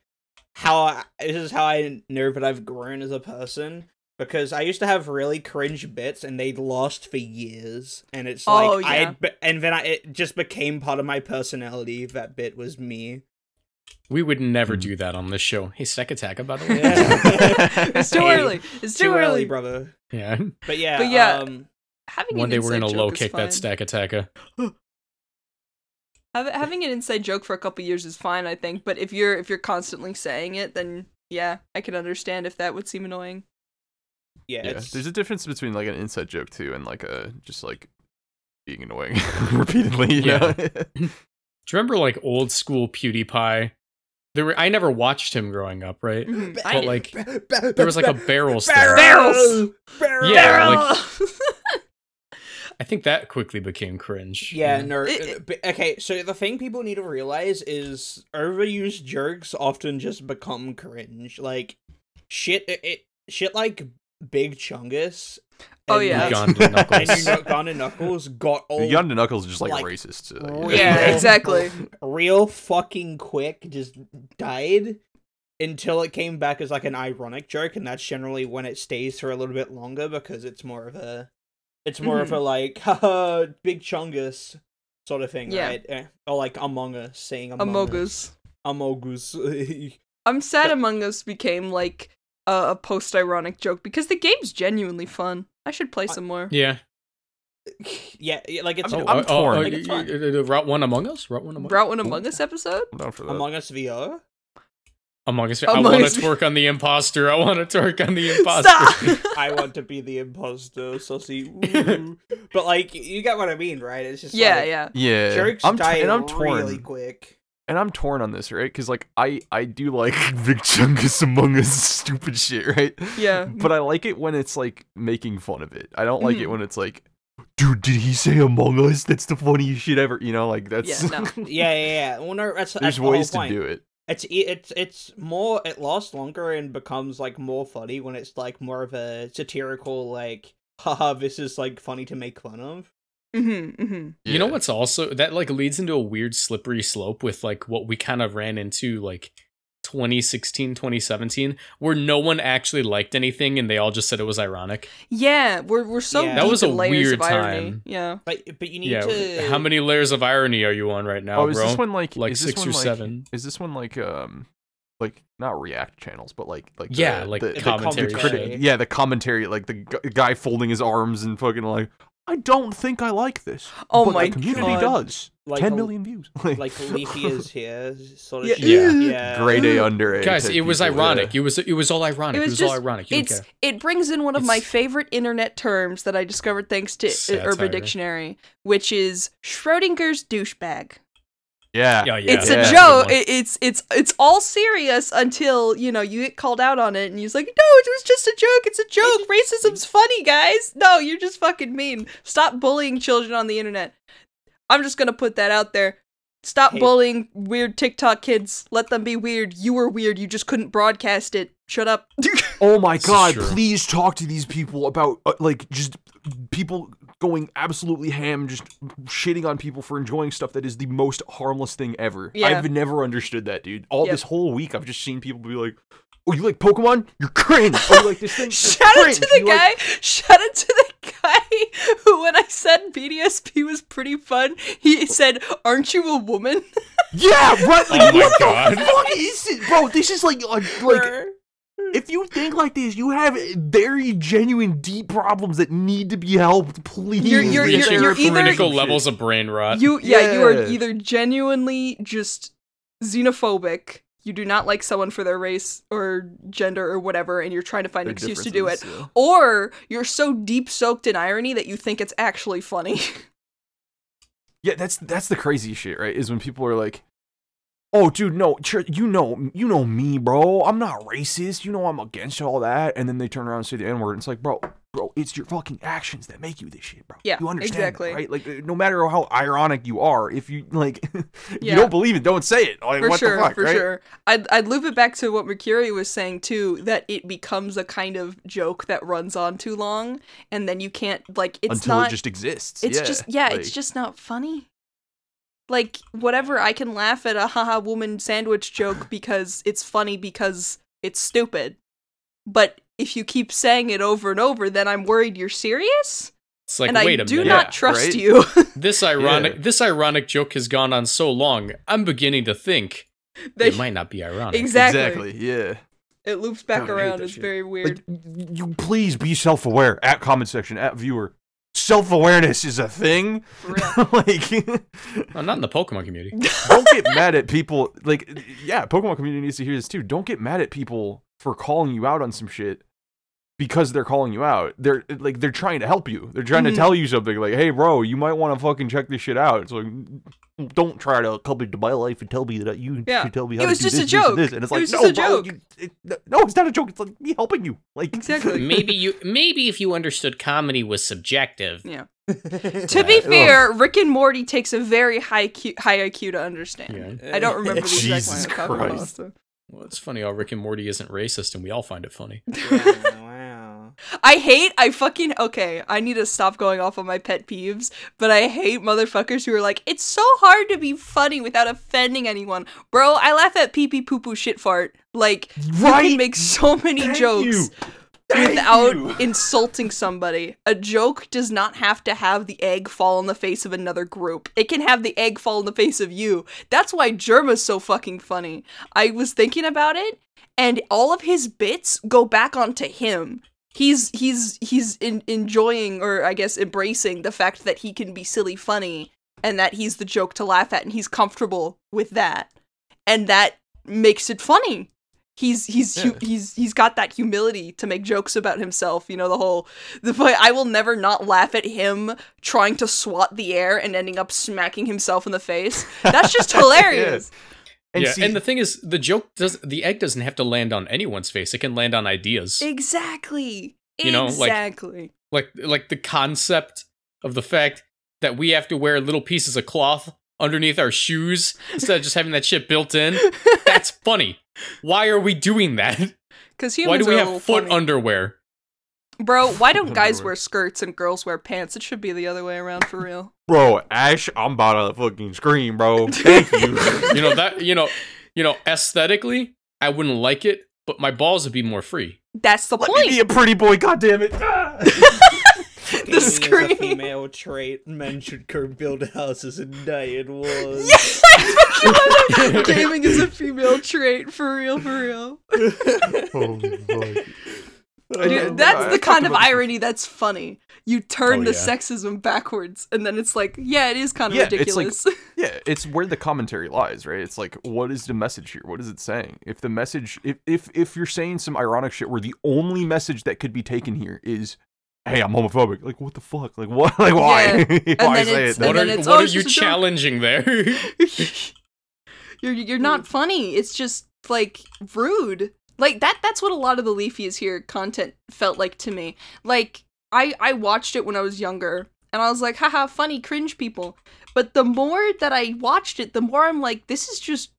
[SPEAKER 3] how I, this is how I know that I've grown as a person. Because I used to have really cringe bits, and they'd last for years, and it's like
[SPEAKER 4] Oh,
[SPEAKER 3] I
[SPEAKER 4] yeah.
[SPEAKER 3] be- and then I it just became part of my personality. That bit was me.
[SPEAKER 1] We would never do that on this show. Hey, Stack Attack, by the way.
[SPEAKER 4] It's too
[SPEAKER 3] Hey,
[SPEAKER 4] early. It's too, early.
[SPEAKER 3] brother.
[SPEAKER 1] Yeah.
[SPEAKER 3] But yeah,
[SPEAKER 4] But yeah,
[SPEAKER 3] um,
[SPEAKER 4] Having
[SPEAKER 1] One
[SPEAKER 4] an
[SPEAKER 1] day we're
[SPEAKER 4] inside
[SPEAKER 1] gonna
[SPEAKER 4] joke
[SPEAKER 1] low
[SPEAKER 4] is
[SPEAKER 1] kick
[SPEAKER 4] fine.
[SPEAKER 1] that Stack Attacker.
[SPEAKER 4] Hav- Having an inside joke for a couple years is fine, I think. But if you're if you're constantly saying it, then yeah, I can understand if that would seem annoying.
[SPEAKER 3] yeah,
[SPEAKER 2] yeah,
[SPEAKER 3] it's-
[SPEAKER 2] there's a difference between like an inside joke too, and like a just like being annoying repeatedly. You
[SPEAKER 1] Yeah.
[SPEAKER 2] know?
[SPEAKER 1] Do you remember like old school PewDiePie? There were I never watched him growing up, right?
[SPEAKER 4] Mhm.
[SPEAKER 1] But like
[SPEAKER 3] ba-
[SPEAKER 1] there was like a
[SPEAKER 3] ba-
[SPEAKER 1] barrel
[SPEAKER 3] barrel,
[SPEAKER 1] stack.
[SPEAKER 4] Barrels!
[SPEAKER 3] barrel.
[SPEAKER 1] Yeah,
[SPEAKER 4] Barrel!
[SPEAKER 1] I think that quickly became cringe.
[SPEAKER 3] Yeah, no.
[SPEAKER 4] It-
[SPEAKER 3] uh, but- okay, so the thing people need to realize is overused jerks often just become cringe. Like shit, it, it shit like Big Chungus.
[SPEAKER 4] Oh,
[SPEAKER 3] and,
[SPEAKER 4] yeah.
[SPEAKER 3] like,
[SPEAKER 1] Uganda
[SPEAKER 3] and you
[SPEAKER 1] Knuckles.
[SPEAKER 3] know, Uganda Knuckles got old
[SPEAKER 2] Uganda Knuckles is just like,
[SPEAKER 3] Like,
[SPEAKER 2] racist. to,
[SPEAKER 3] real-
[SPEAKER 2] like,
[SPEAKER 4] yeah, exactly.
[SPEAKER 3] real fucking quick just died until it came back as like an ironic joke and that's generally when it stays for a little bit longer because it's more of a it's more of a like haha big chungus sort of thing
[SPEAKER 4] Yeah.
[SPEAKER 3] right Eh, or like among us saying among us
[SPEAKER 4] Amogus.
[SPEAKER 3] among us
[SPEAKER 4] I'm sad Among Us became like a, a post-ironic joke because the game's genuinely fun. I should play some more.
[SPEAKER 1] Yeah.
[SPEAKER 3] yeah yeah, like it's
[SPEAKER 2] I'm-
[SPEAKER 1] Oh,
[SPEAKER 2] I'm
[SPEAKER 1] oh, oh,
[SPEAKER 2] torn.
[SPEAKER 1] oh,
[SPEAKER 3] Like, it's
[SPEAKER 1] y- y- y- Route one Among Us? Route one Among
[SPEAKER 4] Brought one Among Us episode?
[SPEAKER 2] I'm down for that.
[SPEAKER 3] among us VR
[SPEAKER 1] Among Us. I
[SPEAKER 4] Among
[SPEAKER 1] want
[SPEAKER 4] Us.
[SPEAKER 1] to twerk on the imposter. I want to twerk on the imposter.
[SPEAKER 4] Stop!
[SPEAKER 3] I want to be the imposter sussy ooh. but like you get what I mean right it's just
[SPEAKER 4] yeah,
[SPEAKER 3] like,
[SPEAKER 4] yeah.
[SPEAKER 2] yeah,
[SPEAKER 3] jokes
[SPEAKER 2] Eh, I'm t-
[SPEAKER 3] die
[SPEAKER 2] and I'm torn.
[SPEAKER 3] really quick
[SPEAKER 2] and I'm torn on this, right? Because like I I do like Big Chungus Among Us stupid shit, right?
[SPEAKER 4] Yeah.
[SPEAKER 2] But I like it when it's like making fun of it. I don't like it
[SPEAKER 4] Mhm.
[SPEAKER 2] when it's like, dude, did he say Among Us? That's the funniest shit ever. You know, like
[SPEAKER 4] Yeah,
[SPEAKER 2] that's
[SPEAKER 4] no.
[SPEAKER 3] yeah, yeah, yeah. Well, no, that's, that's
[SPEAKER 2] there's
[SPEAKER 3] the whole
[SPEAKER 2] ways to
[SPEAKER 3] point.
[SPEAKER 2] do it.
[SPEAKER 3] It's e, it's it's more. It lasts longer and becomes like more funny when it's like more of a satirical like, haha, this is like funny to make fun of.
[SPEAKER 4] Mm-hmm, mm-hmm.
[SPEAKER 1] You know
[SPEAKER 2] Yeah.
[SPEAKER 1] what's also that like leads into a weird slippery slope with like what we kind of ran into like 2016, 2017, where no one actually liked anything and they all just said it was ironic.
[SPEAKER 4] Yeah, we're we're so
[SPEAKER 3] Yeah.
[SPEAKER 4] deep
[SPEAKER 3] That
[SPEAKER 1] was a
[SPEAKER 4] in layers
[SPEAKER 1] weird
[SPEAKER 4] of irony.
[SPEAKER 1] time.
[SPEAKER 4] Yeah.
[SPEAKER 3] But but you need
[SPEAKER 1] Yeah.
[SPEAKER 3] to.
[SPEAKER 1] How many layers of irony are you on right now,
[SPEAKER 2] oh, is
[SPEAKER 1] bro?
[SPEAKER 2] this one like
[SPEAKER 1] like
[SPEAKER 2] is this
[SPEAKER 1] six
[SPEAKER 2] one,
[SPEAKER 1] or
[SPEAKER 2] like-
[SPEAKER 1] seven.
[SPEAKER 2] Is this one like um like not React channels, but like like
[SPEAKER 1] Yeah,
[SPEAKER 2] the,
[SPEAKER 1] like
[SPEAKER 2] the, the
[SPEAKER 1] commentary
[SPEAKER 2] the critic-
[SPEAKER 3] shit.
[SPEAKER 2] yeah, the commentary like the gu- guy folding his arms and fucking like. I don't think I like this.
[SPEAKER 4] Oh
[SPEAKER 2] but
[SPEAKER 4] my
[SPEAKER 2] the community
[SPEAKER 4] God.
[SPEAKER 2] does.
[SPEAKER 3] like
[SPEAKER 2] Ten
[SPEAKER 3] a-
[SPEAKER 2] million views.
[SPEAKER 3] like Leafy is here, sort of
[SPEAKER 4] Yeah.
[SPEAKER 3] shit.
[SPEAKER 1] Yeah.
[SPEAKER 3] yeah.
[SPEAKER 2] grade A under A.
[SPEAKER 1] Guys,
[SPEAKER 2] type
[SPEAKER 1] it was
[SPEAKER 2] people,
[SPEAKER 1] ironic.
[SPEAKER 2] yeah.
[SPEAKER 1] It was it was all ironic. It was,
[SPEAKER 4] was
[SPEAKER 1] all
[SPEAKER 4] just-
[SPEAKER 1] ironic. You don't
[SPEAKER 4] It's
[SPEAKER 1] care.
[SPEAKER 4] it brings in one of my
[SPEAKER 1] It's-
[SPEAKER 4] favorite internet terms that I discovered thanks to
[SPEAKER 1] It's
[SPEAKER 4] uh,
[SPEAKER 1] satire.
[SPEAKER 4] Urban Dictionary, which is Schrodinger's douchebag.
[SPEAKER 2] Yeah.
[SPEAKER 1] Yeah, yeah.
[SPEAKER 4] it's
[SPEAKER 2] that's
[SPEAKER 4] a
[SPEAKER 2] a good
[SPEAKER 4] joke. It, it's it's it's all serious until you know you get called out on it, and he's like, "No, it was just a joke. It's a joke. Racism's funny, guys. No, you're just fucking mean. Stop bullying children on the internet. I'm just gonna put that out there. Stop
[SPEAKER 3] Hey.
[SPEAKER 4] bullying weird TikTok kids. Let them be weird. You were weird. You just couldn't broadcast it. Shut up.
[SPEAKER 2] Oh my
[SPEAKER 1] This is
[SPEAKER 2] god,
[SPEAKER 1] true.
[SPEAKER 2] please talk to these people about uh, like just people going absolutely ham just shitting on people for enjoying stuff that is the most harmless thing ever.
[SPEAKER 4] Yeah.
[SPEAKER 2] I've never understood that, dude. All
[SPEAKER 4] Yep.
[SPEAKER 2] this whole week I've just seen people be like, "Oh, you like Pokemon? You're cringe." Oh, you like this thing? You're
[SPEAKER 4] Shout out to
[SPEAKER 2] cringe.
[SPEAKER 4] the
[SPEAKER 2] You like-
[SPEAKER 4] guy. Shout out to the guy who, when I said BDSP was pretty fun, he said, "Aren't you a woman?"
[SPEAKER 2] Yeah, right. Like,
[SPEAKER 1] Oh my
[SPEAKER 2] what
[SPEAKER 1] God.
[SPEAKER 2] the fuck is it, bro? This is like, uh, like if you think like this, you have very genuine, deep problems that need to be helped. Please,
[SPEAKER 4] You're- you're-
[SPEAKER 2] reach
[SPEAKER 1] reaching
[SPEAKER 2] out
[SPEAKER 4] you're
[SPEAKER 2] for some
[SPEAKER 1] critical
[SPEAKER 2] shit.
[SPEAKER 1] levels of brain rot.
[SPEAKER 4] You yeah, you are
[SPEAKER 2] Uh, Yeah.
[SPEAKER 4] either genuinely just xenophobic. You do not like someone for their race or gender or whatever, and you're trying to find an
[SPEAKER 2] Their
[SPEAKER 4] excuse to do it.
[SPEAKER 2] differences, yeah.
[SPEAKER 4] Or you're so deep soaked in irony that you think it's actually funny.
[SPEAKER 2] Yeah, that's that's the crazy shit, right? Is when people are like, "Oh, dude, no, sure, you know, you know me, bro. I'm not racist. You know, I'm against all that." And then they turn around and say the N word. It's like, bro, bro, it's your fucking actions that make you this shit, bro.
[SPEAKER 4] Yeah,
[SPEAKER 2] you understand that,
[SPEAKER 4] exactly.
[SPEAKER 2] right? Like, uh, no matter how ironic you are, if you like, if
[SPEAKER 4] Yeah.
[SPEAKER 2] you don't believe it, don't say it. Like,
[SPEAKER 4] for
[SPEAKER 2] what
[SPEAKER 4] sure,
[SPEAKER 2] the fuck,
[SPEAKER 4] for
[SPEAKER 2] right?
[SPEAKER 4] sure. I'd, I'd loop it back to what Mercury was saying too, that it becomes a kind of joke that runs on too long, and then you can't like it's
[SPEAKER 2] Until
[SPEAKER 4] not
[SPEAKER 2] it just exists.
[SPEAKER 4] It's
[SPEAKER 2] yeah,
[SPEAKER 4] just yeah, it's
[SPEAKER 2] like-
[SPEAKER 4] just not funny. Like whatever, I can laugh at a haha woman sandwich joke because it's funny because it's stupid. But if you keep saying it over and over, then I'm worried you're serious,
[SPEAKER 1] It's like
[SPEAKER 4] and I
[SPEAKER 1] wait a
[SPEAKER 4] do
[SPEAKER 1] minute.
[SPEAKER 4] not
[SPEAKER 2] Yeah,
[SPEAKER 4] trust
[SPEAKER 2] right?
[SPEAKER 4] you.
[SPEAKER 1] This ironic
[SPEAKER 2] Yeah.
[SPEAKER 1] this ironic joke has gone on so long. I'm beginning to think
[SPEAKER 4] They-
[SPEAKER 1] it might not be ironic.
[SPEAKER 4] exactly.
[SPEAKER 2] yeah.
[SPEAKER 4] It loops back
[SPEAKER 2] God, I hate
[SPEAKER 4] around.
[SPEAKER 2] that
[SPEAKER 4] It's
[SPEAKER 2] shit.
[SPEAKER 4] very
[SPEAKER 2] Like,
[SPEAKER 4] weird.
[SPEAKER 2] y- you please be self-aware at comment section at viewer. Self-awareness is a thing.
[SPEAKER 4] For real.
[SPEAKER 2] like.
[SPEAKER 1] Well, not in the Pokemon community.
[SPEAKER 2] don't get mad at people like yeah pokemon community needs to hear this too don't get mad at people for calling you out on some shit because they're calling you out they're like they're trying to help you they're trying
[SPEAKER 4] Mhm.
[SPEAKER 2] to tell you something like hey bro you might want to fucking check this shit out so don't try to come into my life and tell me that you
[SPEAKER 4] Yeah.
[SPEAKER 2] should tell me
[SPEAKER 4] It
[SPEAKER 2] how
[SPEAKER 4] was
[SPEAKER 2] to do
[SPEAKER 4] just a
[SPEAKER 2] this, this,
[SPEAKER 4] joke.
[SPEAKER 2] and this and it's
[SPEAKER 4] It
[SPEAKER 2] like
[SPEAKER 4] was
[SPEAKER 2] no
[SPEAKER 4] just a
[SPEAKER 2] bro
[SPEAKER 4] joke.
[SPEAKER 2] You, it, no it's not a joke it's like me helping you like
[SPEAKER 4] Exactly.
[SPEAKER 1] maybe you maybe if you understood comedy was subjective.
[SPEAKER 4] Yeah. to be fair, Rick and Morty takes a very high Q- high IQ to understand.
[SPEAKER 1] Yeah.
[SPEAKER 4] I don't remember the exact
[SPEAKER 2] Jesus
[SPEAKER 4] line I'm talking about,
[SPEAKER 2] Christ.
[SPEAKER 4] so-
[SPEAKER 1] Well, it's funny how Rick and Morty isn't racist and we all find it funny.
[SPEAKER 3] Yeah, wow.
[SPEAKER 4] I hate, I fucking, okay, I need to stop going off on my pet peeves, but I hate motherfuckers who are like, it's so hard to be funny without offending anyone. Bro, I laugh at pee pee poo poo shit fart. Like,
[SPEAKER 2] right
[SPEAKER 4] you can make so many
[SPEAKER 2] Thank
[SPEAKER 4] jokes
[SPEAKER 2] you. Thank
[SPEAKER 4] without
[SPEAKER 2] you.
[SPEAKER 4] insulting somebody. A joke does not have to have the egg fall on the face of another group. It can have the egg fall on the face of you. That's why Germa's so fucking funny. I was thinking about it, and all of his bits go back onto him. He's he's he's in, enjoying or I guess embracing the fact that he can be silly funny and that he's the joke to laugh at and he's comfortable with that. And that makes it funny He's he's hu- he's he's got that humility to make jokes about himself. You know the whole the play, I will never not laugh at him trying to swat the air and ending up smacking himself in the face. That's just hilarious.
[SPEAKER 2] And
[SPEAKER 1] yeah,
[SPEAKER 2] see,
[SPEAKER 1] and the thing is, the joke does the egg doesn't have to land on anyone's face; it can land on ideas.
[SPEAKER 4] Exactly.
[SPEAKER 1] You know, like-
[SPEAKER 4] exactly.
[SPEAKER 1] like like the concept of the fact that we have to wear little pieces of cloth underneath our shoes instead of just having that shit built in. That's funny. Why are we doing that?
[SPEAKER 4] Because
[SPEAKER 1] Why
[SPEAKER 4] humans
[SPEAKER 1] do we
[SPEAKER 4] are a
[SPEAKER 1] have
[SPEAKER 4] little
[SPEAKER 1] foot
[SPEAKER 4] funny.
[SPEAKER 1] underwear?
[SPEAKER 4] Bro, why don't guys
[SPEAKER 2] Underwear.
[SPEAKER 4] wear skirts and girls wear pants? It should be the other way around for real.
[SPEAKER 2] bro, Ash, I'm about to fucking scream, bro. Thank you.
[SPEAKER 1] You know that you know you know aesthetically, I wouldn't like it, but my balls would be more free.
[SPEAKER 4] That's the
[SPEAKER 2] Let me
[SPEAKER 4] point.
[SPEAKER 2] be a pretty boy, goddammit. Ah!
[SPEAKER 4] The
[SPEAKER 3] Gaming is a
[SPEAKER 4] screen.
[SPEAKER 3] female trait. Men should go build houses and die in wars.
[SPEAKER 4] Yes, I fucking love it. Gaming is a female trait, for real, for real.
[SPEAKER 1] Oh,
[SPEAKER 4] Dude, that's the kind of irony that's funny. You turn
[SPEAKER 1] Oh,
[SPEAKER 4] the
[SPEAKER 1] yeah.
[SPEAKER 4] sexism backwards, and then it's like, yeah, it is kind of
[SPEAKER 2] Yeah, it's like-
[SPEAKER 4] ridiculous.
[SPEAKER 2] Yeah, it's where the commentary lies, right? It's like, what is the message here? What is it saying? If the message, if if if you're saying some ironic shit where the only message that could be taken here is, "Hey, I'm homophobic," like what the fuck? Like what? Like why? why
[SPEAKER 4] then
[SPEAKER 2] say
[SPEAKER 4] it's-
[SPEAKER 2] it?
[SPEAKER 4] And
[SPEAKER 1] What
[SPEAKER 2] then?
[SPEAKER 1] are,
[SPEAKER 4] then it's,
[SPEAKER 1] what
[SPEAKER 4] oh,
[SPEAKER 1] are
[SPEAKER 4] it's
[SPEAKER 1] you
[SPEAKER 4] just a joke.
[SPEAKER 1] challenging there?
[SPEAKER 4] you're you're not funny. It's just like rude. Like that that's what a lot of the Leafy is here content felt like to me. Like I I watched it when I was younger and I was like, haha, funny cringe people. But the more that I watched it, the more I'm like, this is just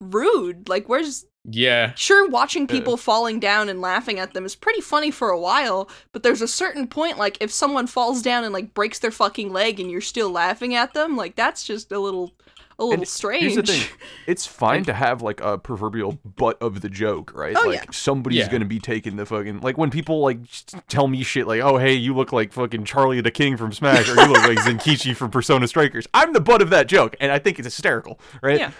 [SPEAKER 4] rude. Like where's
[SPEAKER 1] yeah.
[SPEAKER 4] sure watching people falling down and laughing at them is pretty funny for a while but there's a certain point like if someone falls down and like breaks their fucking leg and you're still laughing at them like that's just a little a little strange
[SPEAKER 2] Here's the thing. It's fine to have like a proverbial butt of of the joke, right?
[SPEAKER 4] Oh,
[SPEAKER 2] like
[SPEAKER 4] yeah.
[SPEAKER 2] somebody's
[SPEAKER 1] Yeah.
[SPEAKER 2] gonna be taking the fucking like when people like s- tell me shit like, oh hey, you look like fucking Charlie the King from Smash, or you look like Zenkichi from Persona Strikers. I'm the butt of that joke, and I think it's hysterical, right?
[SPEAKER 4] Yeah.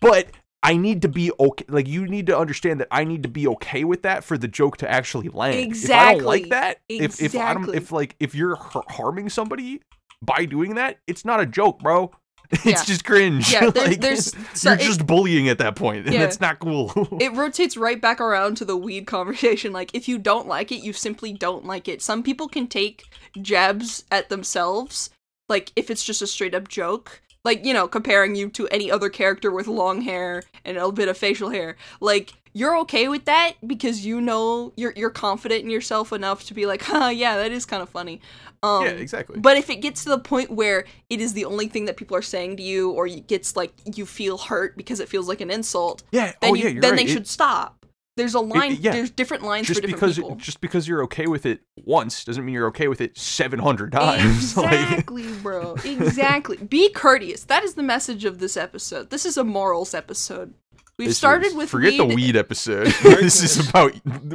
[SPEAKER 2] But I need to be okay. Like you need to understand that I need to be okay with that for the joke to actually land. If I don't
[SPEAKER 4] Exactly.
[SPEAKER 2] like that, if if I don't,
[SPEAKER 4] Exactly.
[SPEAKER 2] if like if you're har- harming somebody by doing that, it's not a joke, bro. It's
[SPEAKER 4] Yeah.
[SPEAKER 2] just cringe.
[SPEAKER 4] yeah there,
[SPEAKER 2] Like,
[SPEAKER 4] there's so
[SPEAKER 2] you're
[SPEAKER 4] it,
[SPEAKER 2] just bullying at that point, and
[SPEAKER 4] Yeah.
[SPEAKER 2] that's not cool.
[SPEAKER 4] it rotates right back around to the weed conversation like if you don't like it you simply don't like it some people can take jabs at themselves like if it's just a straight up joke like you know comparing you to any other character with long hair and a bit of facial hair like you're okay with that because you know you're you're confident in yourself enough to be like huh yeah that is kind of funny um
[SPEAKER 2] yeah, exactly.
[SPEAKER 4] but if it gets to the point where it is the only thing that people are saying to you or it gets like you feel hurt because it feels like an insult
[SPEAKER 2] yeah.
[SPEAKER 4] then,
[SPEAKER 2] oh
[SPEAKER 4] you,
[SPEAKER 2] yeah, you're
[SPEAKER 4] then
[SPEAKER 2] right.
[SPEAKER 4] they
[SPEAKER 2] It-
[SPEAKER 4] should stop. There's a line.
[SPEAKER 2] yeah.
[SPEAKER 4] There's different lines
[SPEAKER 2] just
[SPEAKER 4] for different
[SPEAKER 2] because
[SPEAKER 4] people.
[SPEAKER 2] just because you're okay with it once doesn't mean you're okay with it 700 times. like,
[SPEAKER 4] Exactly, bro. Exactly. Be courteous. That is the message of this episode. This is a morals episode. We've
[SPEAKER 2] this
[SPEAKER 4] started
[SPEAKER 2] is-
[SPEAKER 4] with
[SPEAKER 2] forget
[SPEAKER 4] weed,
[SPEAKER 2] the weed episode. this is about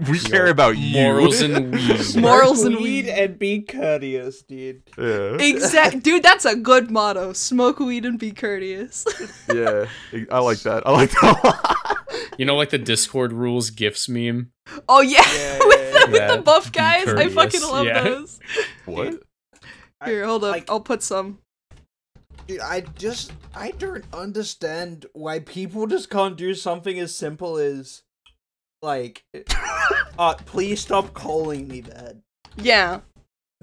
[SPEAKER 2] we care about you.
[SPEAKER 1] Morals and weeds.
[SPEAKER 4] morals
[SPEAKER 3] Smoke
[SPEAKER 4] and weed.
[SPEAKER 3] and be courteous, dude.
[SPEAKER 2] yeah,
[SPEAKER 4] Exact, dude. That's a good motto. Smoke weed and be courteous.
[SPEAKER 2] yeah. I like that. I like that. a lot.
[SPEAKER 1] You know, like the Discord rules gifts meme.
[SPEAKER 4] oh yeah,
[SPEAKER 3] Yeah,
[SPEAKER 4] with, the, with
[SPEAKER 2] yeah.
[SPEAKER 4] the buff guys, I fucking
[SPEAKER 1] courteous,
[SPEAKER 4] love
[SPEAKER 1] yeah.
[SPEAKER 4] those.
[SPEAKER 2] What?
[SPEAKER 3] I-
[SPEAKER 4] Here, hold up.
[SPEAKER 3] like-
[SPEAKER 4] I'll put some.
[SPEAKER 3] Dude, I just I don't understand why people just can't do something as simple as like uh please stop calling me that.
[SPEAKER 4] Yeah.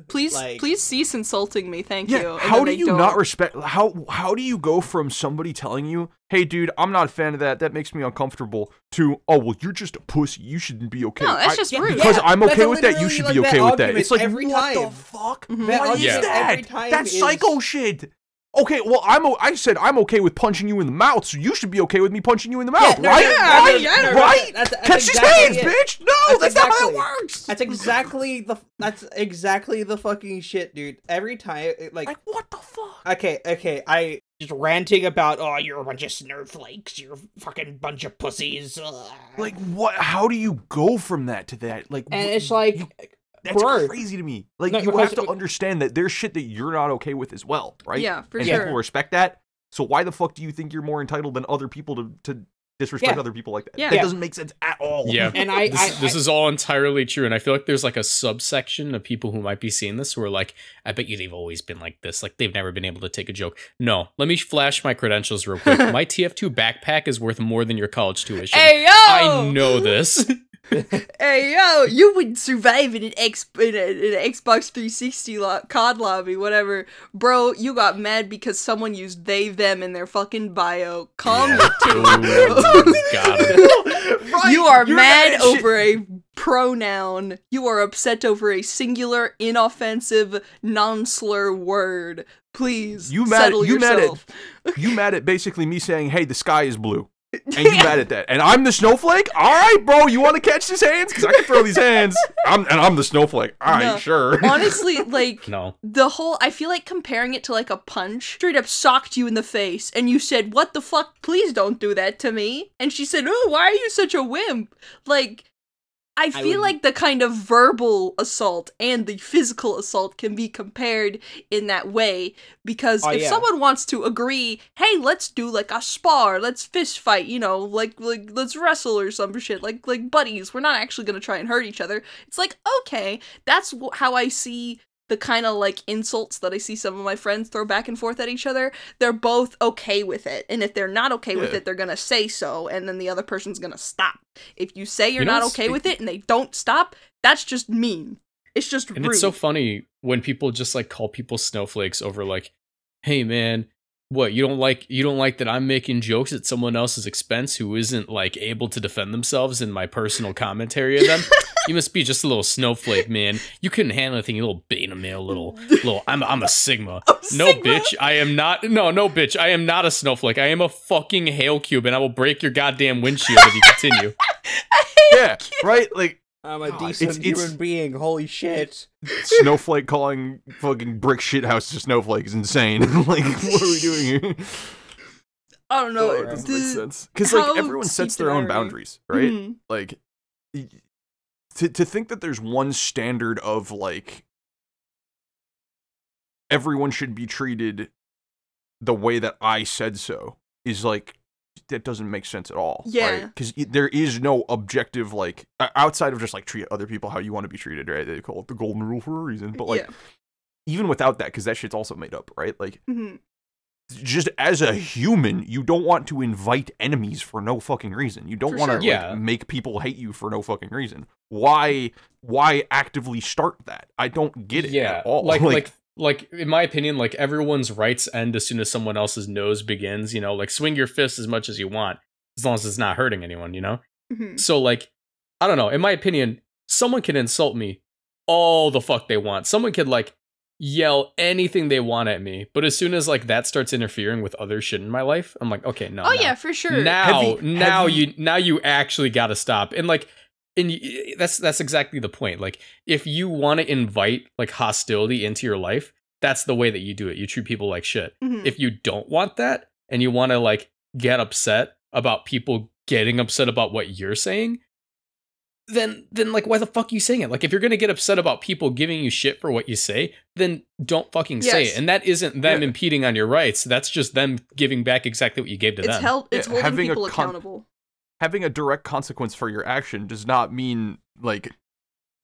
[SPEAKER 4] Please,
[SPEAKER 3] Like-
[SPEAKER 4] please cease insulting me. Thank you.
[SPEAKER 2] Yeah,
[SPEAKER 4] And
[SPEAKER 2] how
[SPEAKER 4] then
[SPEAKER 2] do
[SPEAKER 4] they
[SPEAKER 2] you
[SPEAKER 4] don't.
[SPEAKER 2] not respect how how do you go from somebody telling you, "Hey dude, I'm not a fan of that. That makes me uncomfortable." to, "Oh, well, you're just a pussy. You shouldn't be okay."
[SPEAKER 4] No, that's
[SPEAKER 2] I-
[SPEAKER 4] just
[SPEAKER 3] Yeah,
[SPEAKER 4] rude.
[SPEAKER 2] Because
[SPEAKER 3] Yeah,
[SPEAKER 2] I'm
[SPEAKER 3] that's
[SPEAKER 2] okay with that, you
[SPEAKER 3] literally
[SPEAKER 2] should
[SPEAKER 3] like
[SPEAKER 2] be
[SPEAKER 3] that
[SPEAKER 2] okay with that.
[SPEAKER 3] argument
[SPEAKER 2] It's like
[SPEAKER 3] every
[SPEAKER 2] what
[SPEAKER 3] time.
[SPEAKER 2] the fuck?
[SPEAKER 4] Mhm.
[SPEAKER 3] That
[SPEAKER 2] What is
[SPEAKER 1] argument
[SPEAKER 2] that?
[SPEAKER 3] every time
[SPEAKER 2] That's
[SPEAKER 3] is-
[SPEAKER 2] psycho shit. Okay, well, I'm. O- I said I'm okay with punching you in the mouth, so you should be okay with me punching you in the mouth,
[SPEAKER 3] no,
[SPEAKER 2] right?
[SPEAKER 3] no, no,
[SPEAKER 2] right?
[SPEAKER 3] no, no, no,
[SPEAKER 2] right?
[SPEAKER 3] that's- that's
[SPEAKER 2] Catch his
[SPEAKER 3] exactly
[SPEAKER 2] hands,
[SPEAKER 3] it.
[SPEAKER 2] bitch! No, that's,
[SPEAKER 3] That's
[SPEAKER 2] not how it
[SPEAKER 3] exactly-
[SPEAKER 2] works.
[SPEAKER 3] That's exactly the that's exactly the fucking shit, dude. Every time it, like
[SPEAKER 2] like what the fuck?
[SPEAKER 3] okay, okay, I just ranting about oh you're a bunch of snowflakes, you're a fucking bunch of pussies. ugh."
[SPEAKER 2] Like what? How do you go from that to that? Like,
[SPEAKER 3] and
[SPEAKER 2] wh-
[SPEAKER 3] it's like
[SPEAKER 2] you- that's
[SPEAKER 3] bro.
[SPEAKER 2] crazy to me. Like
[SPEAKER 3] No,
[SPEAKER 2] you
[SPEAKER 3] because-
[SPEAKER 2] have to understand that there's shit that you're not okay with as well, right?
[SPEAKER 4] Yeah, for
[SPEAKER 2] and
[SPEAKER 4] sure.
[SPEAKER 2] people respect that. So why the fuck do you think you're more entitled than other people to to disrespect
[SPEAKER 3] Yeah.
[SPEAKER 2] other people like that.
[SPEAKER 4] Yeah.
[SPEAKER 2] That
[SPEAKER 3] Yeah.
[SPEAKER 2] doesn't make sense at all.
[SPEAKER 1] Yeah.
[SPEAKER 3] And I,
[SPEAKER 1] This,
[SPEAKER 3] I,
[SPEAKER 1] this is all entirely true, and I feel like there's like a subsection of people who might be seeing this who are like, "I bet you they've always been like this. Like they've never been able to take a joke." No, let me flash my credentials real quick. my TF2 backpack is worth more than your college tuition.
[SPEAKER 4] Hey yo!
[SPEAKER 1] I know this.
[SPEAKER 4] Hey yo! You wouldn't survive in an X in, a, in an Xbox 360 lo- COD lobby, whatever, bro. You got mad because someone used they them in their fucking bio. Calm
[SPEAKER 1] Oh, got it.
[SPEAKER 2] Right,
[SPEAKER 4] you are
[SPEAKER 2] you're
[SPEAKER 4] mad
[SPEAKER 2] mad at shit.
[SPEAKER 4] over a pronoun. You are upset over a singular, inoffensive, non-slur word. Please,
[SPEAKER 2] You mad-
[SPEAKER 4] settle
[SPEAKER 2] you mad at-
[SPEAKER 4] yourself.
[SPEAKER 2] You mad at basically me saying, "Hey, the sky is blue," and you mad at that, and I'm the snowflake. All right, bro, you want to catch these hands? Because I can throw these hands. I'm and I'm the snowflake. All right,
[SPEAKER 4] No.
[SPEAKER 2] sure.
[SPEAKER 4] Honestly, like
[SPEAKER 1] No.
[SPEAKER 4] the whole, I feel like comparing it to like a punch straight up socked you in the face, and you said, "What the fuck? Please don't do that to me." And she said, "Oh, why are you such a wimp?" Like. I feel
[SPEAKER 3] would-
[SPEAKER 4] like the kind of verbal assault and the physical assault can be compared in that way because
[SPEAKER 3] Oh,
[SPEAKER 4] if
[SPEAKER 3] yeah.
[SPEAKER 4] someone wants to agree, hey, let's do like a spar, let's fist fight, you know, like like let's wrestle or some shit, like like buddies. We're not actually gonna try and hurt each other. It's like okay, that's wh- how I see the kind of like insults that I see some of my friends throw back and forth at each other. They're both okay with it, and if they're not okay with
[SPEAKER 2] Yeah.
[SPEAKER 4] it, they're gonna say so, and then the other person's gonna stop. If you say you're
[SPEAKER 1] You know
[SPEAKER 4] not
[SPEAKER 1] what's-
[SPEAKER 4] okay with it and they don't stop, that's just mean. It's just
[SPEAKER 1] And
[SPEAKER 4] rude.
[SPEAKER 1] it's so funny when people just like call people snowflakes over like, "Hey man, what you don't like? You don't like that I'm making jokes at someone else's expense who isn't like able to defend themselves in my personal commentary of them? you must be just a little snowflake, man. You couldn't handle anything, you little beta male, little little. I'm I'm a sigma. No,
[SPEAKER 4] Sigma.
[SPEAKER 1] bitch, I am not. No, no, bitch, I am not a snowflake. I am a fucking hail cube, and I will break your goddamn windshield if you continue.
[SPEAKER 2] yeah, right. Like
[SPEAKER 3] I'm a
[SPEAKER 2] God,
[SPEAKER 3] decent
[SPEAKER 2] it's- it's-
[SPEAKER 3] human being. Holy shit!
[SPEAKER 2] snowflake calling fucking brick shit house to snowflake is insane. like, what are we doing here?
[SPEAKER 4] I don't know.
[SPEAKER 2] Oh, it doesn't make
[SPEAKER 4] the-
[SPEAKER 2] sense Mm-hmm. because like
[SPEAKER 4] how
[SPEAKER 2] everyone sets
[SPEAKER 4] steeped
[SPEAKER 2] their
[SPEAKER 4] in
[SPEAKER 2] own
[SPEAKER 4] irony.
[SPEAKER 2] boundaries, right?
[SPEAKER 4] Mhm.
[SPEAKER 2] like y- to to think that there's one standard of like everyone should be treated the way that I said so is like that doesn't make sense at all.
[SPEAKER 4] Yeah.
[SPEAKER 2] Because there is no objective like o- outside of just like treat other people how you want to be treated, right? They call it the golden rule for a reason, but like
[SPEAKER 4] yeah.
[SPEAKER 2] even without that, because that shit's also made up, right? Like
[SPEAKER 4] Mhm.
[SPEAKER 2] just as a human, you don't want to invite enemies for no fucking reason. You don't
[SPEAKER 4] For
[SPEAKER 2] want to
[SPEAKER 4] sure.
[SPEAKER 1] Yeah.
[SPEAKER 2] like, make people hate you for no fucking reason. Why? Why actively start that? I don't get it at all.
[SPEAKER 1] Like, like, like, in my opinion, like everyone's rights end as soon as someone else's nose begins. You know, like swing your fist as much as you want, as long as it's not hurting anyone. You know.
[SPEAKER 4] Mhm.
[SPEAKER 1] So like, I don't know. In my opinion, someone can insult me all the fuck they want. Someone could like yell anything they want at me, but as soon as like that starts interfering with other shit in my life, I'm like, okay, no.
[SPEAKER 4] Oh
[SPEAKER 1] no.
[SPEAKER 4] yeah, for sure.
[SPEAKER 1] Now,
[SPEAKER 2] Have you-
[SPEAKER 1] now
[SPEAKER 2] have
[SPEAKER 1] you,
[SPEAKER 2] you-
[SPEAKER 1] now you actually got to stop. And like, and y that's that's exactly the point. Like, if you want to invite like hostility into your life, that's the way that you do it. You treat people like shit.
[SPEAKER 4] Mhm.
[SPEAKER 1] If you don't want that, and you want to like get upset about people getting upset about what you're saying, then then like why the fuck you saying it? Like if you're gonna get upset about people giving you shit for what you say, then don't fucking say
[SPEAKER 4] Yes.
[SPEAKER 1] it. And that isn't them
[SPEAKER 2] Yeah.
[SPEAKER 1] impeding on your rights. That's just them giving back exactly what you gave to
[SPEAKER 4] it's
[SPEAKER 1] them.
[SPEAKER 4] held, it's
[SPEAKER 2] Yeah,
[SPEAKER 4] holding
[SPEAKER 2] having a
[SPEAKER 4] people
[SPEAKER 2] con-
[SPEAKER 4] accountable.
[SPEAKER 2] having a direct consequence for your action does not mean like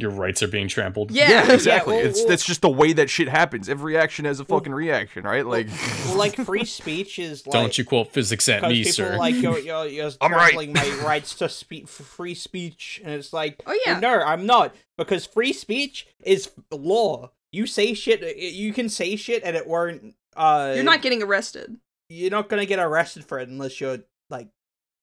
[SPEAKER 1] your rights are being trampled.
[SPEAKER 4] Yeah.
[SPEAKER 2] exactly.
[SPEAKER 3] well,
[SPEAKER 2] it's
[SPEAKER 3] well-
[SPEAKER 2] that's just the way that shit happens. Every action has a
[SPEAKER 3] Well-
[SPEAKER 2] fucking reaction, right?
[SPEAKER 3] Well-
[SPEAKER 2] Like,
[SPEAKER 3] Well, like free speech is like,
[SPEAKER 1] Don't you quote physics at
[SPEAKER 3] because
[SPEAKER 1] me,
[SPEAKER 3] people
[SPEAKER 1] sir.
[SPEAKER 3] like you're, you're, you're
[SPEAKER 2] I'm right.
[SPEAKER 3] trampling my rights to speak free speech, and it's like,
[SPEAKER 4] Oh, yeah.
[SPEAKER 3] no, I'm not because free speech is law. You say shit, uh, you can say shit, and it won't. Uh,
[SPEAKER 4] You're not getting arrested.
[SPEAKER 3] you're not gonna get arrested for it unless you're like,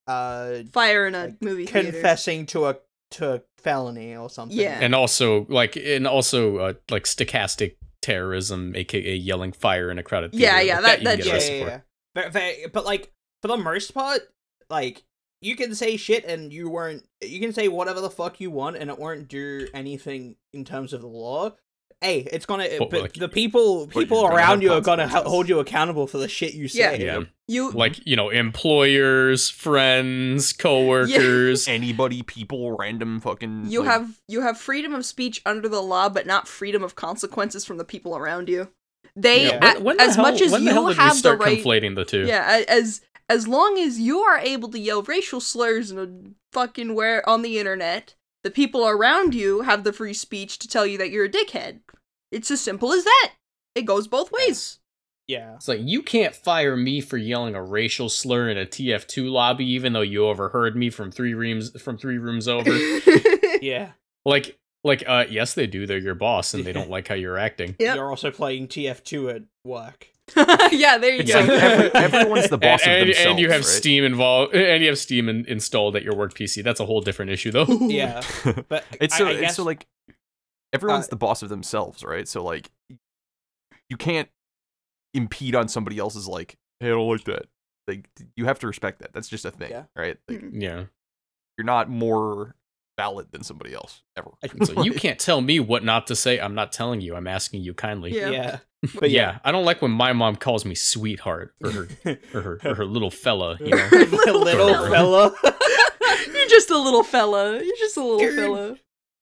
[SPEAKER 3] uh,
[SPEAKER 4] Fire in a
[SPEAKER 3] like,
[SPEAKER 4] movie theater.
[SPEAKER 3] confessing to a to a felony or something.
[SPEAKER 4] Yeah.
[SPEAKER 1] and also like and also uh, like stochastic terrorism, aka yelling fire in a crowded theater.
[SPEAKER 4] Yeah, yeah,
[SPEAKER 1] Like,
[SPEAKER 4] that-
[SPEAKER 1] you can
[SPEAKER 4] that-
[SPEAKER 1] get
[SPEAKER 3] yeah,
[SPEAKER 1] arrested
[SPEAKER 3] yeah,
[SPEAKER 1] for.
[SPEAKER 3] yeah. But, but but like for the most part, like you can say shit and you weren't. You can say whatever the fuck you want and it won't do anything in terms of the law. Hey, it's gonna.
[SPEAKER 1] But,
[SPEAKER 3] But,
[SPEAKER 1] like-
[SPEAKER 3] the people
[SPEAKER 2] you're
[SPEAKER 3] people
[SPEAKER 2] gonna
[SPEAKER 3] around
[SPEAKER 2] have
[SPEAKER 3] you are gonna ho-
[SPEAKER 2] consequences.
[SPEAKER 3] hold you accountable for the shit you
[SPEAKER 4] Yeah.
[SPEAKER 3] say.
[SPEAKER 1] Yeah.
[SPEAKER 4] You
[SPEAKER 1] Like, you know, employers, friends, coworkers.
[SPEAKER 2] anybody, people, random fucking.
[SPEAKER 4] you
[SPEAKER 1] Mm-hmm.
[SPEAKER 2] like,
[SPEAKER 4] have you have freedom of speech under the law, but not freedom of consequences from the people around you. They
[SPEAKER 3] Yeah.
[SPEAKER 4] a-
[SPEAKER 1] When, when the
[SPEAKER 4] as
[SPEAKER 1] hell-
[SPEAKER 4] much as
[SPEAKER 1] when the hell
[SPEAKER 4] you
[SPEAKER 1] did we
[SPEAKER 4] have the
[SPEAKER 1] start
[SPEAKER 4] right
[SPEAKER 1] conflating the two.
[SPEAKER 4] Yeah, a- as as long as you are able to yell racial slurs in a fucking where on the internet, the people around you have the free speech to tell you that you're a dickhead. It's as simple as that. It goes both ways.
[SPEAKER 3] Yeah.
[SPEAKER 1] It's like you can't fire me for yelling a racial slur in a TF2 lobby, even though you overheard me from three rooms from three rooms over.
[SPEAKER 4] yep.
[SPEAKER 3] Yeah.
[SPEAKER 1] like, like, uh, yes, they do. They're your boss, and they don't like how you're acting.
[SPEAKER 3] You're also playing TF2 at work.
[SPEAKER 4] yeah, there you
[SPEAKER 2] It's
[SPEAKER 4] go.
[SPEAKER 2] like every, everyone's the boss
[SPEAKER 1] and,
[SPEAKER 2] of
[SPEAKER 1] and-
[SPEAKER 2] themselves.
[SPEAKER 1] and you have
[SPEAKER 2] right?
[SPEAKER 1] Steam involved, and you have Steam in, installed at your work PC. That's a whole different issue, though.
[SPEAKER 3] Yeah. But
[SPEAKER 2] It's
[SPEAKER 3] I-
[SPEAKER 2] so
[SPEAKER 3] I
[SPEAKER 2] it's
[SPEAKER 3] guess- uh,
[SPEAKER 2] so like everyone's the boss of themselves, right? So like you can't impede on somebody else's like, hey, I don't like that. Like you have to respect that. That's just a thing,
[SPEAKER 3] Yeah. Mm-hmm.
[SPEAKER 2] right? Like
[SPEAKER 4] Mm.
[SPEAKER 1] yeah.
[SPEAKER 2] you're not more valid than somebody else ever.
[SPEAKER 1] It's like, you can't tell me what not to say. I'm not telling you. I'm asking you kindly.
[SPEAKER 4] Yeah.
[SPEAKER 3] yeah.
[SPEAKER 1] But yeah, I don't like when my mom calls me sweetheart or her or her, or her little fella. You know?
[SPEAKER 3] little, fella.
[SPEAKER 4] you're just a little fella. You're just a little
[SPEAKER 3] Dude.
[SPEAKER 4] fella.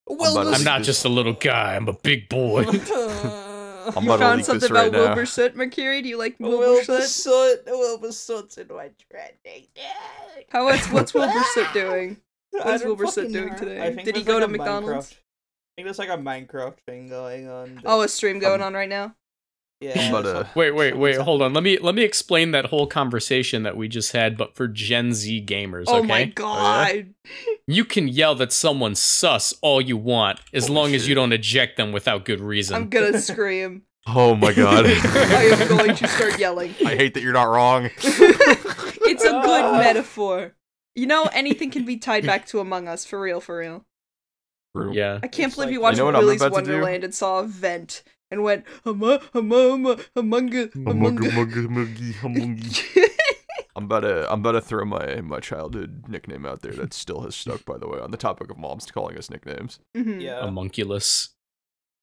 [SPEAKER 2] Well,
[SPEAKER 3] Wilbur-
[SPEAKER 1] I'm not just a little guy. I'm a big boy.
[SPEAKER 2] I'm
[SPEAKER 4] you
[SPEAKER 2] about to
[SPEAKER 4] found
[SPEAKER 2] leak
[SPEAKER 4] something
[SPEAKER 2] this right
[SPEAKER 4] about
[SPEAKER 2] now.
[SPEAKER 4] Wilbur Soot, Mercury? Do you like Wilbur
[SPEAKER 3] Wilbur
[SPEAKER 4] Soot?
[SPEAKER 3] Soot. Wilbur Soot's in my trending.
[SPEAKER 4] How what's what's Wilbur Soot doing?
[SPEAKER 3] I
[SPEAKER 4] is
[SPEAKER 3] don't
[SPEAKER 4] Wilbur Soot
[SPEAKER 3] fucking
[SPEAKER 4] doing
[SPEAKER 3] know.
[SPEAKER 4] today?
[SPEAKER 3] I think
[SPEAKER 4] Did he
[SPEAKER 3] there's
[SPEAKER 4] go
[SPEAKER 3] like
[SPEAKER 4] to
[SPEAKER 3] a
[SPEAKER 4] McDonald's?
[SPEAKER 3] Minecraft- I think there's like a Minecraft thing going on.
[SPEAKER 4] Oh,
[SPEAKER 3] that-
[SPEAKER 4] a stream going
[SPEAKER 2] Um,
[SPEAKER 4] on right now.
[SPEAKER 3] yeah.
[SPEAKER 2] but,
[SPEAKER 3] it's
[SPEAKER 2] uh,
[SPEAKER 3] like-
[SPEAKER 1] Wait, wait,
[SPEAKER 3] Something's
[SPEAKER 1] wait.
[SPEAKER 3] up.
[SPEAKER 1] Hold on. Let me let me explain that whole conversation that we just had, but for Gen Z gamers.
[SPEAKER 4] Oh
[SPEAKER 1] okay,
[SPEAKER 4] my god.
[SPEAKER 1] you can yell that someone's sus all you want, as
[SPEAKER 2] Holy
[SPEAKER 1] long as
[SPEAKER 2] shit.
[SPEAKER 1] you don't eject them without good reason.
[SPEAKER 4] I'm gonna scream.
[SPEAKER 2] Oh my god.
[SPEAKER 4] I am going to start yelling.
[SPEAKER 2] I hate that you're not wrong.
[SPEAKER 4] it's a good
[SPEAKER 3] Ah.
[SPEAKER 4] metaphor. You know, anything can be tied back to Among Us for real, for real.
[SPEAKER 1] yeah.
[SPEAKER 4] I can't
[SPEAKER 3] It's
[SPEAKER 4] believe
[SPEAKER 3] like-
[SPEAKER 4] you watched
[SPEAKER 2] You know what I'm
[SPEAKER 4] Willy's
[SPEAKER 2] about to do?
[SPEAKER 4] Wonderland and saw a vent and went among among among among. among.
[SPEAKER 2] I'm about to I'm about to throw my my childhood nickname out there that still has stuck by the way on the topic of moms calling us nicknames.
[SPEAKER 4] Mhm.
[SPEAKER 3] Yeah.
[SPEAKER 1] Homunculus.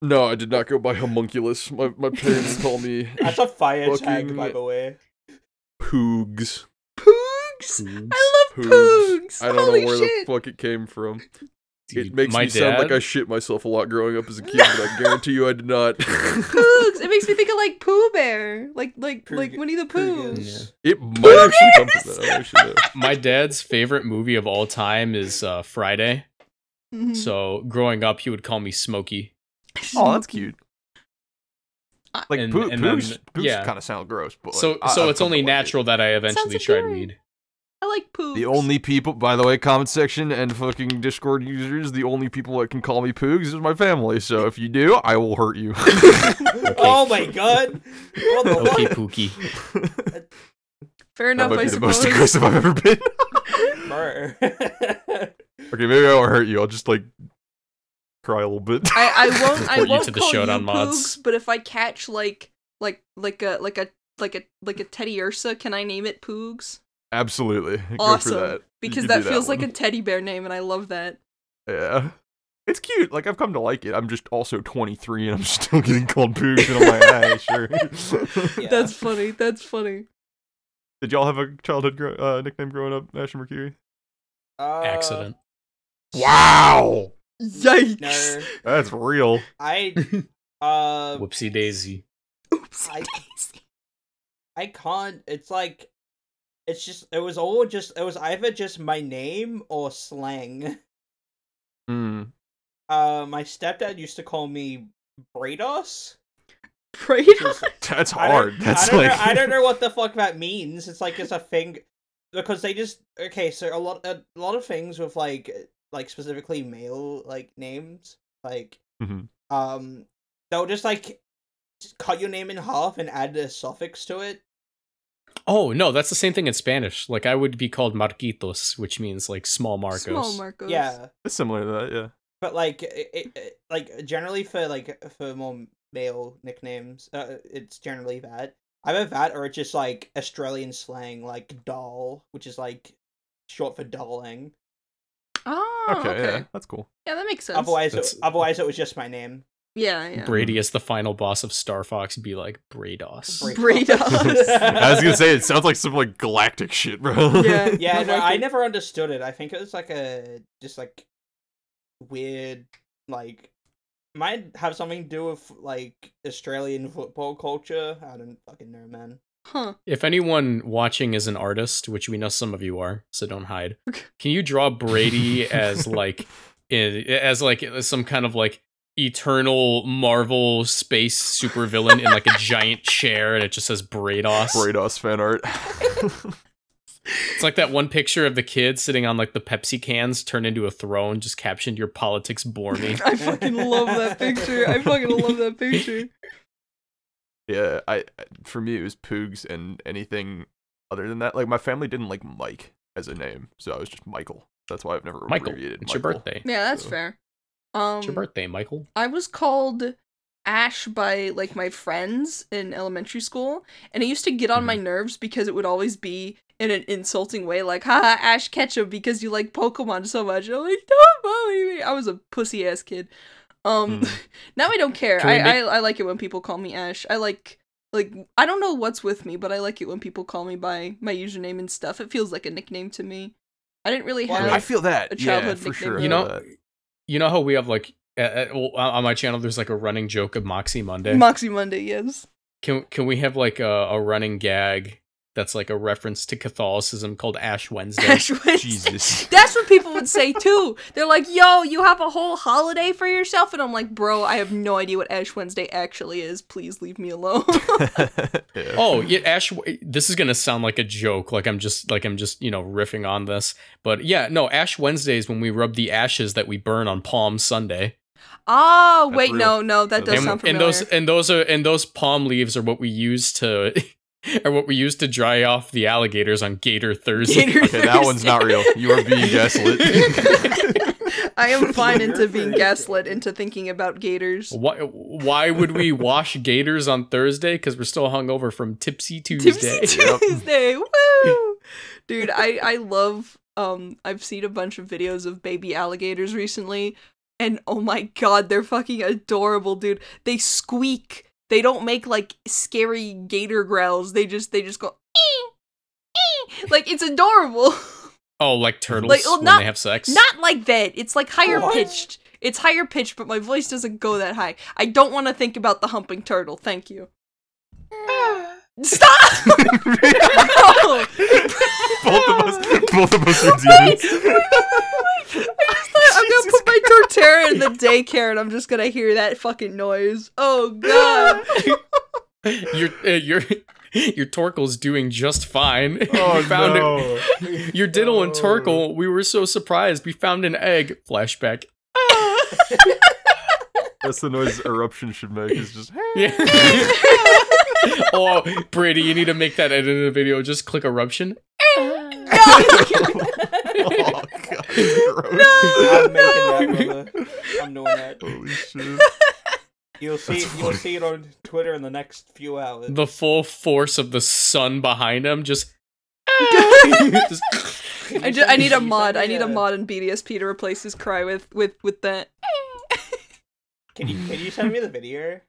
[SPEAKER 5] No, I did not go by homunculus. My my parents call me
[SPEAKER 3] That's a fire tag,
[SPEAKER 5] Fucking-
[SPEAKER 3] by the way.
[SPEAKER 5] Poogs.
[SPEAKER 4] Poogs. I love poogs.
[SPEAKER 5] I don't
[SPEAKER 4] Holy
[SPEAKER 5] know where
[SPEAKER 4] shit.
[SPEAKER 5] the fuck it came from.
[SPEAKER 1] Dude,
[SPEAKER 5] It makes
[SPEAKER 1] my
[SPEAKER 5] me sound like
[SPEAKER 1] dad-
[SPEAKER 5] I shit myself a lot growing up as a kid, but I guarantee you I did not.
[SPEAKER 4] Poogs. It makes me think of like Pooh Bear, like like
[SPEAKER 3] Purg-
[SPEAKER 4] like Winnie the Pooh.
[SPEAKER 3] Purgus.
[SPEAKER 5] It might actually come from that. I don't actually know.
[SPEAKER 1] my dad's favorite movie of all time is uh, Friday.
[SPEAKER 4] Mhm.
[SPEAKER 1] So growing up, he would call me Smokey.
[SPEAKER 2] Oh, that's cute. Like
[SPEAKER 1] And-
[SPEAKER 2] poo,
[SPEAKER 1] and
[SPEAKER 2] poos,
[SPEAKER 1] then-
[SPEAKER 2] poos
[SPEAKER 1] yeah.
[SPEAKER 2] kind of sound gross, but
[SPEAKER 1] So
[SPEAKER 2] like, I-
[SPEAKER 1] so
[SPEAKER 2] I've
[SPEAKER 1] it's
[SPEAKER 2] come
[SPEAKER 1] only
[SPEAKER 2] to like it.
[SPEAKER 1] natural that I eventually
[SPEAKER 4] Sounds
[SPEAKER 1] tried
[SPEAKER 4] appealing.
[SPEAKER 1] weed.
[SPEAKER 4] I like poogs.
[SPEAKER 2] The only people, by the way, comment section and fucking Discord users, the only people that can call me Poogs is my family. So if you do, I will hurt you.
[SPEAKER 3] Oh my god! What the
[SPEAKER 1] Okay,
[SPEAKER 3] fuck?
[SPEAKER 1] Pookie.
[SPEAKER 4] Fair
[SPEAKER 2] that
[SPEAKER 4] enough,
[SPEAKER 2] might
[SPEAKER 4] I
[SPEAKER 2] be the most
[SPEAKER 4] suppose.
[SPEAKER 2] aggressive I've ever been.
[SPEAKER 3] Brr.
[SPEAKER 2] okay, maybe I won't hurt you. I'll just like cry a little bit.
[SPEAKER 4] I, I won't. I
[SPEAKER 1] Report you
[SPEAKER 4] won't
[SPEAKER 1] to the
[SPEAKER 4] call
[SPEAKER 1] showdown
[SPEAKER 4] you
[SPEAKER 1] mods.
[SPEAKER 4] poogs, but if I catch like like like a like a like a like a teddy ursa, can I name it poogs?
[SPEAKER 2] Absolutely, go
[SPEAKER 4] Awesome,
[SPEAKER 2] for that. You
[SPEAKER 4] because
[SPEAKER 2] can
[SPEAKER 4] that
[SPEAKER 2] do
[SPEAKER 4] feels like
[SPEAKER 2] one.
[SPEAKER 4] a teddy bear name, and I love that.
[SPEAKER 2] Yeah. It's cute. Like I've come to like it. I'm just also 23 and I'm still getting called poogs and I'm like, ah, sure.
[SPEAKER 3] Yeah.
[SPEAKER 4] That's funny. That's funny.
[SPEAKER 2] Did y'all have a childhood gro- uh, nickname growing up, Ash and Mercury?
[SPEAKER 3] Uh,
[SPEAKER 1] Accident.
[SPEAKER 2] Wow,
[SPEAKER 4] Yikes!
[SPEAKER 3] No,
[SPEAKER 2] that's real.
[SPEAKER 3] I uh,
[SPEAKER 1] Whoopsie daisy.
[SPEAKER 4] Oopsie
[SPEAKER 3] I-
[SPEAKER 4] daisy.
[SPEAKER 3] I can't. It's like, it's just. It was all just. It was either just my name or slang.
[SPEAKER 2] Mm.
[SPEAKER 3] Uh, my stepdad used to call me Brados.
[SPEAKER 4] Prey
[SPEAKER 3] which is-
[SPEAKER 2] That's
[SPEAKER 3] I don't-
[SPEAKER 2] hard. That's
[SPEAKER 3] I don't
[SPEAKER 2] like
[SPEAKER 3] know, I don't know what the fuck that means. It's like it's a thing because they just okay. So a lot a lot of things with like like specifically male like names like
[SPEAKER 2] Mhm.
[SPEAKER 3] um they'll just like just cut your name in half and add a suffix to it.
[SPEAKER 1] Oh no, that's the same thing in Spanish. Like I would be called Marquitos, which means like small Marcos.
[SPEAKER 4] Small Marcos.
[SPEAKER 3] Yeah,
[SPEAKER 2] It's similar to that. Yeah.
[SPEAKER 3] but like it, it- it, like generally for like for more male nicknames, uh, it's generally that either that or it's just like Australian slang like doll, which is like short for darling.
[SPEAKER 4] Oh, okay.
[SPEAKER 2] yeah, that's cool.
[SPEAKER 4] Yeah, that makes sense.
[SPEAKER 3] Otherwise,
[SPEAKER 1] That's-
[SPEAKER 3] it, otherwise it was just my name.
[SPEAKER 4] yeah, yeah.
[SPEAKER 1] Brady as the final boss of Star Fox be like Brados.
[SPEAKER 3] Bra-
[SPEAKER 4] Brados.
[SPEAKER 2] I was gonna say it sounds like some like galactic shit, bro.
[SPEAKER 4] yeah,
[SPEAKER 3] Yeah,
[SPEAKER 4] I
[SPEAKER 3] no,
[SPEAKER 4] like
[SPEAKER 3] I
[SPEAKER 4] it.
[SPEAKER 3] never understood it. I think it was like a just like weird like might have something to do with like Australian football culture. I don't fucking know, man.
[SPEAKER 4] Huh.
[SPEAKER 1] If anyone watching is an artist, which we know some of you are, so don't hide, can you draw Brady as like in, as like some kind of like eternal Marvel space supervillain in like a giant chair and it just says Brados?
[SPEAKER 2] Brados fan art.
[SPEAKER 1] It's like that one picture of the kid sitting on like the Pepsi cans turned into a throne, just captioned "Your politics bore me."
[SPEAKER 4] I fucking love that picture. I fucking love that picture.
[SPEAKER 2] yeah, I I- for me it was Poogs and anything other than that. Like my family didn't like Mike as a name, so I was just Michael. That's why I've never
[SPEAKER 1] Michael,
[SPEAKER 2] abbreviated.
[SPEAKER 1] it's your
[SPEAKER 2] Michael.
[SPEAKER 1] birthday.
[SPEAKER 4] Yeah, that's
[SPEAKER 2] So-
[SPEAKER 4] fair. Um,
[SPEAKER 1] It's your birthday, Michael.
[SPEAKER 4] I was called Ash by like my friends in elementary school, and it used to get on
[SPEAKER 1] Mm-hmm.
[SPEAKER 4] my nerves because it would always be in an insulting way, like "haha, Ash Ketchum," because you like Pokemon so much. I'm like, don't bully me. I was a pussy ass kid. Um, now I don't care.
[SPEAKER 1] Hmm. Can we
[SPEAKER 4] I,
[SPEAKER 1] make-
[SPEAKER 4] I I like it when people call me Ash. I like like I don't know what's with me, but I like it when people call me by my username and stuff. It feels like a nickname to me. I didn't really
[SPEAKER 3] Why
[SPEAKER 4] have.
[SPEAKER 3] would-
[SPEAKER 2] I feel that.
[SPEAKER 4] a
[SPEAKER 2] Yeah,
[SPEAKER 4] childhood
[SPEAKER 2] for
[SPEAKER 4] nickname
[SPEAKER 2] sure. I
[SPEAKER 1] You
[SPEAKER 2] feel
[SPEAKER 1] know,
[SPEAKER 2] that.
[SPEAKER 1] you know how we have like uh, uh, well, on on my channel. There's like a running joke of Moxie Monday.
[SPEAKER 4] Moxie Monday, yes.
[SPEAKER 1] Can can we have like a, a running gag that's like a reference to Catholicism called Ash Wednesday?
[SPEAKER 4] Ash Wednesday.
[SPEAKER 2] Jesus.
[SPEAKER 4] That's what people would say too. They're like, "Yo, you have a whole holiday for yourself," and I'm like, "Bro, I have no idea what Ash Wednesday actually is. Please leave me alone."
[SPEAKER 2] Yeah.
[SPEAKER 1] oh yeah, Ash. This is gonna sound like a joke. Like I'm just like I'm just you know riffing on this. But yeah, no. Ash Wednesday is when we rub the ashes that we burn on Palm Sunday.
[SPEAKER 4] Ah,
[SPEAKER 2] That's
[SPEAKER 4] wait,
[SPEAKER 2] real.
[SPEAKER 4] no, no, that does
[SPEAKER 1] and,
[SPEAKER 4] sound
[SPEAKER 1] and
[SPEAKER 4] familiar.
[SPEAKER 1] those and those are and those palm leaves are what we use to are what we use to dry off the alligators on Gator Thursday.
[SPEAKER 4] Gator
[SPEAKER 2] Okay, that one's not real. You are being gaslit.
[SPEAKER 4] I am fine into
[SPEAKER 3] You're
[SPEAKER 4] being
[SPEAKER 3] pretty
[SPEAKER 4] gaslit
[SPEAKER 3] good.
[SPEAKER 4] into thinking about gators.
[SPEAKER 1] Why, why would we wash gators on Thursday? Because we're still hungover from Tipsy Tuesday.
[SPEAKER 4] Tipsy Tuesday, woo! Dude, I I love. Um, I've seen a bunch of videos of baby alligators recently, and oh my god, they're fucking adorable, dude. They squeak. They don't make like scary gator growls. They just they just go "Ee, ee." like it's adorable.
[SPEAKER 1] Oh, like turtles
[SPEAKER 4] Like, well,
[SPEAKER 1] when
[SPEAKER 4] not-
[SPEAKER 1] they have sex.
[SPEAKER 4] Not like that. It's like higher
[SPEAKER 3] What?
[SPEAKER 4] pitched. It's higher pitched, but my voice doesn't go that high. I don't want to think about the humping turtle. Thank you. Stop! No!
[SPEAKER 2] both of us, both of us are
[SPEAKER 4] Wait, wait, wait,
[SPEAKER 2] demons.
[SPEAKER 4] wait, wait. I just thought I'm gonna put my tortera in the daycare and I'm just gonna hear that fucking noise. Oh god.
[SPEAKER 1] your uh, your your Torkel's doing just fine.
[SPEAKER 2] Oh
[SPEAKER 1] we found it.
[SPEAKER 2] no! Oh.
[SPEAKER 1] Your Diddle and Torkel, we were so surprised. We found an egg. Flashback.
[SPEAKER 2] That's the noise eruption should make. Is just
[SPEAKER 1] Yeah. oh, Brady, you need to make that edit in the video. Just click eruption.
[SPEAKER 4] No.
[SPEAKER 2] oh god, gross.
[SPEAKER 3] I'm making that, brother. I'm doing that.
[SPEAKER 2] Holy Oh, shit!
[SPEAKER 3] You'll see.
[SPEAKER 2] That's
[SPEAKER 3] You'll
[SPEAKER 2] funny.
[SPEAKER 3] see it on Twitter in the next few hours.
[SPEAKER 1] The full force of the sun behind him just. just
[SPEAKER 4] I, ju- I need a
[SPEAKER 3] You
[SPEAKER 4] mod. I
[SPEAKER 3] send me
[SPEAKER 4] need a mod in BDSP to replace his cry with with with that.
[SPEAKER 3] Can you can you send me the video?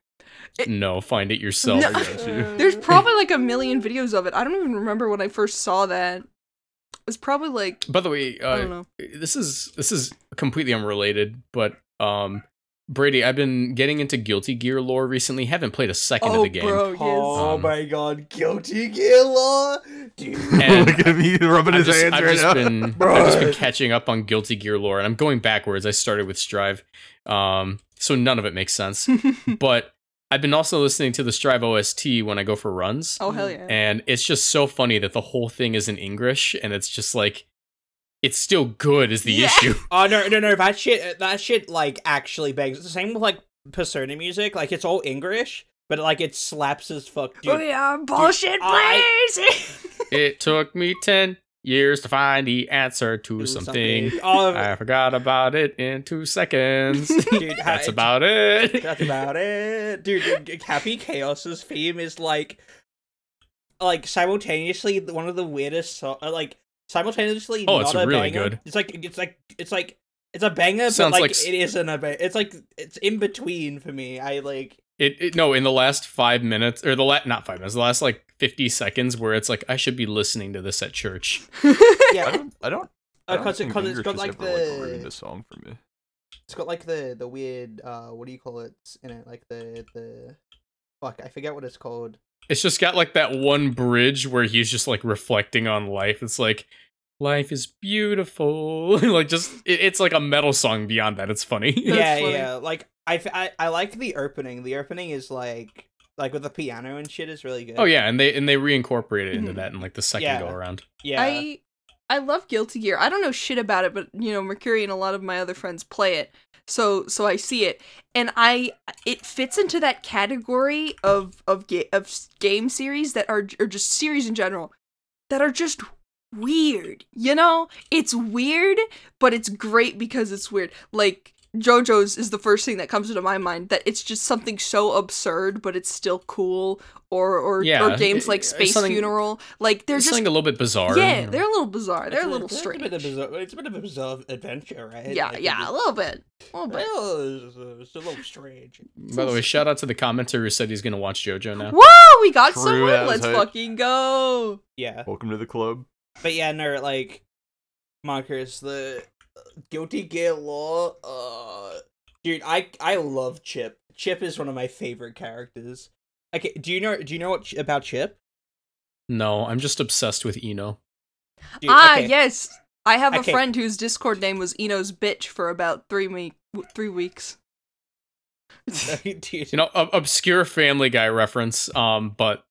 [SPEAKER 1] no, find it yourself.
[SPEAKER 4] No.
[SPEAKER 2] got you.
[SPEAKER 4] Uh, There's
[SPEAKER 3] Mm.
[SPEAKER 4] probably like a million videos of it. I don't even remember when I first saw that. It's probably like
[SPEAKER 1] By the way,
[SPEAKER 4] I don't
[SPEAKER 1] uh,
[SPEAKER 4] know.
[SPEAKER 1] this is this is completely unrelated, but um, Brady, I've been getting into Guilty Gear lore recently. Haven't played a second of
[SPEAKER 4] Oh,
[SPEAKER 1] the game.
[SPEAKER 4] bro, yes.
[SPEAKER 3] Oh
[SPEAKER 1] Um,
[SPEAKER 3] my god, guilty gear law, dude.
[SPEAKER 1] And
[SPEAKER 2] Look at me rubbing
[SPEAKER 1] I've
[SPEAKER 2] his
[SPEAKER 1] just,
[SPEAKER 2] hands
[SPEAKER 1] I've
[SPEAKER 2] right
[SPEAKER 1] just
[SPEAKER 2] now.
[SPEAKER 1] been I've just been catching up on Guilty Gear lore, and I'm going backwards. I started with Strive, um, so none of it makes sense. but I've been also listening to the Strive OST when I go for runs,
[SPEAKER 4] oh hell yeah.
[SPEAKER 1] and it's just so funny that the whole thing is in English, and it's just like it's still good is the
[SPEAKER 4] Yeah.
[SPEAKER 1] issue.
[SPEAKER 3] Oh no, no, no! That shit, that shit, like actually begs. It's the same with like Persona music. Like it's all English, but like it slaps as fuck, dude.
[SPEAKER 4] we are bullshit
[SPEAKER 3] I-
[SPEAKER 4] players.
[SPEAKER 1] it took me ten years to find the answer to
[SPEAKER 3] Do
[SPEAKER 1] something.
[SPEAKER 3] Oh,
[SPEAKER 1] I forgot about it in two seconds.
[SPEAKER 3] dude, ha-
[SPEAKER 1] That's about it.
[SPEAKER 3] That's about it, dude. dude, Happy Chaos's theme is like, like simultaneously one of the weirdest. So- uh, like simultaneously,
[SPEAKER 1] Oh,
[SPEAKER 3] not
[SPEAKER 1] it's
[SPEAKER 3] a
[SPEAKER 1] really
[SPEAKER 3] banger.
[SPEAKER 1] good.
[SPEAKER 3] It's like it's like it's like it's a banger,
[SPEAKER 1] Sounds
[SPEAKER 3] but like,
[SPEAKER 1] like s-
[SPEAKER 3] it isn't a banger. It's like it's in between for me. I like.
[SPEAKER 1] It, it no in the last five minutes or the la- not five minutes the last like fifty seconds where it's like I should be listening to this at church.
[SPEAKER 2] I
[SPEAKER 3] Yeah, Uh,
[SPEAKER 2] don't. I don't. I don't
[SPEAKER 3] because
[SPEAKER 2] think
[SPEAKER 3] it's
[SPEAKER 2] English
[SPEAKER 3] got
[SPEAKER 2] has
[SPEAKER 3] like
[SPEAKER 2] ever, like, ruined
[SPEAKER 3] the
[SPEAKER 2] a song for me.
[SPEAKER 3] It's got like the the weird uh what do you call it in it like the the fuck I forget what it's called.
[SPEAKER 1] It's just got like that one bridge where he's just like reflecting on life. It's like life is beautiful. like just it, it's like a metal song beyond that. It's funny.
[SPEAKER 4] That's
[SPEAKER 3] yeah,
[SPEAKER 4] funny.
[SPEAKER 3] yeah. Like I, f- I I like the opening. The opening is like like with the piano and shit is really good.
[SPEAKER 1] oh yeah, and they and they reincorporate it into
[SPEAKER 4] Mhm.
[SPEAKER 1] that in like the second
[SPEAKER 3] Mm-hmm. Yeah.
[SPEAKER 1] go around.
[SPEAKER 3] yeah.
[SPEAKER 4] I I love Guilty Gear. I don't know shit about it, but you know, Mercury and a lot of my other friends play it. So so I see it and I it fits into that category of of ga- of s- game series that are or just series in general that are just weird. You know, it's weird, but it's great because it's weird. Like JoJo's is the first thing that comes into my mind that it's just something so absurd, but it's still cool. Or or,
[SPEAKER 1] Yeah,
[SPEAKER 4] or games like
[SPEAKER 1] it's
[SPEAKER 4] Space
[SPEAKER 1] something-
[SPEAKER 4] Funeral, like they're
[SPEAKER 1] It's
[SPEAKER 4] just
[SPEAKER 1] something a little bit bizarre. you
[SPEAKER 4] yeah,
[SPEAKER 1] know?
[SPEAKER 4] they're a little bizarre.
[SPEAKER 3] It's
[SPEAKER 4] They're a
[SPEAKER 3] a-
[SPEAKER 4] little
[SPEAKER 3] it's
[SPEAKER 4] strange.
[SPEAKER 3] A bit of bizarre, it's a bit of a bizarre adventure, right?
[SPEAKER 4] yeah,
[SPEAKER 3] Like, it
[SPEAKER 4] yeah,
[SPEAKER 3] just-
[SPEAKER 4] a little bit, a little bit.
[SPEAKER 3] Well, it's, a- it's a little strange.
[SPEAKER 1] By the way, shout out to the commenter who said he's gonna watch JoJo now.
[SPEAKER 4] Whoa, we got
[SPEAKER 2] True
[SPEAKER 4] someone.
[SPEAKER 2] as
[SPEAKER 4] Let's
[SPEAKER 2] hell.
[SPEAKER 4] fucking go.
[SPEAKER 3] Yeah,
[SPEAKER 2] Welcome to the club.
[SPEAKER 3] but yeah, no, like, Marcus, the uh, Guilty Gear Law, uh, dude, I I love Chip. Chip is one of my favorite characters. Okay, do you know do you know what Ch- about Chip?
[SPEAKER 1] No, I'm just obsessed with Eno.
[SPEAKER 3] Dude,
[SPEAKER 4] ah,
[SPEAKER 3] okay.
[SPEAKER 4] yes. I have
[SPEAKER 3] Okay.
[SPEAKER 4] a friend whose Discord name was Eno's bitch for about three me- w- three weeks.
[SPEAKER 3] dude,
[SPEAKER 1] You know, ob- obscure Family Guy reference. Um, but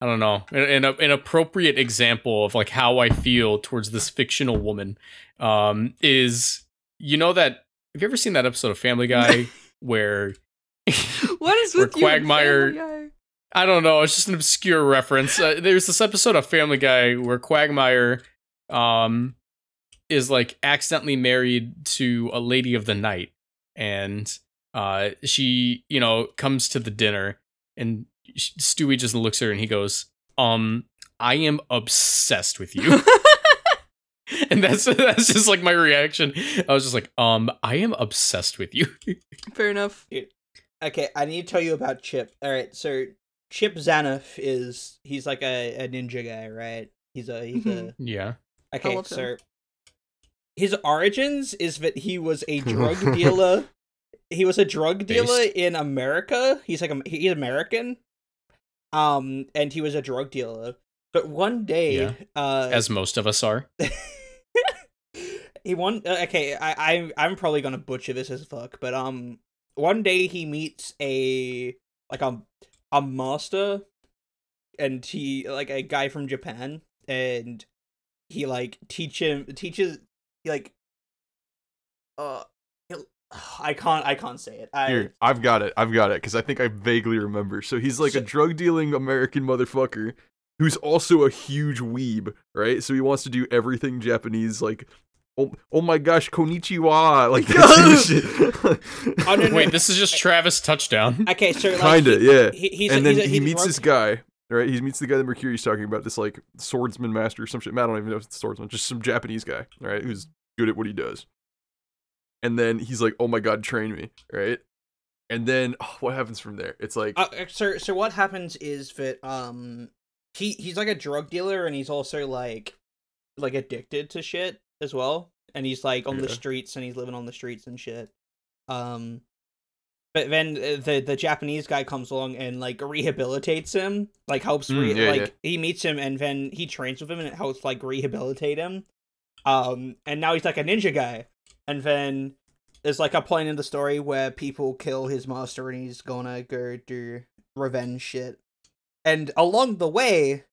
[SPEAKER 1] I don't know, an, an, an appropriate example of like how I feel towards this fictional woman. Um, is you know that have you ever seen that episode of Family Guy where
[SPEAKER 4] What is
[SPEAKER 1] Or
[SPEAKER 4] with you? and
[SPEAKER 1] Quagmire-
[SPEAKER 4] Family Guy?
[SPEAKER 1] I don't know. It's just an obscure reference. Uh, there's this episode of Family Guy where Quagmire um, is like accidentally married to a lady of the night, and uh, she, you know, comes to the dinner, and sh- Stewie just looks at her and he goes, "Um, I am obsessed with you." And that's that's just like my reaction. I was just like, um, I am obsessed with you.
[SPEAKER 4] Fair enough.
[SPEAKER 3] Okay, I need to tell you about Chip. All right, so Chip Zanoff is he's like a, a ninja guy, right? He's a he's
[SPEAKER 4] Mhm.
[SPEAKER 1] yeah.
[SPEAKER 3] a okay,
[SPEAKER 4] love him.
[SPEAKER 3] so his origins is that he was a drug dealer. he was a drug dealer
[SPEAKER 1] Based.
[SPEAKER 3] in America. He's like a, he's American. Um, and he was a drug dealer. But one day,
[SPEAKER 1] Yeah.
[SPEAKER 3] uh,
[SPEAKER 1] As most of us are.
[SPEAKER 3] he one uh, okay I, I i'm probably gonna butcher this as fuck but um one day he meets a like a a master and he like a guy from japan and he like teach him teaches he, like uh he'll- i can't i can't say it i
[SPEAKER 2] Here, I've got it. I've got it because I think I vaguely remember. So he's like
[SPEAKER 3] So-
[SPEAKER 2] a drug dealing American motherfucker who's also a huge weeb, right? So he wants to do everything Japanese, like, oh, oh my gosh, konnichiwa, like that sort of shit.
[SPEAKER 3] Oh, no, no.
[SPEAKER 1] Wait, this is just Travis touchdown.
[SPEAKER 3] okay so like,
[SPEAKER 2] Kinda,
[SPEAKER 3] he-
[SPEAKER 2] yeah.
[SPEAKER 3] he, he's a-
[SPEAKER 2] and then
[SPEAKER 3] he's a-
[SPEAKER 2] he
[SPEAKER 3] he's a
[SPEAKER 2] meets
[SPEAKER 3] drug-
[SPEAKER 2] this guy, right? He meets the guy that Mercury's talking about, this like swordsman master or some shit. I don't even know if it's swordsman, just some Japanese guy, all right, who's good at what he does. And then he's like, "Oh my god, train me!" Right? And then oh, what happens from there? It's like,
[SPEAKER 3] uh, so so what happens is that um he he's like a drug dealer and he's also like like addicted to shit as well and he's like on the
[SPEAKER 2] Yeah.
[SPEAKER 3] streets and he's living on the streets and shit um but then uh, the the japanese guy comes along and like rehabilitates him like helps re-
[SPEAKER 2] Mm, yeah,
[SPEAKER 3] like he meets him and then he trains with him and it helps like rehabilitate him um and now he's like a ninja guy and then there's like a point in the story where people kill his master and he's gonna go do revenge shit. And along the way,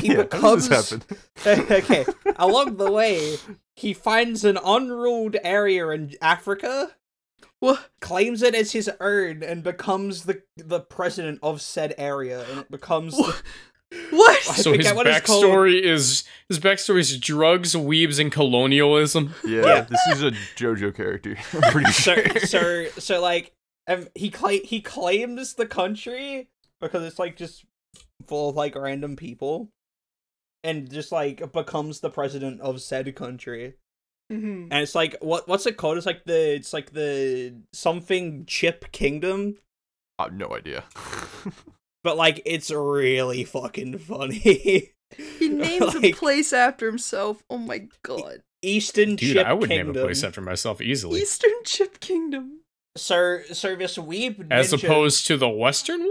[SPEAKER 3] he
[SPEAKER 2] yeah, how
[SPEAKER 3] becomes
[SPEAKER 2] does this happen?
[SPEAKER 3] okay. Along the way, he finds an unruled area in Africa,
[SPEAKER 4] What?
[SPEAKER 3] claims it as his own, and becomes the the president of said area. And it becomes the- I
[SPEAKER 4] What?
[SPEAKER 1] so his
[SPEAKER 3] forget what it's called.
[SPEAKER 1] backstory is his backstory is drugs, weebs, and colonialism.
[SPEAKER 2] Yeah,
[SPEAKER 3] Yeah.
[SPEAKER 2] this is a JoJo character. I'm pretty
[SPEAKER 3] so
[SPEAKER 2] sure.
[SPEAKER 3] so so like um, he cla- he claims the country because it's like just full of like random people and just like becomes the president of said country
[SPEAKER 4] Mhm.
[SPEAKER 3] and it's like what what's it called it's like the it's like the something chip kingdom
[SPEAKER 2] I have no idea.
[SPEAKER 3] but like it's really fucking funny
[SPEAKER 4] He names a
[SPEAKER 3] Like-
[SPEAKER 4] place after himself. Oh my god.
[SPEAKER 3] Eastern
[SPEAKER 1] Dude,
[SPEAKER 3] Chip
[SPEAKER 1] I would
[SPEAKER 3] Kingdom.
[SPEAKER 1] name a place after myself easily.
[SPEAKER 4] Eastern Chip Kingdom.
[SPEAKER 3] Sir, service weeb.
[SPEAKER 1] As
[SPEAKER 3] ninja-
[SPEAKER 1] opposed to the western one?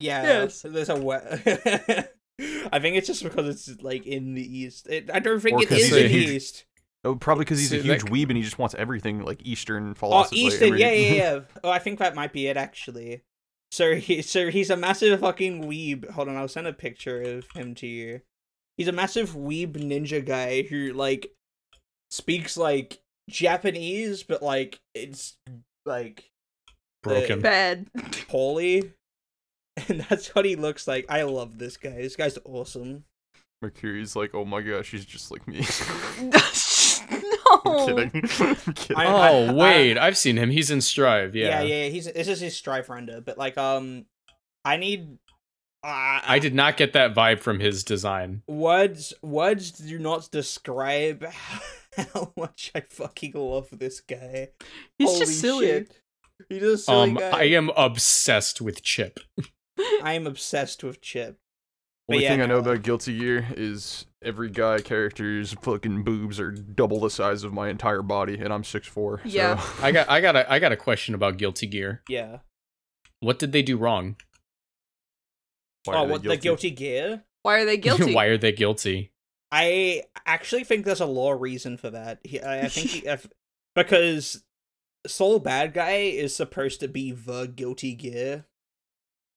[SPEAKER 3] yeah,
[SPEAKER 4] Yes.
[SPEAKER 3] there's a we- I think it's just because it's like in the east. It, I don't think
[SPEAKER 2] Or
[SPEAKER 3] it
[SPEAKER 2] 'cause
[SPEAKER 3] is
[SPEAKER 1] he's a
[SPEAKER 3] in the
[SPEAKER 2] huge-
[SPEAKER 3] east.
[SPEAKER 2] Oh, probably because he's a
[SPEAKER 1] See, that
[SPEAKER 2] huge weeb and he just wants everything like Eastern
[SPEAKER 3] Oh,
[SPEAKER 2] philosophy.
[SPEAKER 3] Eastern,
[SPEAKER 2] every-
[SPEAKER 3] yeah, yeah, yeah. oh, I think that might be it actually. Sir, he, sir, he's a massive fucking weeb. Hold on, I'll send a picture of him to you. He's a massive weeb ninja guy who like speaks like Japanese, but like it's like
[SPEAKER 1] Broken.
[SPEAKER 4] Bad.
[SPEAKER 3] poorly, and that's what he looks like. I love this guy. This guy's awesome.
[SPEAKER 2] Mercury's like, oh my gosh, he's just like me.
[SPEAKER 4] no.
[SPEAKER 2] I'm kidding. I'm kidding.
[SPEAKER 3] Oh. I-
[SPEAKER 1] oh
[SPEAKER 3] I-
[SPEAKER 1] wait, I've seen him. He's in Strive. Yeah.
[SPEAKER 3] Yeah, yeah, yeah. He's this is his strive render, but like, um, I need. Uh,
[SPEAKER 1] I did not get that vibe from his design.
[SPEAKER 3] words words do not describe how much I fucking love this guy.
[SPEAKER 4] He's
[SPEAKER 3] Holy
[SPEAKER 4] just silly.
[SPEAKER 3] shit. He's just a silly
[SPEAKER 1] Um,
[SPEAKER 3] guy.
[SPEAKER 1] I am obsessed with Chip.
[SPEAKER 3] I am obsessed with Chip. But
[SPEAKER 2] Only
[SPEAKER 3] yeah,
[SPEAKER 2] thing I know
[SPEAKER 3] no.
[SPEAKER 2] about Guilty Gear is every guy character's fucking boobs are double the size of my entire body, and I'm 6'4".
[SPEAKER 4] Yeah.
[SPEAKER 2] So.
[SPEAKER 1] I got, I got, a, I got a question about Guilty Gear.
[SPEAKER 3] Yeah.
[SPEAKER 1] What did they do wrong?
[SPEAKER 2] Why
[SPEAKER 3] oh,
[SPEAKER 2] are they
[SPEAKER 3] what the guilty gear?
[SPEAKER 4] Why are they guilty?
[SPEAKER 1] Why are they guilty?
[SPEAKER 3] I actually think there's a law reason for that. He, I, I think he, if, because Soul Bad Guy is supposed to be the guilty gear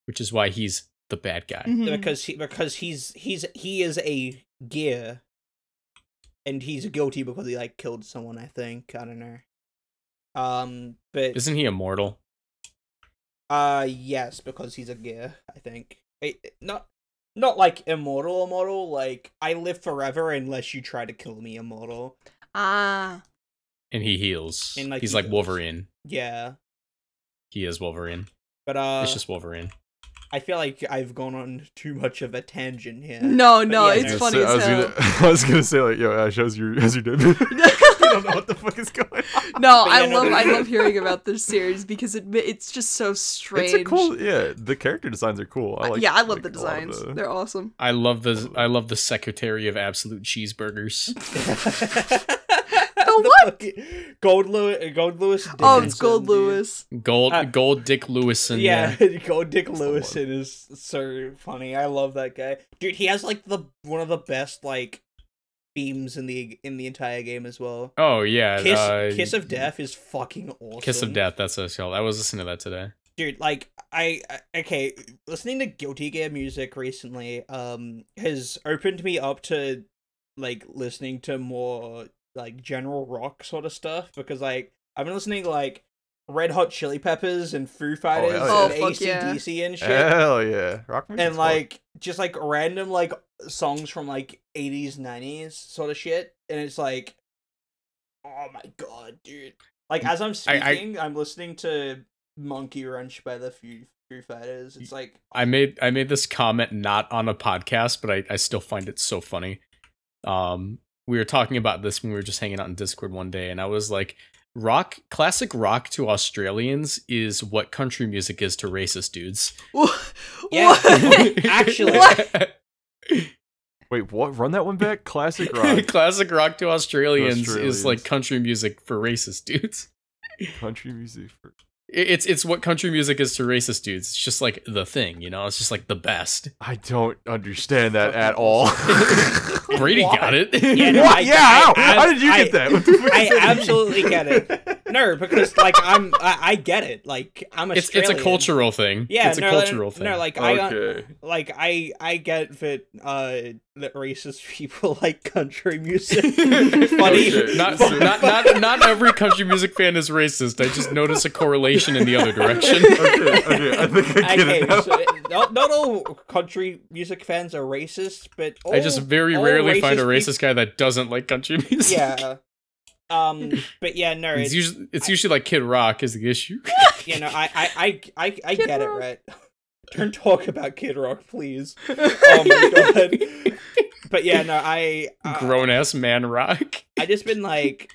[SPEAKER 1] Which is why he's the bad guy.
[SPEAKER 4] Mhm.
[SPEAKER 3] because he because he's he's he is a gear, and he's guilty because he like killed someone. I think I don't know. Um, but
[SPEAKER 1] Isn't he immortal?
[SPEAKER 3] Uh yes, because he's a gear, I think. It, it- not not like immortal immortal, like I live forever unless you try to kill me immortal.
[SPEAKER 4] Ah.
[SPEAKER 1] And he heals.
[SPEAKER 3] And, like,
[SPEAKER 1] he's
[SPEAKER 3] he
[SPEAKER 1] like
[SPEAKER 3] heals.
[SPEAKER 1] Wolverine.
[SPEAKER 3] Yeah.
[SPEAKER 1] He is Wolverine.
[SPEAKER 3] But uh
[SPEAKER 1] it's just Wolverine.
[SPEAKER 3] I feel like I've gone on too much of a tangent here.
[SPEAKER 4] No,
[SPEAKER 3] But
[SPEAKER 4] no,
[SPEAKER 3] yeah,
[SPEAKER 4] it's
[SPEAKER 2] I was
[SPEAKER 4] funny
[SPEAKER 2] gonna-
[SPEAKER 4] as
[SPEAKER 2] I
[SPEAKER 4] hell.
[SPEAKER 2] was, gonna, I was gonna say like, yo, Ash, how's your how's your day? been?" I don't know what the fuck is going on.
[SPEAKER 4] No,
[SPEAKER 3] But
[SPEAKER 4] I
[SPEAKER 3] yeah, no,
[SPEAKER 4] love
[SPEAKER 3] no,
[SPEAKER 4] I
[SPEAKER 3] no.
[SPEAKER 4] love hearing about this series because it it's just so strange.
[SPEAKER 2] It's a cool, yeah. The character designs are cool. I like.
[SPEAKER 4] yeah, I love
[SPEAKER 2] like,
[SPEAKER 4] the
[SPEAKER 2] a lot of
[SPEAKER 4] designs.
[SPEAKER 2] the-
[SPEAKER 4] They're awesome.
[SPEAKER 1] I love the, I love the Secretary of Absolute Cheeseburgers.
[SPEAKER 3] the
[SPEAKER 4] what?
[SPEAKER 3] fucking- Gold Lewis Gold Lewis
[SPEAKER 4] oh, it's
[SPEAKER 3] Dickinson,
[SPEAKER 4] Gold
[SPEAKER 3] dude.
[SPEAKER 4] Lewis.
[SPEAKER 1] Gold,
[SPEAKER 3] Uh,
[SPEAKER 1] Gold Dick Lewison.
[SPEAKER 3] Yeah, Gold Dick
[SPEAKER 2] That's the
[SPEAKER 3] Lewison is so funny. I love that guy, dude. He has like the one of the best like themes in the in the entire game as well.
[SPEAKER 1] Oh yeah.
[SPEAKER 3] Kiss
[SPEAKER 1] uh,
[SPEAKER 3] Kiss of Death is fucking awesome.
[SPEAKER 1] Kiss of Death. That's what it's called. I was listening to that today.
[SPEAKER 3] dude. Like I, I okay, listening to Guilty Gear music recently um has opened me up to like listening to more like general rock sort of stuff because like I've been listening to like Red Hot Chili Peppers and Foo Fighters
[SPEAKER 2] hell yeah.
[SPEAKER 3] and
[SPEAKER 4] Oh, fuck yeah.
[SPEAKER 3] ACDC and shit.
[SPEAKER 2] Hell yeah, rock music's
[SPEAKER 3] and
[SPEAKER 2] fun.
[SPEAKER 3] like just like random like songs from like 80s 90s sort of shit and it's like oh my god dude like as i'm
[SPEAKER 1] I- I-
[SPEAKER 3] speaking Mm, I, am listening to monkey wrench by the few Foo Fighters. It's like
[SPEAKER 1] I made I made this comment not on a podcast, but I, I still find it so funny. Um, we were talking about this when we were just hanging out in Discord one day, and I was like, "Rock, classic rock to Australians is what country music is to racist dudes."
[SPEAKER 3] Yeah.
[SPEAKER 4] What?
[SPEAKER 3] Actually-
[SPEAKER 2] wait, what? Run that one back. Classic rock,
[SPEAKER 1] classic rock to Australians,
[SPEAKER 2] Australians.
[SPEAKER 1] is like country music for racist dudes.
[SPEAKER 2] country music. For-
[SPEAKER 1] It- It's it's what country music is to racist dudes. It's just like the thing, you know. It's just like the best.
[SPEAKER 2] I don't understand that at all.
[SPEAKER 1] Brady
[SPEAKER 2] Why?
[SPEAKER 1] got it.
[SPEAKER 3] Yeah, no,
[SPEAKER 2] What?
[SPEAKER 3] I-
[SPEAKER 2] yeah,
[SPEAKER 3] I
[SPEAKER 2] how?
[SPEAKER 3] ab-
[SPEAKER 2] how did you
[SPEAKER 3] I-
[SPEAKER 2] get that? What the fuck
[SPEAKER 3] I
[SPEAKER 2] does that mean?
[SPEAKER 3] absolutely get it. no because like i'm I, I get it like i'm
[SPEAKER 1] it's it's a
[SPEAKER 3] Australian.
[SPEAKER 1] cultural thing.
[SPEAKER 3] yeah
[SPEAKER 1] it's
[SPEAKER 3] no,
[SPEAKER 1] a cultural
[SPEAKER 3] no,
[SPEAKER 1] thing.
[SPEAKER 3] no like i uh,
[SPEAKER 5] Okay.
[SPEAKER 3] like i i get that uh that racist people like country music
[SPEAKER 1] funny.
[SPEAKER 5] Okay.
[SPEAKER 1] Oh, Not,
[SPEAKER 5] So-
[SPEAKER 1] not not not every country music fan is racist. I just notice a correlation in the other direction.
[SPEAKER 2] okay, okay, I think I get it.
[SPEAKER 3] Okay,
[SPEAKER 2] Now.
[SPEAKER 3] so it- not, not all country music fans are racist, but all,
[SPEAKER 1] I just very
[SPEAKER 3] Oh, all
[SPEAKER 1] rarely find a
[SPEAKER 3] racist
[SPEAKER 1] racist guy that doesn't like country
[SPEAKER 3] peop-
[SPEAKER 1] music.
[SPEAKER 3] yeah. Um, but yeah, no,
[SPEAKER 1] It's
[SPEAKER 3] it's,
[SPEAKER 1] usually it's usually like Kid Rock is the issue.
[SPEAKER 3] you know, I I I I, I
[SPEAKER 4] Kid
[SPEAKER 3] get
[SPEAKER 4] Rock.
[SPEAKER 3] it, right? Don't talk about Kid Rock, please. Oh my god. But yeah, no, I uh,
[SPEAKER 1] Grown ass man rock.
[SPEAKER 3] I just been like,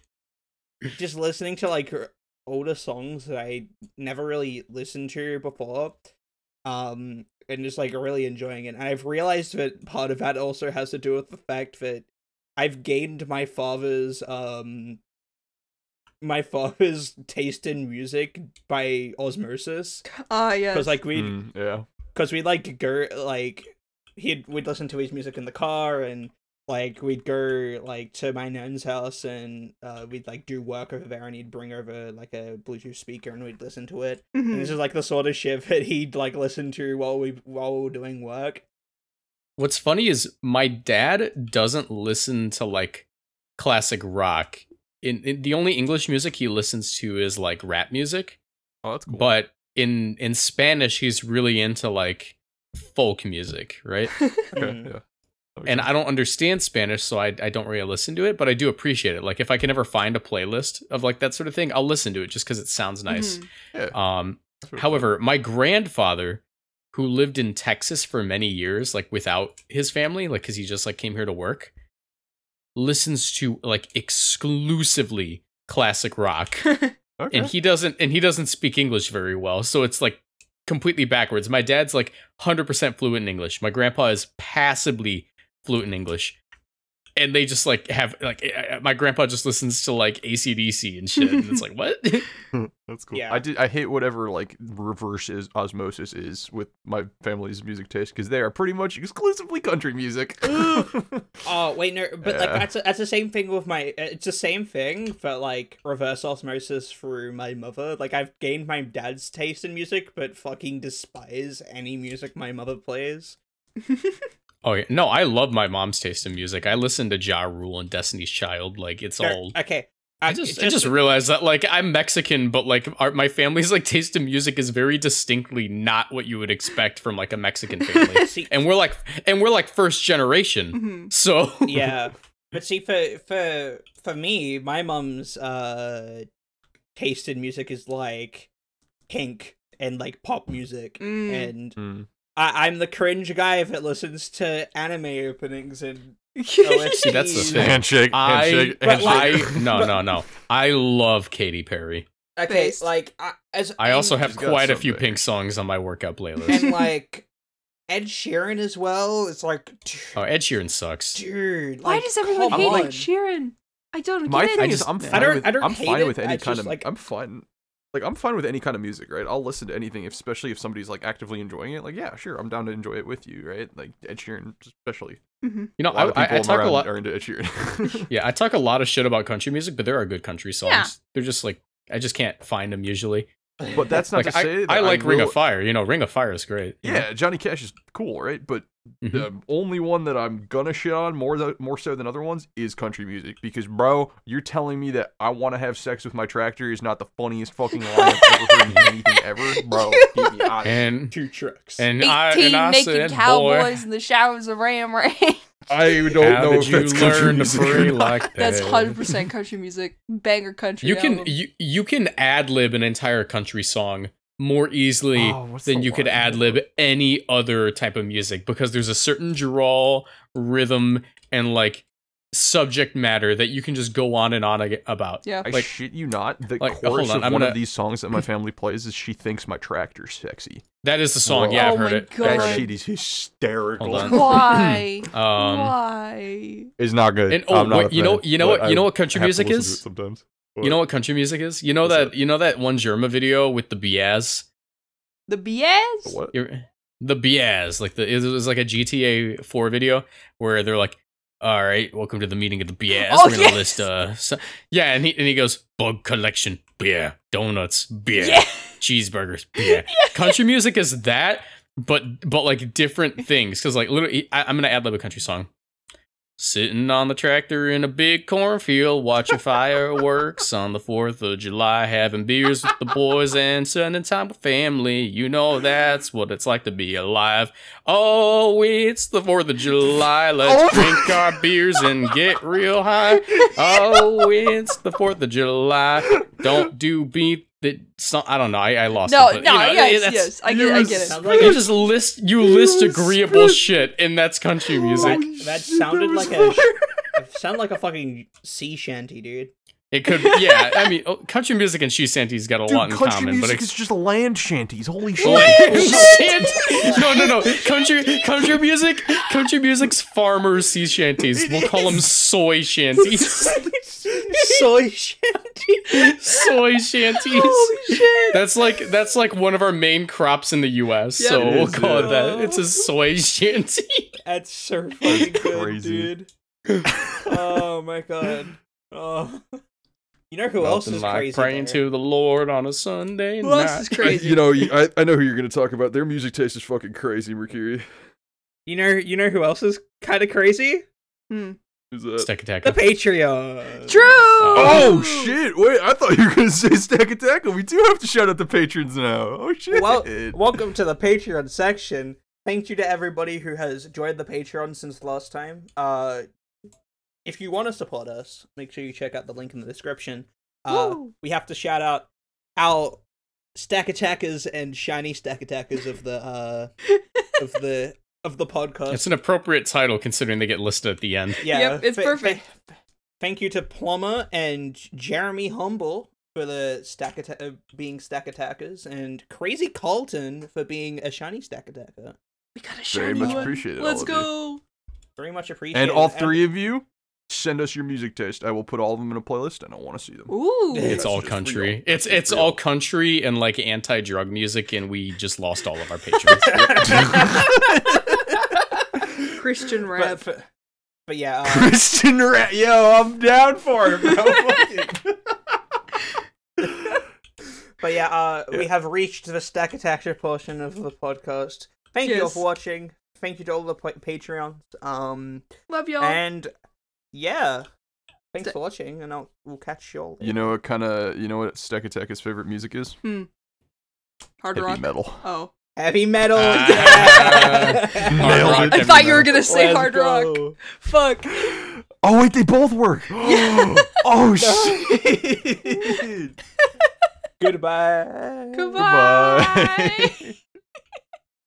[SPEAKER 3] just listening to like r- older songs that I never really listened to before, um, and just like really enjoying it. And I've realized that part of that also has to do with the fact that I've gained my father's um my father's taste in music by osmosis
[SPEAKER 4] Ah, yes.
[SPEAKER 3] because like we
[SPEAKER 2] Mm, yeah.
[SPEAKER 3] because we like go like he'd we'd listen to his music in the car and like we'd go like to my nan's house and uh, we'd like do work over there and he'd bring over like a Bluetooth speaker and we'd listen to it.
[SPEAKER 4] Mhm.
[SPEAKER 2] Hmm.
[SPEAKER 3] And this is like the sort of shit that he'd like listen to while we while we were doing work.
[SPEAKER 1] What's funny is my dad doesn't listen to like classic rock. In, in the only English music he listens to is like rap music,
[SPEAKER 2] Oh, that's cool.
[SPEAKER 1] but in in Spanish he's really into like folk music, right?
[SPEAKER 2] Okay,
[SPEAKER 3] Mm.
[SPEAKER 2] yeah. That makes
[SPEAKER 1] and
[SPEAKER 2] sense.
[SPEAKER 1] I don't understand Spanish, so I I don't really listen to it, but I do appreciate it. Like if I can ever find a playlist of like that sort of thing, I'll listen to it just because it sounds nice.
[SPEAKER 4] Mhm.
[SPEAKER 1] Um,
[SPEAKER 2] That's really cool.
[SPEAKER 1] However, my grandfather, who lived in Texas for many years, like without his family, like because he just like came here to work, listens to like exclusively classic rock,
[SPEAKER 4] Mm-hmm.
[SPEAKER 2] okay.
[SPEAKER 1] and he doesn't and he doesn't speak English very well, so it's like completely backwards. My dad's like hundred percent fluent in English. My grandpa is passably fluent in English. And they just like have like I- I- my grandpa just listens to like ACDC and shit, and it's like what?
[SPEAKER 2] That's cool.
[SPEAKER 3] Yeah.
[SPEAKER 2] I did. I hate whatever like reverse is, osmosis is with my family's music taste because they are pretty much exclusively country music.
[SPEAKER 3] Oh wait, no, but like
[SPEAKER 2] Yeah.
[SPEAKER 3] that's that's the same thing with my. It's the same thing, but like reverse osmosis through my mother. Like I've gained my dad's taste in music, but fucking despise any music my mother plays.
[SPEAKER 1] Oh yeah, no, I love my mom's taste in music. I listen to Ja Rule and Destiny's Child. Like it's
[SPEAKER 3] There-
[SPEAKER 1] all.
[SPEAKER 3] okay.
[SPEAKER 1] I just, I just realized that like I'm Mexican, but like our, my family's like taste in music is very distinctly not what you would expect from like a Mexican family.
[SPEAKER 3] see,
[SPEAKER 1] and we're like, and we're like first generation,
[SPEAKER 4] Mhm.
[SPEAKER 1] so
[SPEAKER 3] yeah, but see, for for for me, my mum's uh taste in music is like kink and like pop music,
[SPEAKER 4] Mm.
[SPEAKER 3] and
[SPEAKER 2] Mm.
[SPEAKER 3] I, I'm the cringe guy that listens to anime openings and Oh,
[SPEAKER 1] See, that's the
[SPEAKER 3] OSTs.
[SPEAKER 1] thing.
[SPEAKER 2] Handshake,
[SPEAKER 1] I,
[SPEAKER 2] handshake,
[SPEAKER 3] But, like-
[SPEAKER 2] handshake.
[SPEAKER 1] I, no, no, no. I love Katy Perry.
[SPEAKER 3] Okay,
[SPEAKER 4] Based.
[SPEAKER 3] like I, as
[SPEAKER 1] I also
[SPEAKER 3] and-
[SPEAKER 1] have
[SPEAKER 2] She's got
[SPEAKER 1] quite a few
[SPEAKER 2] something.
[SPEAKER 1] Pink songs on my workout playlist.
[SPEAKER 3] and like Ed Sheeran as well. It's like, dude,
[SPEAKER 1] Oh, Ed Sheeran sucks.
[SPEAKER 3] dude
[SPEAKER 4] Why
[SPEAKER 3] like,
[SPEAKER 4] does everyone
[SPEAKER 3] come
[SPEAKER 4] hate
[SPEAKER 3] on.
[SPEAKER 4] Ed Sheeran? I don't
[SPEAKER 2] My
[SPEAKER 4] get it.
[SPEAKER 2] thing
[SPEAKER 1] just-
[SPEAKER 2] is, I'm
[SPEAKER 1] I
[SPEAKER 2] fine
[SPEAKER 3] don't-
[SPEAKER 2] with.
[SPEAKER 3] I don't
[SPEAKER 2] am
[SPEAKER 3] hate
[SPEAKER 2] fine
[SPEAKER 3] it,
[SPEAKER 2] with
[SPEAKER 3] I
[SPEAKER 2] any kind
[SPEAKER 3] just,
[SPEAKER 2] of.
[SPEAKER 3] like-
[SPEAKER 2] I'm fine. Like I'm fine with any kind of music, right? I'll listen to anything, if, especially if somebody's like actively enjoying it. Like, yeah, sure, I'm down to enjoy it with you, right? Like Ed Sheeran, especially.
[SPEAKER 4] Mhm.
[SPEAKER 1] You know,
[SPEAKER 2] a lot of
[SPEAKER 1] I, I, I
[SPEAKER 2] people
[SPEAKER 1] talk
[SPEAKER 2] around
[SPEAKER 1] a lot.
[SPEAKER 2] are into Ed Sheeran.
[SPEAKER 1] Yeah, I talk a lot of shit about country music, but there are good country songs.
[SPEAKER 4] Yeah.
[SPEAKER 1] They're just like I just can't find them usually.
[SPEAKER 2] but that's not
[SPEAKER 1] like
[SPEAKER 2] to
[SPEAKER 1] I,
[SPEAKER 2] say that
[SPEAKER 1] I like Ring of
[SPEAKER 2] will-
[SPEAKER 1] Fire. You know, Ring of Fire is great. you know?
[SPEAKER 2] Yeah, Johnny Cash is cool, right? But
[SPEAKER 1] Mhm.
[SPEAKER 2] the only one that I'm gonna shit on more tho- more so than other ones is country music because bro, you're telling me that I want to have sex with my tractor is not the funniest fucking line I've ever heard in anything ever, bro. Get me out of here.
[SPEAKER 1] And
[SPEAKER 3] two tricks?
[SPEAKER 1] and I
[SPEAKER 4] Eighteen
[SPEAKER 1] and I
[SPEAKER 4] naked
[SPEAKER 1] said, boy,
[SPEAKER 4] cowboys in the showers of Ram Ranch.
[SPEAKER 5] I don't
[SPEAKER 1] how
[SPEAKER 5] know
[SPEAKER 1] did
[SPEAKER 5] if
[SPEAKER 1] you
[SPEAKER 5] that's country
[SPEAKER 1] learn to
[SPEAKER 5] music or
[SPEAKER 1] pray
[SPEAKER 5] not.
[SPEAKER 1] like that?
[SPEAKER 4] That's hundred percent country music, banger country.
[SPEAKER 1] You can
[SPEAKER 4] album.
[SPEAKER 1] you you can ad lib an entire country song more easily
[SPEAKER 2] Oh, what's
[SPEAKER 1] than
[SPEAKER 2] the
[SPEAKER 1] you could
[SPEAKER 2] line?
[SPEAKER 1] ad lib any other type of music because there's a certain drawl, rhythm, and like subject matter that you can just go on and on ag- about.
[SPEAKER 4] yeah.
[SPEAKER 2] I
[SPEAKER 1] like-
[SPEAKER 2] shit you not. The
[SPEAKER 1] like, hold
[SPEAKER 2] chorus
[SPEAKER 1] on,
[SPEAKER 2] of
[SPEAKER 1] I'm
[SPEAKER 2] one
[SPEAKER 1] gonna-
[SPEAKER 2] of these songs that my family plays is "She thinks my tractor's sexy."
[SPEAKER 1] That is the song.
[SPEAKER 2] Whoa.
[SPEAKER 1] Yeah, I've
[SPEAKER 4] Oh
[SPEAKER 1] heard
[SPEAKER 4] my
[SPEAKER 1] it. I've
[SPEAKER 4] God.
[SPEAKER 1] heard
[SPEAKER 2] That
[SPEAKER 1] it.
[SPEAKER 2] shit is hysterical.
[SPEAKER 1] Hold on.
[SPEAKER 4] Why?
[SPEAKER 1] Um,
[SPEAKER 4] Why?
[SPEAKER 2] It's not good.
[SPEAKER 1] and oh,
[SPEAKER 2] I'm not
[SPEAKER 1] wait,
[SPEAKER 2] a
[SPEAKER 1] you know,
[SPEAKER 2] fan,
[SPEAKER 1] you know
[SPEAKER 2] but
[SPEAKER 1] what,
[SPEAKER 2] I
[SPEAKER 1] you know what country
[SPEAKER 2] have to
[SPEAKER 1] music
[SPEAKER 2] listen to
[SPEAKER 1] is.
[SPEAKER 2] it sometimes.
[SPEAKER 1] You know what country music is? You know
[SPEAKER 2] What's
[SPEAKER 1] that,
[SPEAKER 2] that?
[SPEAKER 1] you know that one Germa video with the Biaz?
[SPEAKER 4] The BS?
[SPEAKER 2] What?
[SPEAKER 1] You're- The Biaz, like the it was like a GTA 4 video where they're like, "All right, welcome to the meeting of the Biaz.
[SPEAKER 4] Oh,
[SPEAKER 1] We're gonna
[SPEAKER 4] yes!
[SPEAKER 1] list uh, so-" yeah," and he and he goes, "Bug collection, beer, donuts, beer,
[SPEAKER 4] Yeah.
[SPEAKER 1] cheeseburgers, beer." Country music is that, but but like different things because like literally, I, I'm gonna add lib a country song. Sitting on the tractor in a big cornfield, watching fireworks on the 4th of July, having beers with the boys and spending time with family. You know, that's what it's like to be alive. Oh, it's the 4th of July.
[SPEAKER 4] Oh.
[SPEAKER 1] Let's drink our beers and get real high. Oh, it's the 4th of July. Don't do beat that. Some, I don't know. I, I lost
[SPEAKER 4] No,
[SPEAKER 1] it. but,
[SPEAKER 4] no,
[SPEAKER 1] you know,
[SPEAKER 4] yes,
[SPEAKER 1] that's-
[SPEAKER 4] yes. I get, I get it.
[SPEAKER 3] Sounds like
[SPEAKER 1] You
[SPEAKER 3] a-
[SPEAKER 1] just list you list
[SPEAKER 5] You
[SPEAKER 1] agreeable
[SPEAKER 5] screwed-
[SPEAKER 1] shit, and that's country
[SPEAKER 4] Oh
[SPEAKER 1] music.
[SPEAKER 3] that, that sounded like a, sounded like a fucking sea shanty, dude.
[SPEAKER 1] It could, be, yeah. I mean, oh, country music and she Santy's got a
[SPEAKER 2] Dude,
[SPEAKER 1] lot in
[SPEAKER 2] country
[SPEAKER 1] common, but
[SPEAKER 2] music
[SPEAKER 1] it's
[SPEAKER 2] is just land shanties. Holy shit!
[SPEAKER 1] Shanty- No, no, no. Country, country music, country music's farmer sea shanties. We'll call them soy shanties,
[SPEAKER 3] Soy shanty.
[SPEAKER 1] soy shanties.
[SPEAKER 4] Holy shit.
[SPEAKER 1] That's like that's like one of our main crops in the U.S. so
[SPEAKER 5] it
[SPEAKER 1] we'll
[SPEAKER 5] is,
[SPEAKER 1] call
[SPEAKER 5] yeah.
[SPEAKER 1] it that. It's a soy shanty.
[SPEAKER 3] That's so fucking good,
[SPEAKER 2] crazy.
[SPEAKER 3] dude. Oh my god. Oh. You know who else
[SPEAKER 1] Nothing
[SPEAKER 3] is
[SPEAKER 1] like
[SPEAKER 3] crazy?
[SPEAKER 1] praying
[SPEAKER 3] there?
[SPEAKER 1] to the Lord on a Sunday
[SPEAKER 4] Who else
[SPEAKER 1] night.
[SPEAKER 4] is crazy?
[SPEAKER 5] You know, you- I, I know who you're gonna talk about. Their music taste is fucking crazy, Mercury.
[SPEAKER 3] You know, you know who else is kind of crazy?
[SPEAKER 4] Hmm.
[SPEAKER 5] Is that?
[SPEAKER 1] Stack attack.
[SPEAKER 3] The Patreon.
[SPEAKER 4] True.
[SPEAKER 2] Oh shit! Wait, I thought you were gonna say stack and tackle. We do have to shout out the patrons now. Oh shit!
[SPEAKER 3] Well, welcome to the Patreon section. Thank you to everybody who has joined the Patreon since last time. Uh, if you want to support us, make sure you check out the link in the description. Uh,
[SPEAKER 4] Woo.
[SPEAKER 3] we have to shout out our stack attackers and shiny stack attackers of the uh, of the of the podcast.
[SPEAKER 1] It's an appropriate title considering they get listed at the end.
[SPEAKER 3] yeah,
[SPEAKER 4] Yep, it's perfect.
[SPEAKER 3] thank you to Plumber and Jeremy Humble for the stack atta- uh, being stack attackers, and Crazy Colton for being a shiny stack attacker.
[SPEAKER 4] We got a
[SPEAKER 2] Very
[SPEAKER 4] shiny
[SPEAKER 2] much
[SPEAKER 4] one.
[SPEAKER 2] appreciated.
[SPEAKER 4] Let's
[SPEAKER 2] all of you.
[SPEAKER 4] go.
[SPEAKER 3] Very much appreciated.
[SPEAKER 2] And all three of you, send us your music taste. I will put all of them in a playlist, and I want to see them.
[SPEAKER 4] Ooh.
[SPEAKER 1] It's
[SPEAKER 2] That's
[SPEAKER 1] all
[SPEAKER 2] just
[SPEAKER 1] country.
[SPEAKER 2] real.
[SPEAKER 1] It's
[SPEAKER 2] That's
[SPEAKER 1] it's
[SPEAKER 2] real.
[SPEAKER 1] all country and like anti-drug music, and we just lost all of our patrons.
[SPEAKER 4] Christian
[SPEAKER 3] but,
[SPEAKER 4] rap.
[SPEAKER 3] but, but yeah, uh,
[SPEAKER 2] Christian Rat, yo, I'm down for it, bro. Fuck it.
[SPEAKER 3] but yeah, uh, we have reached the stack attacker portion of the podcast. Thank you all
[SPEAKER 4] Yes.
[SPEAKER 3] for watching. Thank you to all the pa- Patreons. Um,
[SPEAKER 4] Love y'all.
[SPEAKER 3] and yeah, thanks
[SPEAKER 4] Th-
[SPEAKER 3] for watching, and I'll we'll catch you all.
[SPEAKER 2] you know what kind of you know what Stack Attacker's favorite music is?
[SPEAKER 4] Hard
[SPEAKER 2] Heavy
[SPEAKER 4] rock.
[SPEAKER 2] metal.
[SPEAKER 4] Oh.
[SPEAKER 3] Heavy metal.
[SPEAKER 1] Ah.
[SPEAKER 3] yeah!
[SPEAKER 1] Hard
[SPEAKER 2] Nailed
[SPEAKER 1] rock,
[SPEAKER 2] it.
[SPEAKER 4] I
[SPEAKER 1] heavy
[SPEAKER 4] thought you were
[SPEAKER 1] metal.
[SPEAKER 4] going to say
[SPEAKER 3] Let's
[SPEAKER 4] hard rock.
[SPEAKER 3] go.
[SPEAKER 4] Fuck.
[SPEAKER 2] Oh wait, they both work. oh shit.
[SPEAKER 3] Goodbye.
[SPEAKER 4] Goodbye.